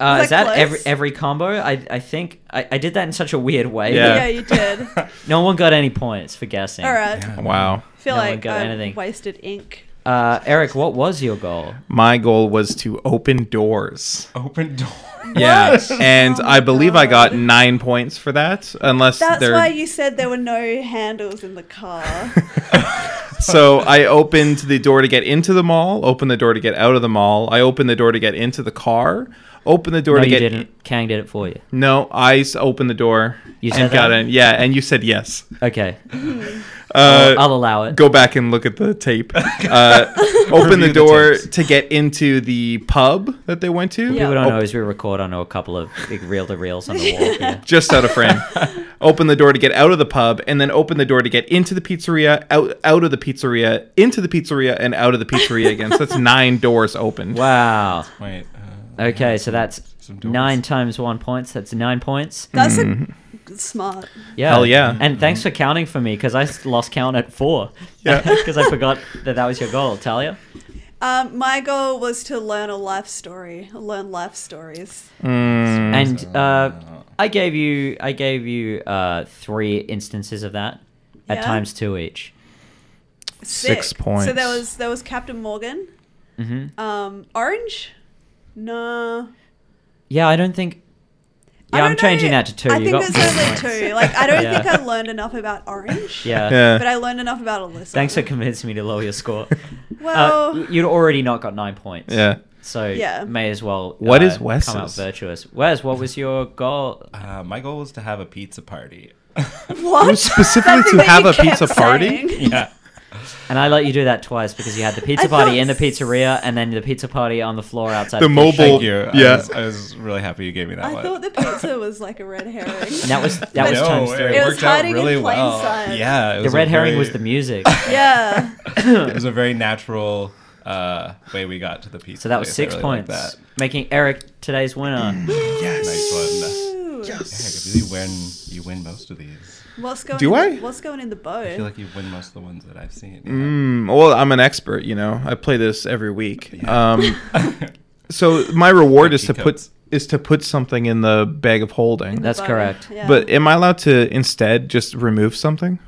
Speaker 1: Uh,
Speaker 2: Was
Speaker 1: is
Speaker 2: that
Speaker 1: that every
Speaker 2: close?
Speaker 1: every combo? I I think I, I did that in such a weird way.
Speaker 2: yeah.
Speaker 3: Yeah.
Speaker 2: you did.
Speaker 1: No one got any points for guessing.
Speaker 2: All right.
Speaker 3: Wow.
Speaker 2: I feel
Speaker 1: No one
Speaker 2: like
Speaker 1: got
Speaker 2: I
Speaker 1: anything.
Speaker 2: wasted ink.
Speaker 1: Uh, Eric, what was your goal?
Speaker 3: My goal was to open doors.
Speaker 4: Open door.
Speaker 3: Yeah, and
Speaker 2: Oh my
Speaker 3: I believe I got
Speaker 2: God.
Speaker 3: nine points for that. Unless
Speaker 2: That's
Speaker 3: they're
Speaker 2: why you said there were no handles in the car.
Speaker 3: so I opened the door to get into the mall, opened the door to get out of the mall, I opened the door to get into the car, opened the door
Speaker 1: No,
Speaker 3: to
Speaker 1: you
Speaker 3: get
Speaker 1: didn't. Kang did it for you.
Speaker 3: No, I s- opened the door
Speaker 1: You
Speaker 3: and
Speaker 1: said
Speaker 3: got
Speaker 1: that?
Speaker 3: in. Yeah, and you said yes.
Speaker 1: Okay,
Speaker 3: Uh,
Speaker 1: I'll allow it.
Speaker 3: go back and look at the tape. Uh, open the
Speaker 4: the
Speaker 3: door
Speaker 4: tapes.
Speaker 3: to get into the pub that they went to.
Speaker 2: Yeah.
Speaker 1: People don't
Speaker 3: Op-
Speaker 1: know is we record on a couple of big reel to reels on the wall. here.
Speaker 3: Just out of frame. open the door to get out of the pub, and then open the door to get into the pizzeria, out out of the pizzeria, into the pizzeria, and out of the pizzeria again. So that's nine doors opened.
Speaker 1: Wow.
Speaker 4: Wait. Uh,
Speaker 1: Okay, so that's
Speaker 4: Some doors.
Speaker 1: nine times one points. That's nine points.
Speaker 2: That's
Speaker 1: Mm-hmm.
Speaker 2: a smart.
Speaker 1: Yeah.
Speaker 3: Hell yeah.
Speaker 1: And thanks for counting for me because I s- lost count at four.
Speaker 3: Yeah.
Speaker 1: Because I forgot that that was your goal, Talia.
Speaker 2: Um, my goal was to learn a life story, learn life stories.
Speaker 1: and uh, I gave you I gave you uh, three instances of that
Speaker 2: Yeah.
Speaker 1: at times two each.
Speaker 3: Six
Speaker 2: Sick.
Speaker 3: points.
Speaker 2: So there was there was Captain Morgan.
Speaker 1: hmm
Speaker 2: Um, Orange. No.
Speaker 1: Yeah, I don't think.
Speaker 2: I
Speaker 1: Yeah,
Speaker 2: don't
Speaker 1: I'm changing
Speaker 2: know.
Speaker 1: that to two.
Speaker 2: I
Speaker 1: you
Speaker 2: think
Speaker 1: got four
Speaker 2: there's
Speaker 1: points.
Speaker 2: only two. Like I don't
Speaker 1: Yeah.
Speaker 2: think I learned enough about Orange.
Speaker 1: Yeah.
Speaker 3: Yeah.
Speaker 2: But I learned enough about Alyssa.
Speaker 1: Thanks for convincing me to lower your score.
Speaker 2: Well-
Speaker 1: uh, you'd already not got nine points.
Speaker 3: Yeah.
Speaker 1: So
Speaker 2: Yeah.
Speaker 1: may as well.
Speaker 3: What
Speaker 1: uh,
Speaker 3: is Wes's?
Speaker 1: Come out virtuous. Wes, what was your goal?
Speaker 4: uh, my goal was to have a pizza party.
Speaker 2: What?
Speaker 3: specifically
Speaker 2: That's
Speaker 3: to
Speaker 2: what
Speaker 3: have
Speaker 2: you
Speaker 3: a
Speaker 2: kept
Speaker 3: pizza party?
Speaker 2: saying.
Speaker 4: yeah.
Speaker 1: And I let you do that twice because you had the pizza
Speaker 2: I
Speaker 1: party
Speaker 2: felt
Speaker 1: in the pizzeria and then the pizza party on the floor outside
Speaker 6: The
Speaker 1: fish.
Speaker 6: mobile-
Speaker 4: Thank you. I
Speaker 6: Yeah.
Speaker 4: was, I was really happy you gave me that
Speaker 2: I
Speaker 4: one.
Speaker 2: thought the pizza was like a red herring.
Speaker 1: And that was that was
Speaker 4: no,
Speaker 1: times
Speaker 4: it
Speaker 1: three.
Speaker 2: It was
Speaker 4: worked out
Speaker 2: hiding in
Speaker 4: really
Speaker 2: plain
Speaker 4: well.
Speaker 2: sight.
Speaker 4: Yeah, it
Speaker 1: the
Speaker 4: was a
Speaker 1: red herring
Speaker 4: very-
Speaker 1: was the music.
Speaker 2: yeah.
Speaker 4: It was a very natural uh, way we got to the pizza.
Speaker 1: So that was
Speaker 4: place. I
Speaker 1: six
Speaker 4: really liked
Speaker 1: points, making Eric today's winner.
Speaker 4: that. Nice one.
Speaker 2: Ooh.
Speaker 4: Heck, you win, you win most of these.
Speaker 2: What's going?
Speaker 6: Do
Speaker 2: in-
Speaker 6: I?
Speaker 2: What's going in the
Speaker 4: I
Speaker 2: boat?
Speaker 4: feel like you win most of the ones that I've seen.
Speaker 6: Mm, well, I'm an expert, you know. I play this every week. Um, so my reward is to
Speaker 4: Cookie
Speaker 6: put
Speaker 4: cuts.
Speaker 6: is to put something in the bag of holding.
Speaker 1: That's
Speaker 2: Boat,
Speaker 1: correct.
Speaker 2: yeah.
Speaker 6: But am I allowed to instead just remove something?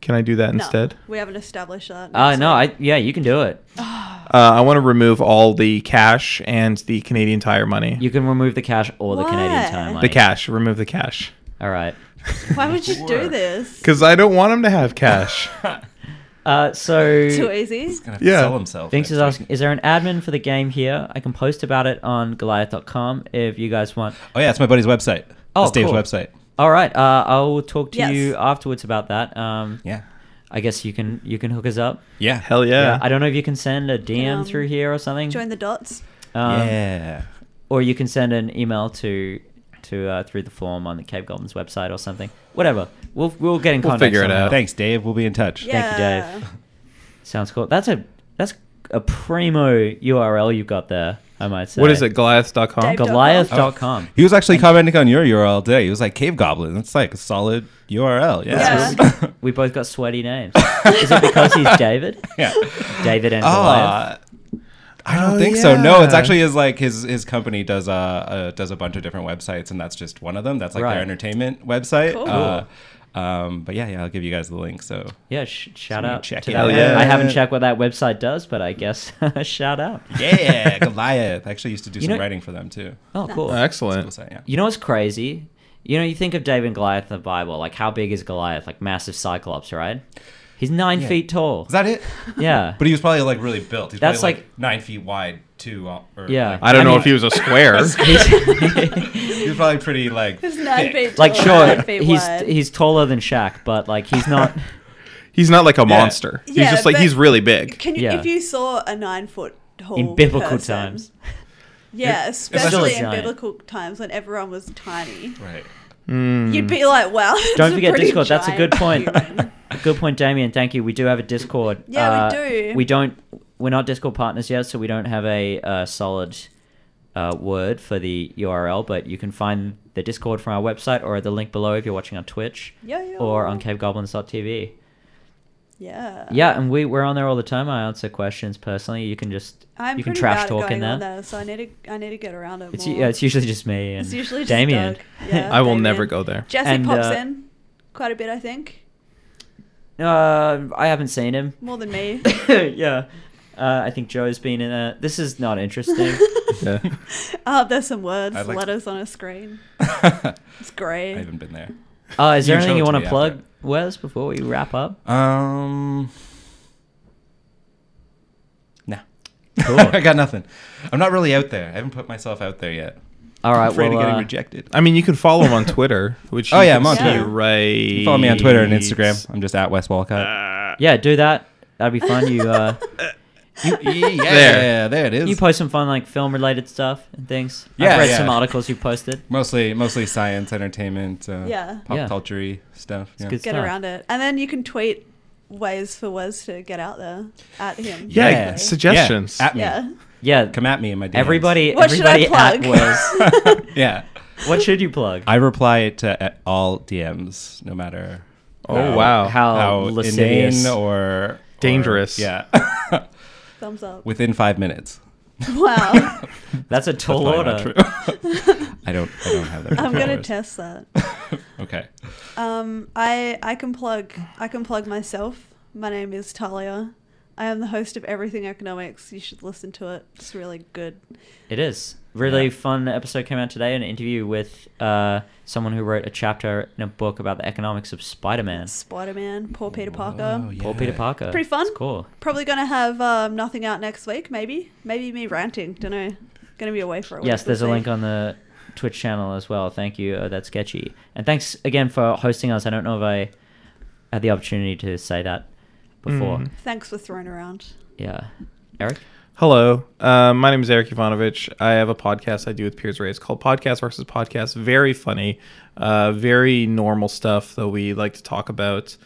Speaker 6: Can I do that
Speaker 2: No,
Speaker 6: instead?
Speaker 2: we haven't established that.
Speaker 1: Uh, no, I yeah, you can do it.
Speaker 6: Uh, I want to remove all the cash and the Canadian Tire money.
Speaker 1: You can remove the cash or the Canadian
Speaker 2: Why?
Speaker 1: time.
Speaker 2: The
Speaker 6: the cash. Remove the cash.
Speaker 1: All right.
Speaker 2: Why would you do this?
Speaker 6: Because I don't want him to have cash.
Speaker 1: Uh, so
Speaker 2: Too easy.
Speaker 4: Gonna have
Speaker 6: Yeah.
Speaker 4: to sell himself.
Speaker 1: Vinks is
Speaker 4: next
Speaker 1: asking,
Speaker 4: week.
Speaker 1: is there an admin for the game here? I can post about it on Goliath.com if you guys want.
Speaker 4: Oh yeah, it's my buddy's website.
Speaker 1: Oh,
Speaker 4: it's Dave's
Speaker 1: cool.
Speaker 4: website.
Speaker 1: All right, uh, I'll talk to
Speaker 2: Yes.
Speaker 1: you afterwards about that. Um,
Speaker 4: Yeah,
Speaker 1: I guess you can you can hook us up.
Speaker 4: yeah,
Speaker 6: Hell yeah.
Speaker 1: I don't know if you can send a DM
Speaker 2: Um,
Speaker 1: through here or something.
Speaker 2: Join the dots.
Speaker 1: um,
Speaker 4: yeah.
Speaker 1: Or you can send an email to to uh, through the form on the Cape Goblins website or something. Whatever. We'll we'll get in
Speaker 6: We'll
Speaker 1: contact.
Speaker 6: figure it
Speaker 1: somehow.
Speaker 6: out.
Speaker 4: Thanks, Dave. We'll be in touch.
Speaker 2: Yeah.
Speaker 1: you, Dave. Sounds cool. That's a that's a primo URL you got there. I might say.
Speaker 6: What is it? Goliath.com?
Speaker 2: Dave Dol-
Speaker 1: Goliath.com.
Speaker 4: Oh. He was actually commenting on your URL today. He was like, "Cave Goblin." That's like a solid URL. Yeah.
Speaker 2: Yeah.
Speaker 1: We both got sweaty names. is it because he's David?
Speaker 4: Yeah.
Speaker 1: David and Goliath.
Speaker 4: Ah, I don't
Speaker 6: Oh,
Speaker 4: think so. No, it's
Speaker 6: yeah.
Speaker 4: actually his like his his company does uh, uh does a bunch of different websites, and that's just one of them. That's like
Speaker 1: Right.
Speaker 4: their entertainment website.
Speaker 2: Cool.
Speaker 4: Uh, um, but yeah, yeah, I'll give you guys the link. So
Speaker 1: Yeah, sh- shout
Speaker 4: So you
Speaker 1: out
Speaker 4: check
Speaker 1: to
Speaker 4: it
Speaker 1: that.
Speaker 4: out.
Speaker 1: one.
Speaker 6: Yeah.
Speaker 1: I haven't checked what that website does, but I guess shout out.
Speaker 4: yeah, Goliath. I actually used to do
Speaker 1: You
Speaker 4: some
Speaker 1: know-
Speaker 4: writing for them too.
Speaker 1: Oh, cool.
Speaker 6: Oh,
Speaker 4: Cool
Speaker 6: excellent.
Speaker 4: site, yeah.
Speaker 1: You know what's crazy? You know, you think of David and Goliath in the Bible, like how big is Goliath? Like massive cyclops, right? He's nine
Speaker 4: Yeah.
Speaker 1: feet tall.
Speaker 4: Is that it?
Speaker 1: yeah.
Speaker 4: But he was probably like really built. He's
Speaker 1: That's
Speaker 4: probably like,
Speaker 1: like-
Speaker 4: nine feet wide too. uh, Or
Speaker 1: Yeah.
Speaker 4: like-
Speaker 6: I don't
Speaker 1: I
Speaker 6: know
Speaker 1: mean-
Speaker 6: if he was a square.
Speaker 4: he was probably pretty like.
Speaker 2: It's nine
Speaker 4: thick.
Speaker 2: feet.
Speaker 1: like
Speaker 2: tall,
Speaker 1: sure,
Speaker 2: nine feet
Speaker 1: he's
Speaker 2: wide.
Speaker 1: he's taller than Shaq, but like he's not.
Speaker 6: he's not like a monster. He's
Speaker 2: Yeah,
Speaker 6: just like,
Speaker 2: but-
Speaker 6: he's really big.
Speaker 2: Can you,
Speaker 1: yeah.
Speaker 2: if you saw a nine foot tall
Speaker 1: In biblical
Speaker 2: person-
Speaker 1: times.
Speaker 2: Yeah,
Speaker 4: a
Speaker 2: especially in
Speaker 1: giant.
Speaker 2: biblical times when everyone was tiny,
Speaker 4: Right.
Speaker 6: Hmm.
Speaker 2: you'd be like, "Wow!" that's
Speaker 1: Don't
Speaker 2: a
Speaker 1: forget
Speaker 2: pretty
Speaker 1: Discord. That's a good
Speaker 2: giant
Speaker 1: point.
Speaker 2: human.
Speaker 1: Good point, Damien. Thank you. We do have a Discord.
Speaker 2: Yeah, we
Speaker 1: Uh,
Speaker 2: do.
Speaker 1: We don't. We're not Discord partners yet, so we don't have a uh, solid uh, word for the URL. But you can find the Discord from our website or the link below if you're watching on Twitch
Speaker 2: Yeah, yeah.
Speaker 1: or on CaveGoblins.tv.
Speaker 2: Yeah.
Speaker 1: Yeah, and we we're on there all the time. I answer questions personally. You can just
Speaker 2: I'm
Speaker 1: you can
Speaker 2: pretty
Speaker 1: trash
Speaker 2: bad at
Speaker 1: talk in
Speaker 2: going
Speaker 1: there.
Speaker 2: on there, so I need to I need to get around it
Speaker 1: It's u-
Speaker 2: more.
Speaker 1: yeah, it's usually just me and
Speaker 2: It's usually just
Speaker 1: Damien.
Speaker 2: Doug. Yeah.
Speaker 6: I will
Speaker 2: Damien.
Speaker 6: never go there.
Speaker 2: Jesse
Speaker 1: and,
Speaker 2: pops
Speaker 1: uh,
Speaker 2: in quite a bit, I think,
Speaker 1: uh, I haven't seen him.
Speaker 2: more than me.
Speaker 1: yeah. Uh, I think Joe's been in a. This is not interesting.
Speaker 6: Yeah.
Speaker 2: Oh, there's some words,
Speaker 4: I'd like to-
Speaker 2: letters on a screen.
Speaker 4: I
Speaker 2: It's great.
Speaker 4: haven't been there.
Speaker 1: Uh, is there
Speaker 4: You
Speaker 1: anything you
Speaker 4: showed it to
Speaker 1: want
Speaker 4: me
Speaker 1: to
Speaker 4: after.
Speaker 1: plug, Wes, before we wrap up?
Speaker 4: Um. Nah.
Speaker 1: Cool.
Speaker 4: I got nothing. I'm not really out there. I haven't put myself out there yet.
Speaker 1: All right,
Speaker 4: I'm afraid
Speaker 1: well,
Speaker 4: of getting
Speaker 1: uh,
Speaker 4: rejected.
Speaker 6: I mean, you can follow him on Twitter, which
Speaker 4: Oh,
Speaker 6: you
Speaker 4: yeah,
Speaker 6: can
Speaker 4: I'm on
Speaker 6: see
Speaker 2: Twitter.
Speaker 4: You
Speaker 6: Right.
Speaker 4: can follow me on Twitter and Instagram. I'm just at Wes Walcott.
Speaker 6: Uh,
Speaker 1: Yeah, do that. That'd be fun. You uh,
Speaker 4: yeah,
Speaker 6: There.
Speaker 4: there it is.
Speaker 1: you post some fun like film related stuff and things.
Speaker 4: Yeah,
Speaker 1: I've read
Speaker 4: yeah.
Speaker 1: some articles you posted.
Speaker 4: mostly, mostly science, entertainment, uh,
Speaker 2: Yeah.
Speaker 4: pop
Speaker 1: Yeah.
Speaker 4: culture stuff. Yeah.
Speaker 1: good
Speaker 2: get
Speaker 1: stuff.
Speaker 2: around it, and then you can tweet ways for Wes to get out there at him.
Speaker 6: Yeah,
Speaker 4: Yeah.
Speaker 6: suggestions.
Speaker 4: Yeah, at me.
Speaker 2: Yeah.
Speaker 1: Yeah,
Speaker 4: Come at me in my DMs.
Speaker 1: everybody,
Speaker 2: What should I
Speaker 1: everybody at
Speaker 2: plug?
Speaker 1: Wes.
Speaker 4: Yeah,
Speaker 1: what should you plug?
Speaker 4: I reply to uh, all DMs, no matter
Speaker 6: Oh, wow.
Speaker 1: How,
Speaker 4: how
Speaker 1: lascivious.
Speaker 4: inane or
Speaker 6: Dangerous.
Speaker 4: or- yeah,
Speaker 2: Thumbs up.
Speaker 4: within five minutes.
Speaker 2: Wow.
Speaker 1: That's a tall
Speaker 4: Probably
Speaker 1: order.
Speaker 4: not true. I don't. I don't have that. many
Speaker 2: I'm gonna
Speaker 4: followers.
Speaker 2: test that.
Speaker 4: Okay.
Speaker 2: Um, I I can plug I can plug myself. My name is Talia. I am the host of Everything Economics. You should listen to it. It's really good.
Speaker 1: It is. Really
Speaker 4: Yeah.
Speaker 1: fun episode came out today. An interview with uh, someone who wrote a chapter in a book about the economics of Spider Man.
Speaker 2: Spider Man, poor Peter Parker.
Speaker 4: Oh, yeah.
Speaker 1: Poor Peter Parker.
Speaker 2: Pretty fun.
Speaker 1: It's cool.
Speaker 2: Probably gonna have um, nothing out next week. Maybe maybe me ranting. Don't know. Gonna be away for a week.
Speaker 1: Yes, there's a
Speaker 2: we'll
Speaker 1: link
Speaker 2: see.
Speaker 1: on the Twitch channel as well. Thank you. Oh, that's sketchy. And thanks again for hosting us. I don't know if I had the opportunity to say that before.
Speaker 3: Mhm.
Speaker 2: Thanks for throwing around.
Speaker 1: Yeah, Eric.
Speaker 3: Hello, uh, my name is Eric Ivanovich. I have a podcast I do with Piers Ray. It's called Podcast versus Podcast. Very funny, uh, very normal stuff that we like to talk about,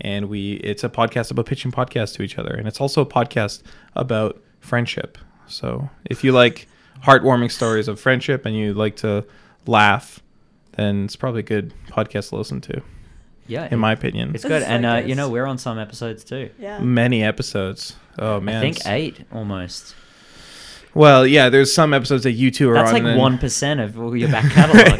Speaker 3: and we it's a podcast about pitching podcasts to each other, and it's also a podcast about friendship. So if you like heartwarming stories of friendship and you like to laugh, then it's probably a good podcast to listen to,
Speaker 1: Yeah,
Speaker 3: in my opinion.
Speaker 1: it's
Speaker 2: This
Speaker 1: good,
Speaker 2: is
Speaker 1: and
Speaker 2: so
Speaker 1: uh,
Speaker 2: good.
Speaker 1: you know we're on some episodes too.
Speaker 2: Yeah.
Speaker 3: Many episodes. Oh man,
Speaker 1: I think
Speaker 3: it's-
Speaker 1: eight almost.
Speaker 3: Well, yeah, there's some episodes that you two are
Speaker 1: That's
Speaker 3: on.
Speaker 1: like
Speaker 3: and-
Speaker 1: one percent of all your back catalog.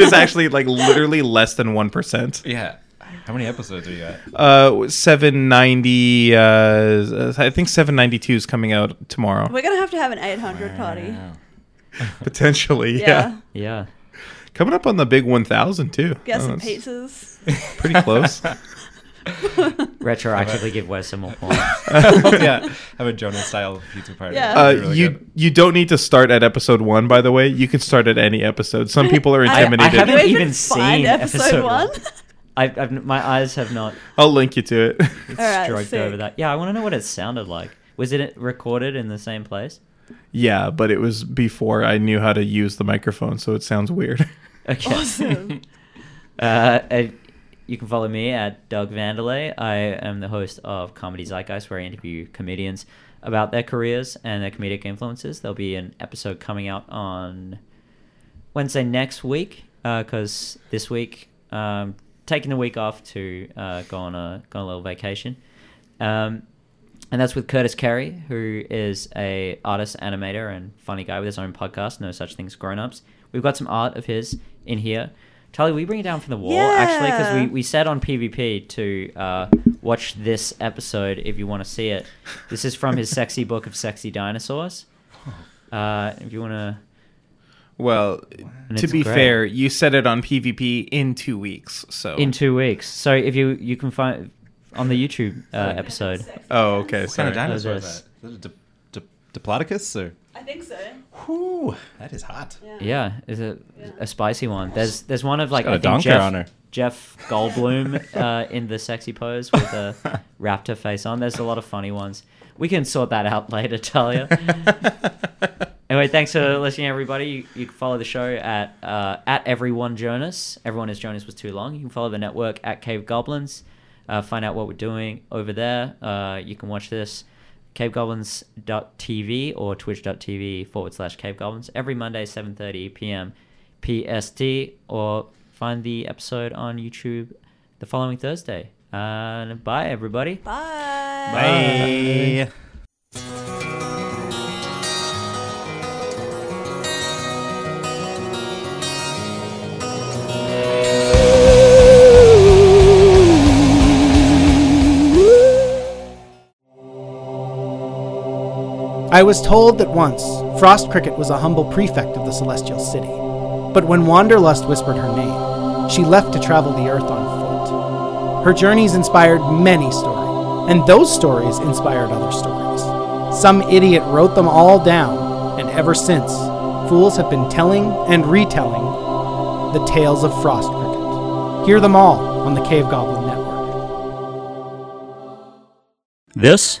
Speaker 3: is actually like literally less than one percent.
Speaker 4: Yeah. How many episodes are you at?
Speaker 3: Uh, seven ninety. Uh, I think seven ninety two is coming out tomorrow.
Speaker 2: We're going to have to have an 800 party.
Speaker 3: Potentially,
Speaker 2: Yeah.
Speaker 3: yeah.
Speaker 1: yeah,
Speaker 3: Coming up on the big one thousand too.
Speaker 2: Get
Speaker 3: Oh,
Speaker 2: some
Speaker 3: that's
Speaker 2: pizzas.
Speaker 3: Pretty close.
Speaker 1: retroactively give Wes some more points.
Speaker 4: yeah. Have a Jonas style pizza party.
Speaker 2: Yeah.
Speaker 3: Uh,
Speaker 4: That'd be really
Speaker 3: you
Speaker 4: good.
Speaker 3: you don't need to start at episode one, by the way. You can start at any episode. Some people are
Speaker 2: I- I
Speaker 3: intimidated. I,
Speaker 1: haven't
Speaker 2: Did you
Speaker 1: even
Speaker 2: find
Speaker 1: seen episode one.
Speaker 2: one?
Speaker 1: I've, I've, my eyes have not
Speaker 3: will link you to it.
Speaker 2: All right,
Speaker 1: stroked
Speaker 2: sick.
Speaker 1: over that. Yeah, I want to know what it sounded like. Was it recorded in the same place?
Speaker 3: yeah, but it was before I knew how to use the microphone, so it sounds weird.
Speaker 1: Okay.
Speaker 2: Awesome.
Speaker 1: Uh, and you can follow me at Doug Vanderlei. I am the host of Comedy Zeitgeist, where I interview comedians about their careers and their comedic influences. There'll be an episode coming out on Wednesday next week because this week um, taking the week off to uh, go on a go on a little vacation, um, and that's with Curtis Carey, who is a artist, animator, and funny guy with his own podcast, No Such Things Grown Ups. We've got some art of his in here. Charlie, we bring it down from the wall actually because we,
Speaker 2: Yeah.
Speaker 1: we said on PvP to uh, watch this episode if you want to see it. This is from his sexy book of sexy dinosaurs. Uh, if you want to.
Speaker 3: Well, to
Speaker 1: it's
Speaker 3: be
Speaker 1: great.
Speaker 3: fair, you said it on PvP in two weeks, so
Speaker 1: in two weeks. So if you you can find on the YouTube uh, episode.
Speaker 3: Oh, okay.
Speaker 4: What kind
Speaker 3: Sorry.
Speaker 4: of dinosaur is
Speaker 1: Those-
Speaker 4: that? Is that a di- di- Diplodocus or?
Speaker 2: I think so.
Speaker 4: Whew, that is hot.
Speaker 1: Yeah, is it a spicy one? There's there's one of like
Speaker 4: got
Speaker 1: I
Speaker 4: a
Speaker 1: think
Speaker 4: donker
Speaker 1: Jeff,
Speaker 4: on her.
Speaker 1: Jeff Goldblum uh, in the sexy pose with a raptor face on. There's a lot of funny ones. We can sort that out later, Talia. Anyway, thanks uh, for listening, everybody. You, you can follow the show at uh, at everyone Jonas. Everyone is Jonas was too long. You can follow the network at Cave Goblins. Uh, find out what we're doing over there. Uh, you can watch this cavegoblins.tv or twitch.tv forward slash cavegoblins every Monday, 7.30 p.m. PST, or find the episode on YouTube the following Thursday. Uh, bye, everybody.
Speaker 2: Bye.
Speaker 4: Bye.
Speaker 7: I was told that once Frost Cricket was a humble prefect of the Celestial City, but when Wanderlust whispered her name, she left to travel the earth on foot. Her journeys inspired many stories, and those stories inspired other stories. Some idiot wrote them all down, and ever since, fools have been telling and retelling the tales of Frost Cricket. Hear them all on the Cave Goblin Network.
Speaker 8: This